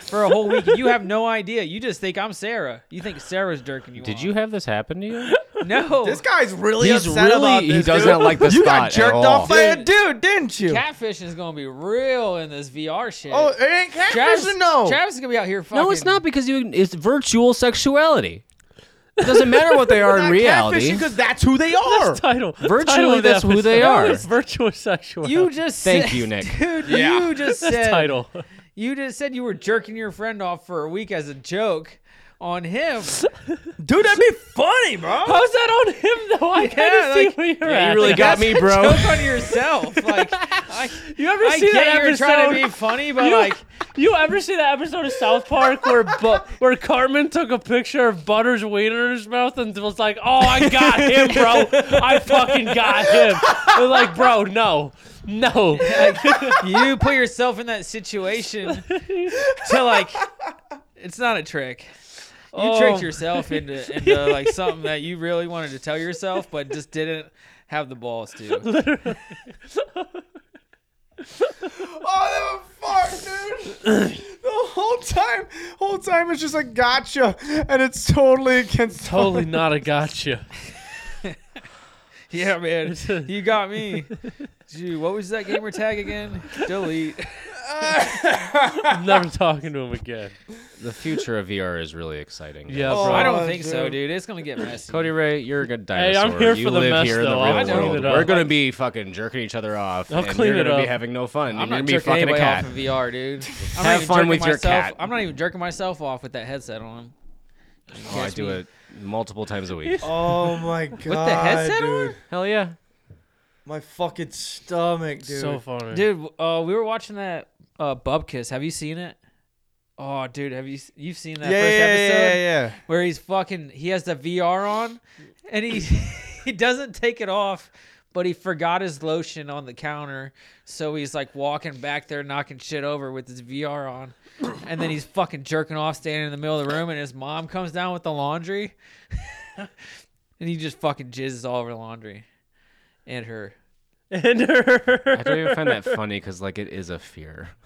Speaker 2: for a whole week. You have no idea. You just think I'm Sarah. You think Sarah's jerking you.
Speaker 4: Did
Speaker 2: off.
Speaker 4: you have this happen to you?
Speaker 2: No.
Speaker 1: This guy's really
Speaker 4: He's
Speaker 1: upset
Speaker 4: really-
Speaker 1: about
Speaker 4: he
Speaker 1: this.
Speaker 4: does
Speaker 1: dude.
Speaker 4: not like this
Speaker 1: You
Speaker 4: thought
Speaker 1: got
Speaker 4: at
Speaker 1: jerked
Speaker 4: all.
Speaker 1: off by a dude, didn't you?
Speaker 2: catfishing is gonna be real in this VR shit.
Speaker 1: oh, it ain't
Speaker 2: Travis,
Speaker 1: catfishing no.
Speaker 2: Travis is gonna be out here. Fucking,
Speaker 4: No, it's not because you. It's virtual sexuality. It doesn't matter what they are in reality.
Speaker 1: because that's who they are.
Speaker 3: Title.
Speaker 4: Virtually,
Speaker 3: title of the
Speaker 4: that's who they
Speaker 3: episode.
Speaker 4: are.
Speaker 3: It's virtual sexuality.
Speaker 2: You just
Speaker 4: Thank
Speaker 2: said-
Speaker 4: you, Nick.
Speaker 2: dude.
Speaker 1: Yeah.
Speaker 2: You just
Speaker 3: That's
Speaker 2: said
Speaker 3: title.
Speaker 2: you just said you were jerking your friend off for a week as a joke on him.
Speaker 1: Dude, that'd be funny, bro.
Speaker 3: How's that on him though? I
Speaker 2: Yeah,
Speaker 3: kind of see
Speaker 2: like-
Speaker 3: where you're
Speaker 4: Yeah,
Speaker 3: at.
Speaker 4: you really got
Speaker 2: That's
Speaker 4: me,
Speaker 2: a
Speaker 4: bro.
Speaker 2: Joke on yourself. Like I,
Speaker 3: You ever
Speaker 2: I
Speaker 3: see
Speaker 2: get
Speaker 3: that
Speaker 2: you're
Speaker 3: episode?
Speaker 2: trying to be funny, but
Speaker 3: You-
Speaker 2: like
Speaker 3: You ever see that episode of South Park where Bu- where Cartman took a picture of Butter's wiener in his mouth and was like, "Oh, I got him, bro! I fucking got him!" They're like, "Bro, no, no."
Speaker 2: you put yourself in that situation to like it's not a trick. You
Speaker 3: Oh.
Speaker 2: tricked yourself into into like something that you really wanted to tell yourself but just didn't have the balls to.
Speaker 1: Oh, that would fuck, dude. The whole time, whole time it's just like gotcha, and it's totally against.
Speaker 3: Totally not a gotcha.
Speaker 2: Yeah, man. You got me. Gee, what was that gamer tag again? Delete.
Speaker 3: I'm never talking to him again.
Speaker 4: the future of VR is really exciting. guys.
Speaker 3: Yeah,
Speaker 1: Oh,
Speaker 3: bro.
Speaker 2: I
Speaker 1: Oh,
Speaker 2: don't think so,
Speaker 1: dude.
Speaker 2: dude. It's gonna get messy.
Speaker 4: Cody Ray, you're a good
Speaker 3: Hey,
Speaker 4: dinosaur.
Speaker 3: I'm here
Speaker 4: you
Speaker 3: for the
Speaker 4: live
Speaker 3: mess,
Speaker 4: here in the
Speaker 3: though. I'll
Speaker 4: real
Speaker 3: clean
Speaker 4: world.
Speaker 3: it up.
Speaker 4: We're gonna be fucking jerking each other off.
Speaker 3: I'll
Speaker 4: and
Speaker 3: clean
Speaker 4: you're
Speaker 3: it
Speaker 4: gonna be
Speaker 3: up.
Speaker 4: having no fun.
Speaker 2: I'm
Speaker 4: and
Speaker 2: not
Speaker 4: you're
Speaker 2: jerking
Speaker 4: gonna be fucking a
Speaker 2: anybody
Speaker 4: cat.
Speaker 2: off in VR, dude. I'm not
Speaker 4: Have
Speaker 2: even
Speaker 4: fun
Speaker 2: jerking
Speaker 4: with your
Speaker 2: myself-
Speaker 4: cat.
Speaker 2: I'm not even jerking myself off with that headset on.
Speaker 4: Oh, I
Speaker 2: Catch
Speaker 4: do
Speaker 2: me.
Speaker 4: it multiple times a week.
Speaker 1: Oh my god,
Speaker 2: With the headset
Speaker 1: dude.
Speaker 2: on?
Speaker 4: Hell yeah.
Speaker 1: My fucking stomach, dude.
Speaker 3: So funny,
Speaker 2: Dude, uh, we were watching that uh, Bub Kiss. Have you seen it? Oh, dude, have you you've seen that
Speaker 1: yeah, yeah,
Speaker 2: first episode
Speaker 1: yeah, yeah,
Speaker 2: where he's fucking he has the VR on and he he doesn't take it off, but he forgot his lotion on the counter, so he's like walking back there knocking shit over with his VR on. And then he's fucking jerking off standing in the middle of the room and his mom comes down with the laundry. and he just fucking jizzes all over the laundry and her.
Speaker 3: and her.
Speaker 4: I don't even find that funny because like it is a fear.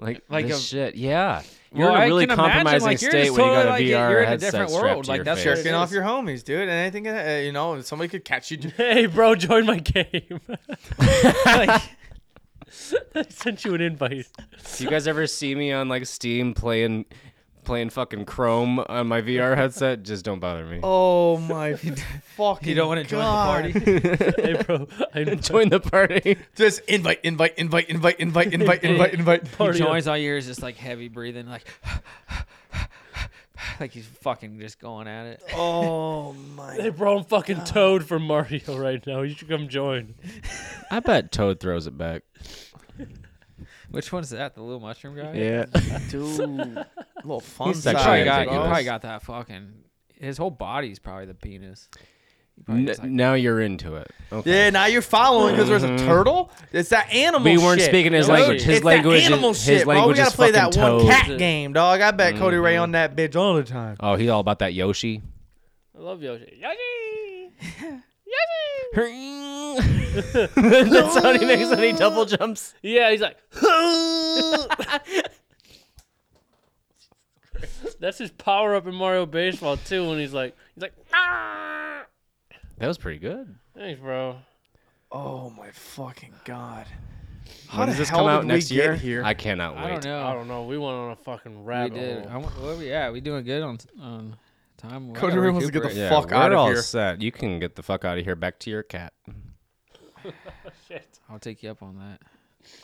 Speaker 4: Like
Speaker 2: Like
Speaker 4: like this
Speaker 2: a-
Speaker 4: shit. Yeah. You're
Speaker 2: Well,
Speaker 4: in
Speaker 2: I
Speaker 4: a really
Speaker 2: can imagine,
Speaker 4: compromising
Speaker 2: like, you're
Speaker 4: state
Speaker 2: just
Speaker 4: when you got
Speaker 2: totally, like,
Speaker 4: a VR
Speaker 2: you're in a
Speaker 4: headset
Speaker 2: different
Speaker 4: strapped
Speaker 2: world.
Speaker 4: to
Speaker 2: Like,
Speaker 4: your
Speaker 2: that's
Speaker 4: face.
Speaker 2: your-
Speaker 1: Jerking off your homies, dude, and anything, uh, you know, somebody could catch you.
Speaker 3: Hey, bro, join my game.
Speaker 2: Like,
Speaker 3: I sent you an invite.
Speaker 4: Do you guys ever see me on like Steam playing playing fucking Chrome on my VR headset? Just don't bother me.
Speaker 1: Oh my fucking!
Speaker 2: you don't want to join
Speaker 1: God.
Speaker 2: the party.
Speaker 3: Hey, bro, I
Speaker 4: Join the party.
Speaker 1: Just invite, invite, invite, invite, invite, invite, invite, invite.
Speaker 2: He
Speaker 3: Party up.
Speaker 2: joins all you hear is just like heavy breathing, like like he's fucking just going at it.
Speaker 1: Oh
Speaker 3: Hey,
Speaker 1: my!
Speaker 3: bro, I'm fucking Toad from Mario right now. You should come join.
Speaker 4: I bet Toad throws it back.
Speaker 2: Which one's that? The little mushroom guy?
Speaker 4: Yeah.
Speaker 1: Dude, little fun
Speaker 4: He's
Speaker 2: You
Speaker 1: size,
Speaker 2: probably,
Speaker 4: Actually,
Speaker 2: got,
Speaker 1: bro.
Speaker 2: you probably got that fucking. His whole body's probably the penis. You probably
Speaker 4: N-
Speaker 2: just like-
Speaker 4: now you're into it. Okay.
Speaker 1: Yeah, now you're following because there's a turtle. It's that animal.
Speaker 4: mm-hmm. We weren't
Speaker 1: shit.
Speaker 4: speaking his
Speaker 1: Dude,
Speaker 4: language. His
Speaker 1: it's
Speaker 4: language is-
Speaker 1: That animal
Speaker 4: his
Speaker 1: shit, bro.
Speaker 4: language
Speaker 1: we gotta
Speaker 4: is
Speaker 1: play that
Speaker 4: fucking Mm-hmm.
Speaker 1: one cat
Speaker 3: toad.
Speaker 1: game, dog. I bet Cody Ray on that bitch all the time.
Speaker 4: Oh, he's all about that Yoshi.
Speaker 3: I love Yoshi. Yoshi.
Speaker 4: That's how he makes any double jumps.
Speaker 3: Yeah, he's like. That's his power up in Mario Baseball too. When he's like, he's like, "Ah."
Speaker 4: That was pretty good.
Speaker 3: thanks, bro.
Speaker 1: Oh my fucking god. How
Speaker 4: When
Speaker 1: the
Speaker 4: does this
Speaker 1: hell
Speaker 4: come out
Speaker 1: did
Speaker 4: next
Speaker 1: we get
Speaker 4: year?
Speaker 1: Here?
Speaker 4: I cannot wait.
Speaker 2: I don't know.
Speaker 3: I don't know. We went on a fucking
Speaker 2: We
Speaker 3: rabbit
Speaker 2: did. I
Speaker 3: hole.
Speaker 2: want, well, yeah, we doing good on on time.
Speaker 1: Cody
Speaker 2: Whatever,
Speaker 1: Ray wants to get the
Speaker 2: recuperate.
Speaker 4: Yeah,
Speaker 1: fuck
Speaker 4: we're
Speaker 1: out of
Speaker 4: all
Speaker 1: here.
Speaker 4: set. You can get the fuck out of here. Back to your cat.
Speaker 2: I'll take you up on that.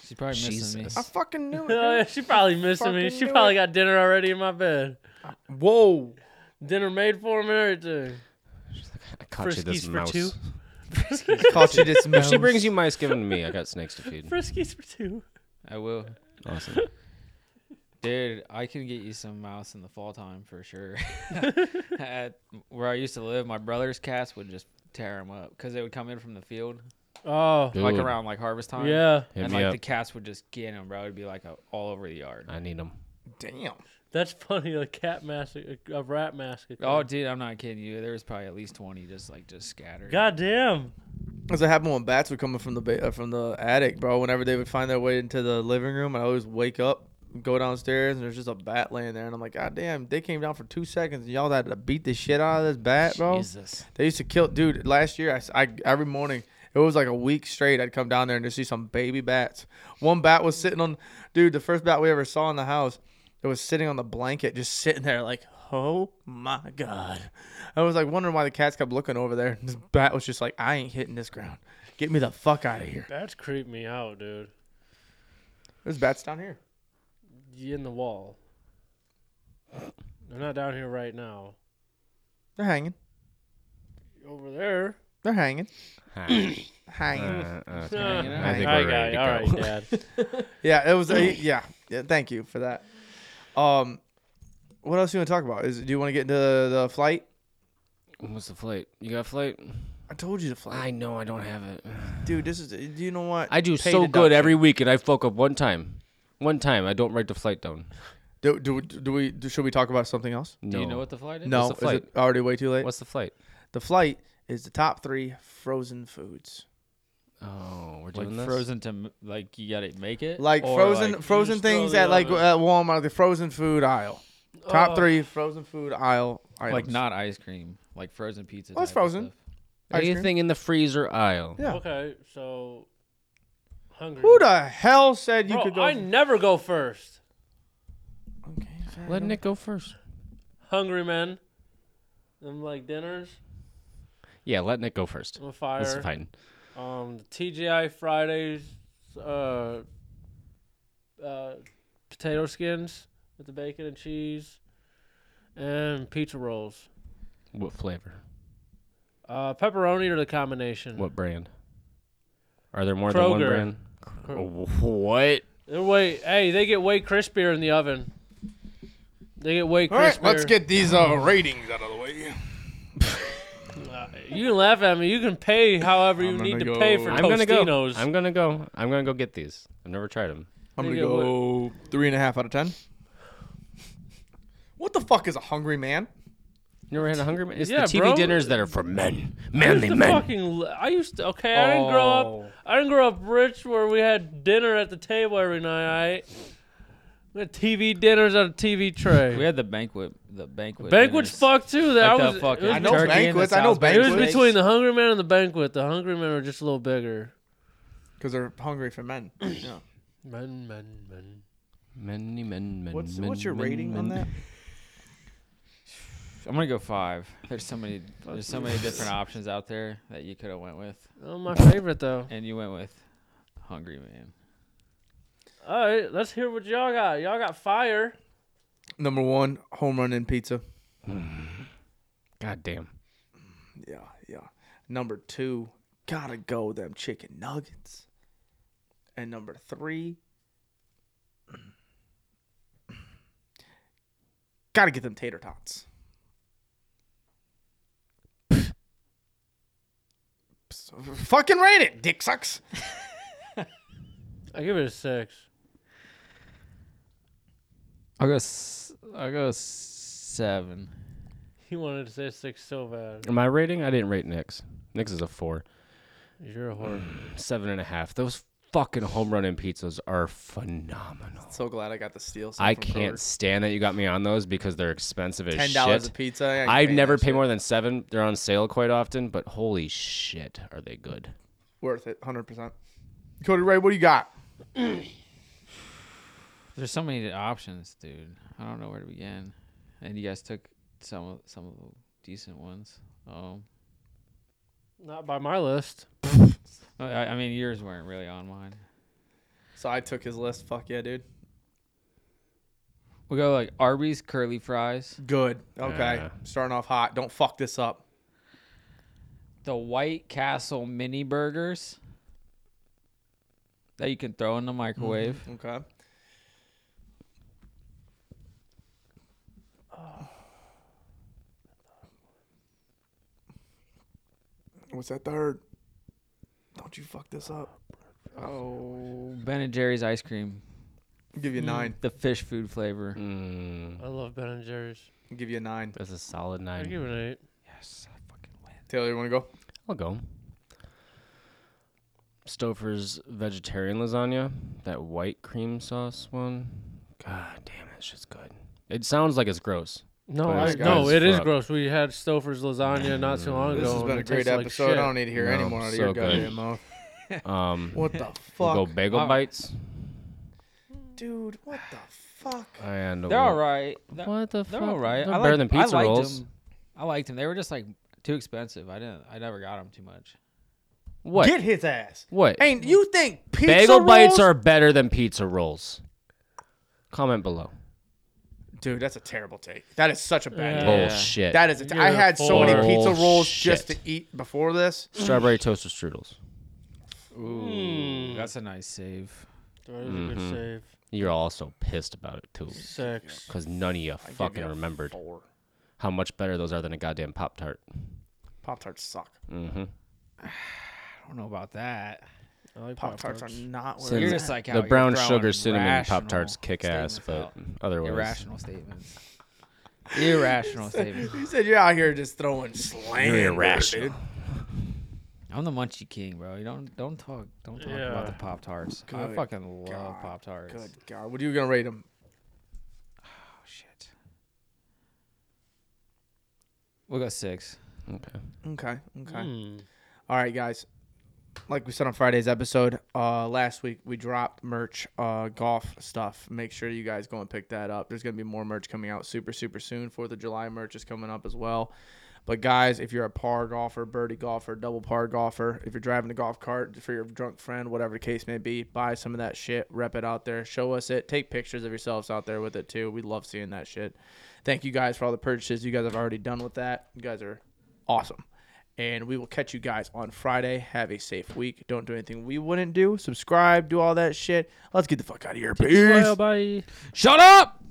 Speaker 2: She's probably missing me.
Speaker 4: Jesus.
Speaker 1: I fucking knew it.
Speaker 3: Oh, yeah, she probably missed me.
Speaker 1: Fucking
Speaker 3: She
Speaker 1: knew
Speaker 3: probably
Speaker 1: it.
Speaker 3: got dinner already in my bed.
Speaker 1: dude. Whoa.
Speaker 3: Dinner made for him and everything.
Speaker 4: I caught you
Speaker 3: Friskies
Speaker 4: this
Speaker 3: for
Speaker 4: mouse.
Speaker 3: two.
Speaker 1: Caught you this
Speaker 4: If
Speaker 1: mouse.
Speaker 4: she brings you mice, give them to me. I got snakes to feed.
Speaker 3: Friskies for two.
Speaker 2: I will,
Speaker 4: Awesome.
Speaker 2: dude. I can get you some mouse in the fall time for sure. At where I used to live, my brother's cats would just tear them up because they would come in from the field,
Speaker 3: Oh,
Speaker 4: Dude,
Speaker 2: like around like harvest time.
Speaker 3: yeah.
Speaker 4: Hit
Speaker 2: and
Speaker 4: me
Speaker 2: like
Speaker 4: up.
Speaker 2: the cats would just get them, bro. It'd be like a, all over the yard.
Speaker 4: I need them.
Speaker 1: Damn.
Speaker 3: That's funny. A cat mask, a, a rat mask.
Speaker 2: Oh, dude, I'm not kidding you. There was probably at least twenty just like just scattered.
Speaker 3: God damn.
Speaker 1: That's what happened when bats were coming from the ba- uh, from the attic, bro. Whenever they would find their way into the living room, I always wake up, go downstairs, and there's just a bat laying there, and I'm like, God damn, they came down for two seconds, and y'all had to beat the shit out of this bat, bro.
Speaker 2: Jesus.
Speaker 1: They used to kill, dude. Last year, I s I every morning it was like a week straight. I'd come down there and just see some baby bats. One bat was sitting on, dude. The first bat we ever saw in the house, it was sitting on the blanket, just sitting there, like, oh my god. I was like wondering why the cats kept looking over there. This bat was just like, I ain't hitting this ground. Get me the fuck out of here.
Speaker 3: That's creeped me out, dude.
Speaker 1: There's bats down here.
Speaker 3: You in the wall. They're not down here right now.
Speaker 1: They're hanging.
Speaker 3: Over there.
Speaker 1: They're hanging.
Speaker 4: Hi.
Speaker 1: Hanging.
Speaker 4: Uh, uh,
Speaker 3: Uh,
Speaker 4: I think
Speaker 3: I got
Speaker 4: we're ready
Speaker 3: it.
Speaker 4: to
Speaker 3: All
Speaker 4: go.
Speaker 3: right, Dad.
Speaker 1: Yeah, it was. A, yeah, yeah. Thank you for that. Um, what else you want to talk about? Is do you want to get into the, the flight?
Speaker 4: What's the flight? You got a flight?
Speaker 1: I told you to fly.
Speaker 4: I know I don't have it.
Speaker 1: Dude, this is. Do you know what?
Speaker 4: I do
Speaker 1: Pay
Speaker 4: so good
Speaker 1: deduction.
Speaker 4: every week, and I fuck up one time. One time, I don't write the flight down.
Speaker 1: Do, do, do we? Do, should we talk about something else?
Speaker 4: No.
Speaker 2: Do you know what the flight is?
Speaker 1: No,
Speaker 4: the flight?
Speaker 1: is it already way too late?
Speaker 4: What's the flight?
Speaker 1: the flight is the top three frozen foods,
Speaker 4: Oh, we're
Speaker 2: Like
Speaker 4: doing this.
Speaker 2: frozen to m- like you gotta make it
Speaker 1: like
Speaker 2: Or,
Speaker 1: frozen
Speaker 2: like-
Speaker 1: frozen
Speaker 3: just throw
Speaker 1: things
Speaker 3: the
Speaker 1: at like
Speaker 3: oven.
Speaker 1: at Walmart, the frozen food aisle. Top
Speaker 3: Oh.
Speaker 1: three frozen food aisle. Items.
Speaker 2: like not ice cream, like frozen pizza.
Speaker 1: Well, it's
Speaker 2: type of
Speaker 1: frozen.
Speaker 2: stuff.
Speaker 1: ice cream.
Speaker 4: Anything in the freezer aisle.
Speaker 1: Yeah.
Speaker 3: Okay, so hungry.
Speaker 1: Who the hell said you
Speaker 3: Bro,
Speaker 1: could go?
Speaker 3: I never go first.
Speaker 1: okay, fair
Speaker 4: Let
Speaker 1: enough.
Speaker 4: Nick go first.
Speaker 3: Hungry men. Them like dinners.
Speaker 4: Yeah, let Nick go first.
Speaker 3: I'm a fire.
Speaker 4: That's fine.
Speaker 3: Um, the TGI Fridays, uh, uh, potato skins with the bacon and cheese, and pizza rolls.
Speaker 4: What flavor?
Speaker 3: Uh, pepperoni or the combination.
Speaker 4: What brand? Are there more than one
Speaker 3: Kroger.
Speaker 4: brand?
Speaker 3: Kro-
Speaker 4: What?
Speaker 3: They're way. Hey, they get way crispier in the oven. They get way crispier.
Speaker 1: All right, let's get these uh, ratings out of the way.
Speaker 3: You can laugh at me. You can pay however you
Speaker 1: I'm
Speaker 3: need
Speaker 1: gonna
Speaker 3: to
Speaker 1: go-
Speaker 3: pay for
Speaker 4: I'm
Speaker 3: Tostinos.
Speaker 4: gonna go. I'm gonna go. I'm gonna go get these. I've never tried them.
Speaker 1: I'm gonna
Speaker 3: They get what-
Speaker 1: go three and a half out of ten. What the fuck is a hungry man?
Speaker 4: You never had a Hungry Man? It's
Speaker 3: Yeah,
Speaker 4: the TV
Speaker 3: bro.
Speaker 4: dinners that are for men,
Speaker 3: I used
Speaker 4: manly
Speaker 3: to
Speaker 4: men.
Speaker 3: fucking. I used to. Okay, I didn't grow
Speaker 1: Oh.
Speaker 3: up. I didn't grow up rich where we had dinner at the table every night. All right? We had TV dinners on a TV
Speaker 2: We
Speaker 3: tray.
Speaker 2: had the banquet, the banquet.
Speaker 3: Banquets
Speaker 2: dinners.
Speaker 3: fucked too. That
Speaker 2: Like
Speaker 3: I
Speaker 2: the
Speaker 3: was.
Speaker 2: fucking-
Speaker 3: it was,
Speaker 1: I know
Speaker 2: Turkey and the
Speaker 1: banquets. I know
Speaker 2: South Bay.
Speaker 3: it was
Speaker 1: banquets.
Speaker 3: between the hungry man and the banquet. The hungry men are just a little bigger.
Speaker 1: because they're hungry for men. yeah.
Speaker 3: Men, men, men.
Speaker 4: Many men, men,
Speaker 1: What's
Speaker 4: men,
Speaker 1: what's your
Speaker 4: men,
Speaker 1: rating on
Speaker 4: men.
Speaker 1: that?
Speaker 2: I'm gonna go five. There's so many. There's so many different options out there that you could have went with,
Speaker 3: Oh, my favorite though.
Speaker 2: and you went with Hungry Man.
Speaker 3: All right, let's hear what y'all got. Y'all got fire.
Speaker 1: Number one, home run and pizza.
Speaker 4: God damn.
Speaker 1: Yeah, yeah. Number two, gotta go them chicken nuggets. And number three, gotta get them tater tots. sucks. Fucking rate it. Dick sucks.
Speaker 3: I give it a six.
Speaker 2: I'll go. S- I'll go seven.
Speaker 3: He wanted to say six so bad.
Speaker 4: My rating? I didn't rate Nick's. Nick's is a four.
Speaker 3: You're a whore.
Speaker 4: Seven and a half. Those fucking home run and pizzas are phenomenal.
Speaker 1: So glad I got the steal.
Speaker 4: I can't stand that you got me on those because they're expensive as
Speaker 1: Ten
Speaker 4: shit.
Speaker 1: dollars a pizza. I ain't
Speaker 4: I
Speaker 1: paying
Speaker 4: never
Speaker 1: that
Speaker 4: pay
Speaker 1: shit.
Speaker 4: more than seven. They're on sale quite often, but holy shit, are they good?
Speaker 1: Worth it, hundred percent. Cody Ray, what do you got?
Speaker 2: There's so many options, dude. I don't know where to begin. And you guys took some of some of the decent ones. Um,
Speaker 3: Not by my list.
Speaker 2: I, I mean, yours weren't really on mine.
Speaker 1: So I took his list. Fuck yeah, dude.
Speaker 2: We'll go like Arby's curly fries,
Speaker 1: Good. Okay.
Speaker 4: Yeah.
Speaker 1: Starting off hot. Don't fuck this up.
Speaker 2: the White Castle mini burgers that you can throw in the microwave.
Speaker 1: Okay. What's that third? Don't you fuck this up.
Speaker 2: Oh, Ben and Jerry's ice cream,
Speaker 1: I'll give you a nine.
Speaker 2: the fish food flavor.
Speaker 4: Mm,
Speaker 3: I love Ben and Jerry's.
Speaker 1: I'll give you a nine.
Speaker 4: that's a solid
Speaker 3: I
Speaker 4: nine.
Speaker 3: give it an eight.
Speaker 2: Yes, I fucking win.
Speaker 1: Taylor, you want to go?
Speaker 4: I'll go. Stouffer's vegetarian lasagna, that white cream sauce one. God damn, that shit's good. It sounds like it's gross.
Speaker 3: No,
Speaker 4: But
Speaker 3: I,
Speaker 1: it's
Speaker 3: no,
Speaker 4: gross
Speaker 3: it
Speaker 4: as
Speaker 3: is
Speaker 4: fuck.
Speaker 3: gross. We had Stouffer's lasagna not too long ago.
Speaker 1: This has
Speaker 3: and
Speaker 1: been
Speaker 3: it
Speaker 1: a great
Speaker 3: tasted like
Speaker 1: episode.
Speaker 3: shit.
Speaker 1: I don't need to hear any
Speaker 4: No,
Speaker 1: more out of
Speaker 4: so
Speaker 1: your
Speaker 4: good.
Speaker 1: goddamn mouth.
Speaker 4: Um,
Speaker 1: What the
Speaker 4: we'll
Speaker 1: fuck?
Speaker 4: go bagel
Speaker 2: Wow.
Speaker 4: bites.
Speaker 1: Dude, what the fuck?
Speaker 4: And
Speaker 2: They're
Speaker 4: we'll-
Speaker 2: all right. They're,
Speaker 4: What the
Speaker 2: they're
Speaker 4: fuck?
Speaker 2: all right.
Speaker 4: They're
Speaker 2: I
Speaker 4: better
Speaker 2: liked-
Speaker 4: than
Speaker 2: I
Speaker 4: pizza
Speaker 2: liked
Speaker 4: rolls.
Speaker 2: 'em. I liked them. They were just like too expensive. I didn't. I never got them too much.
Speaker 4: What?
Speaker 1: Get his ass.
Speaker 4: what?
Speaker 1: Ain't you think pizza
Speaker 4: Bagel bites
Speaker 1: rolls-
Speaker 4: are better than pizza rolls. Comment below.
Speaker 1: Dude, that's a terrible take. That is such a bad.
Speaker 3: Yeah.
Speaker 1: take.
Speaker 4: Bullshit.
Speaker 1: That is. A, I
Speaker 3: You're
Speaker 1: had so many pizza
Speaker 4: full
Speaker 1: rolls just to
Speaker 4: shit.
Speaker 1: eat before this.
Speaker 4: Strawberry toaster strudels.
Speaker 2: Ooh,
Speaker 1: Hmm.
Speaker 2: that's a nice save.
Speaker 3: That is a
Speaker 1: Mm-hmm.
Speaker 3: good save.
Speaker 4: You're also pissed about it too,
Speaker 3: Six.
Speaker 4: because none of you fucking remembered how much better those are than a goddamn pop tart.
Speaker 1: Pop tarts suck.
Speaker 4: Mm-hmm.
Speaker 2: I don't know about that.
Speaker 3: I like
Speaker 1: Pop tarts are not. Where
Speaker 4: Sin-
Speaker 2: You're
Speaker 1: it's
Speaker 2: just like out
Speaker 4: the
Speaker 2: here
Speaker 4: brown
Speaker 2: throwing
Speaker 4: sugar cinnamon pop tarts
Speaker 2: irrational
Speaker 4: kick ass, but
Speaker 2: statements out.
Speaker 4: otherwise,
Speaker 2: irrational statements. irrational statements.
Speaker 1: at. You said you're out here just throwing slang.
Speaker 4: You're irrational.
Speaker 1: Dude.
Speaker 2: I'm the Munchie King, bro. You don't don't talk don't talk
Speaker 3: Yeah.
Speaker 2: about the Pop Tarts. I
Speaker 1: Good
Speaker 2: fucking love
Speaker 1: God.
Speaker 2: Pop Tarts.
Speaker 1: Good God, what are you gonna rate them?
Speaker 2: Oh shit. We'll go six.
Speaker 4: Okay.
Speaker 1: Okay. Okay.
Speaker 2: Hmm.
Speaker 3: Mm.
Speaker 1: All right, guys. Like we said on Friday's episode, uh, last week we dropped merch, uh, golf stuff. Make sure you guys go and pick that up. There's gonna be more merch coming out super, super soon. Fourth of July merch is coming up as well. But guys, if you're a par golfer, birdie golfer, double par golfer, if you're driving a golf cart for your drunk friend, whatever the case may be, buy some of that shit, rep it out there, show us it, take pictures of yourselves out there with it too. We love seeing that shit. Thank you guys for all the purchases you guys have already done with that. You guys are awesome. And we will catch you guys on Friday. Have a safe week. Don't do anything we wouldn't do. Subscribe, do all that shit. Let's get the fuck out of here. Peace.
Speaker 3: Bye.
Speaker 2: Shut up!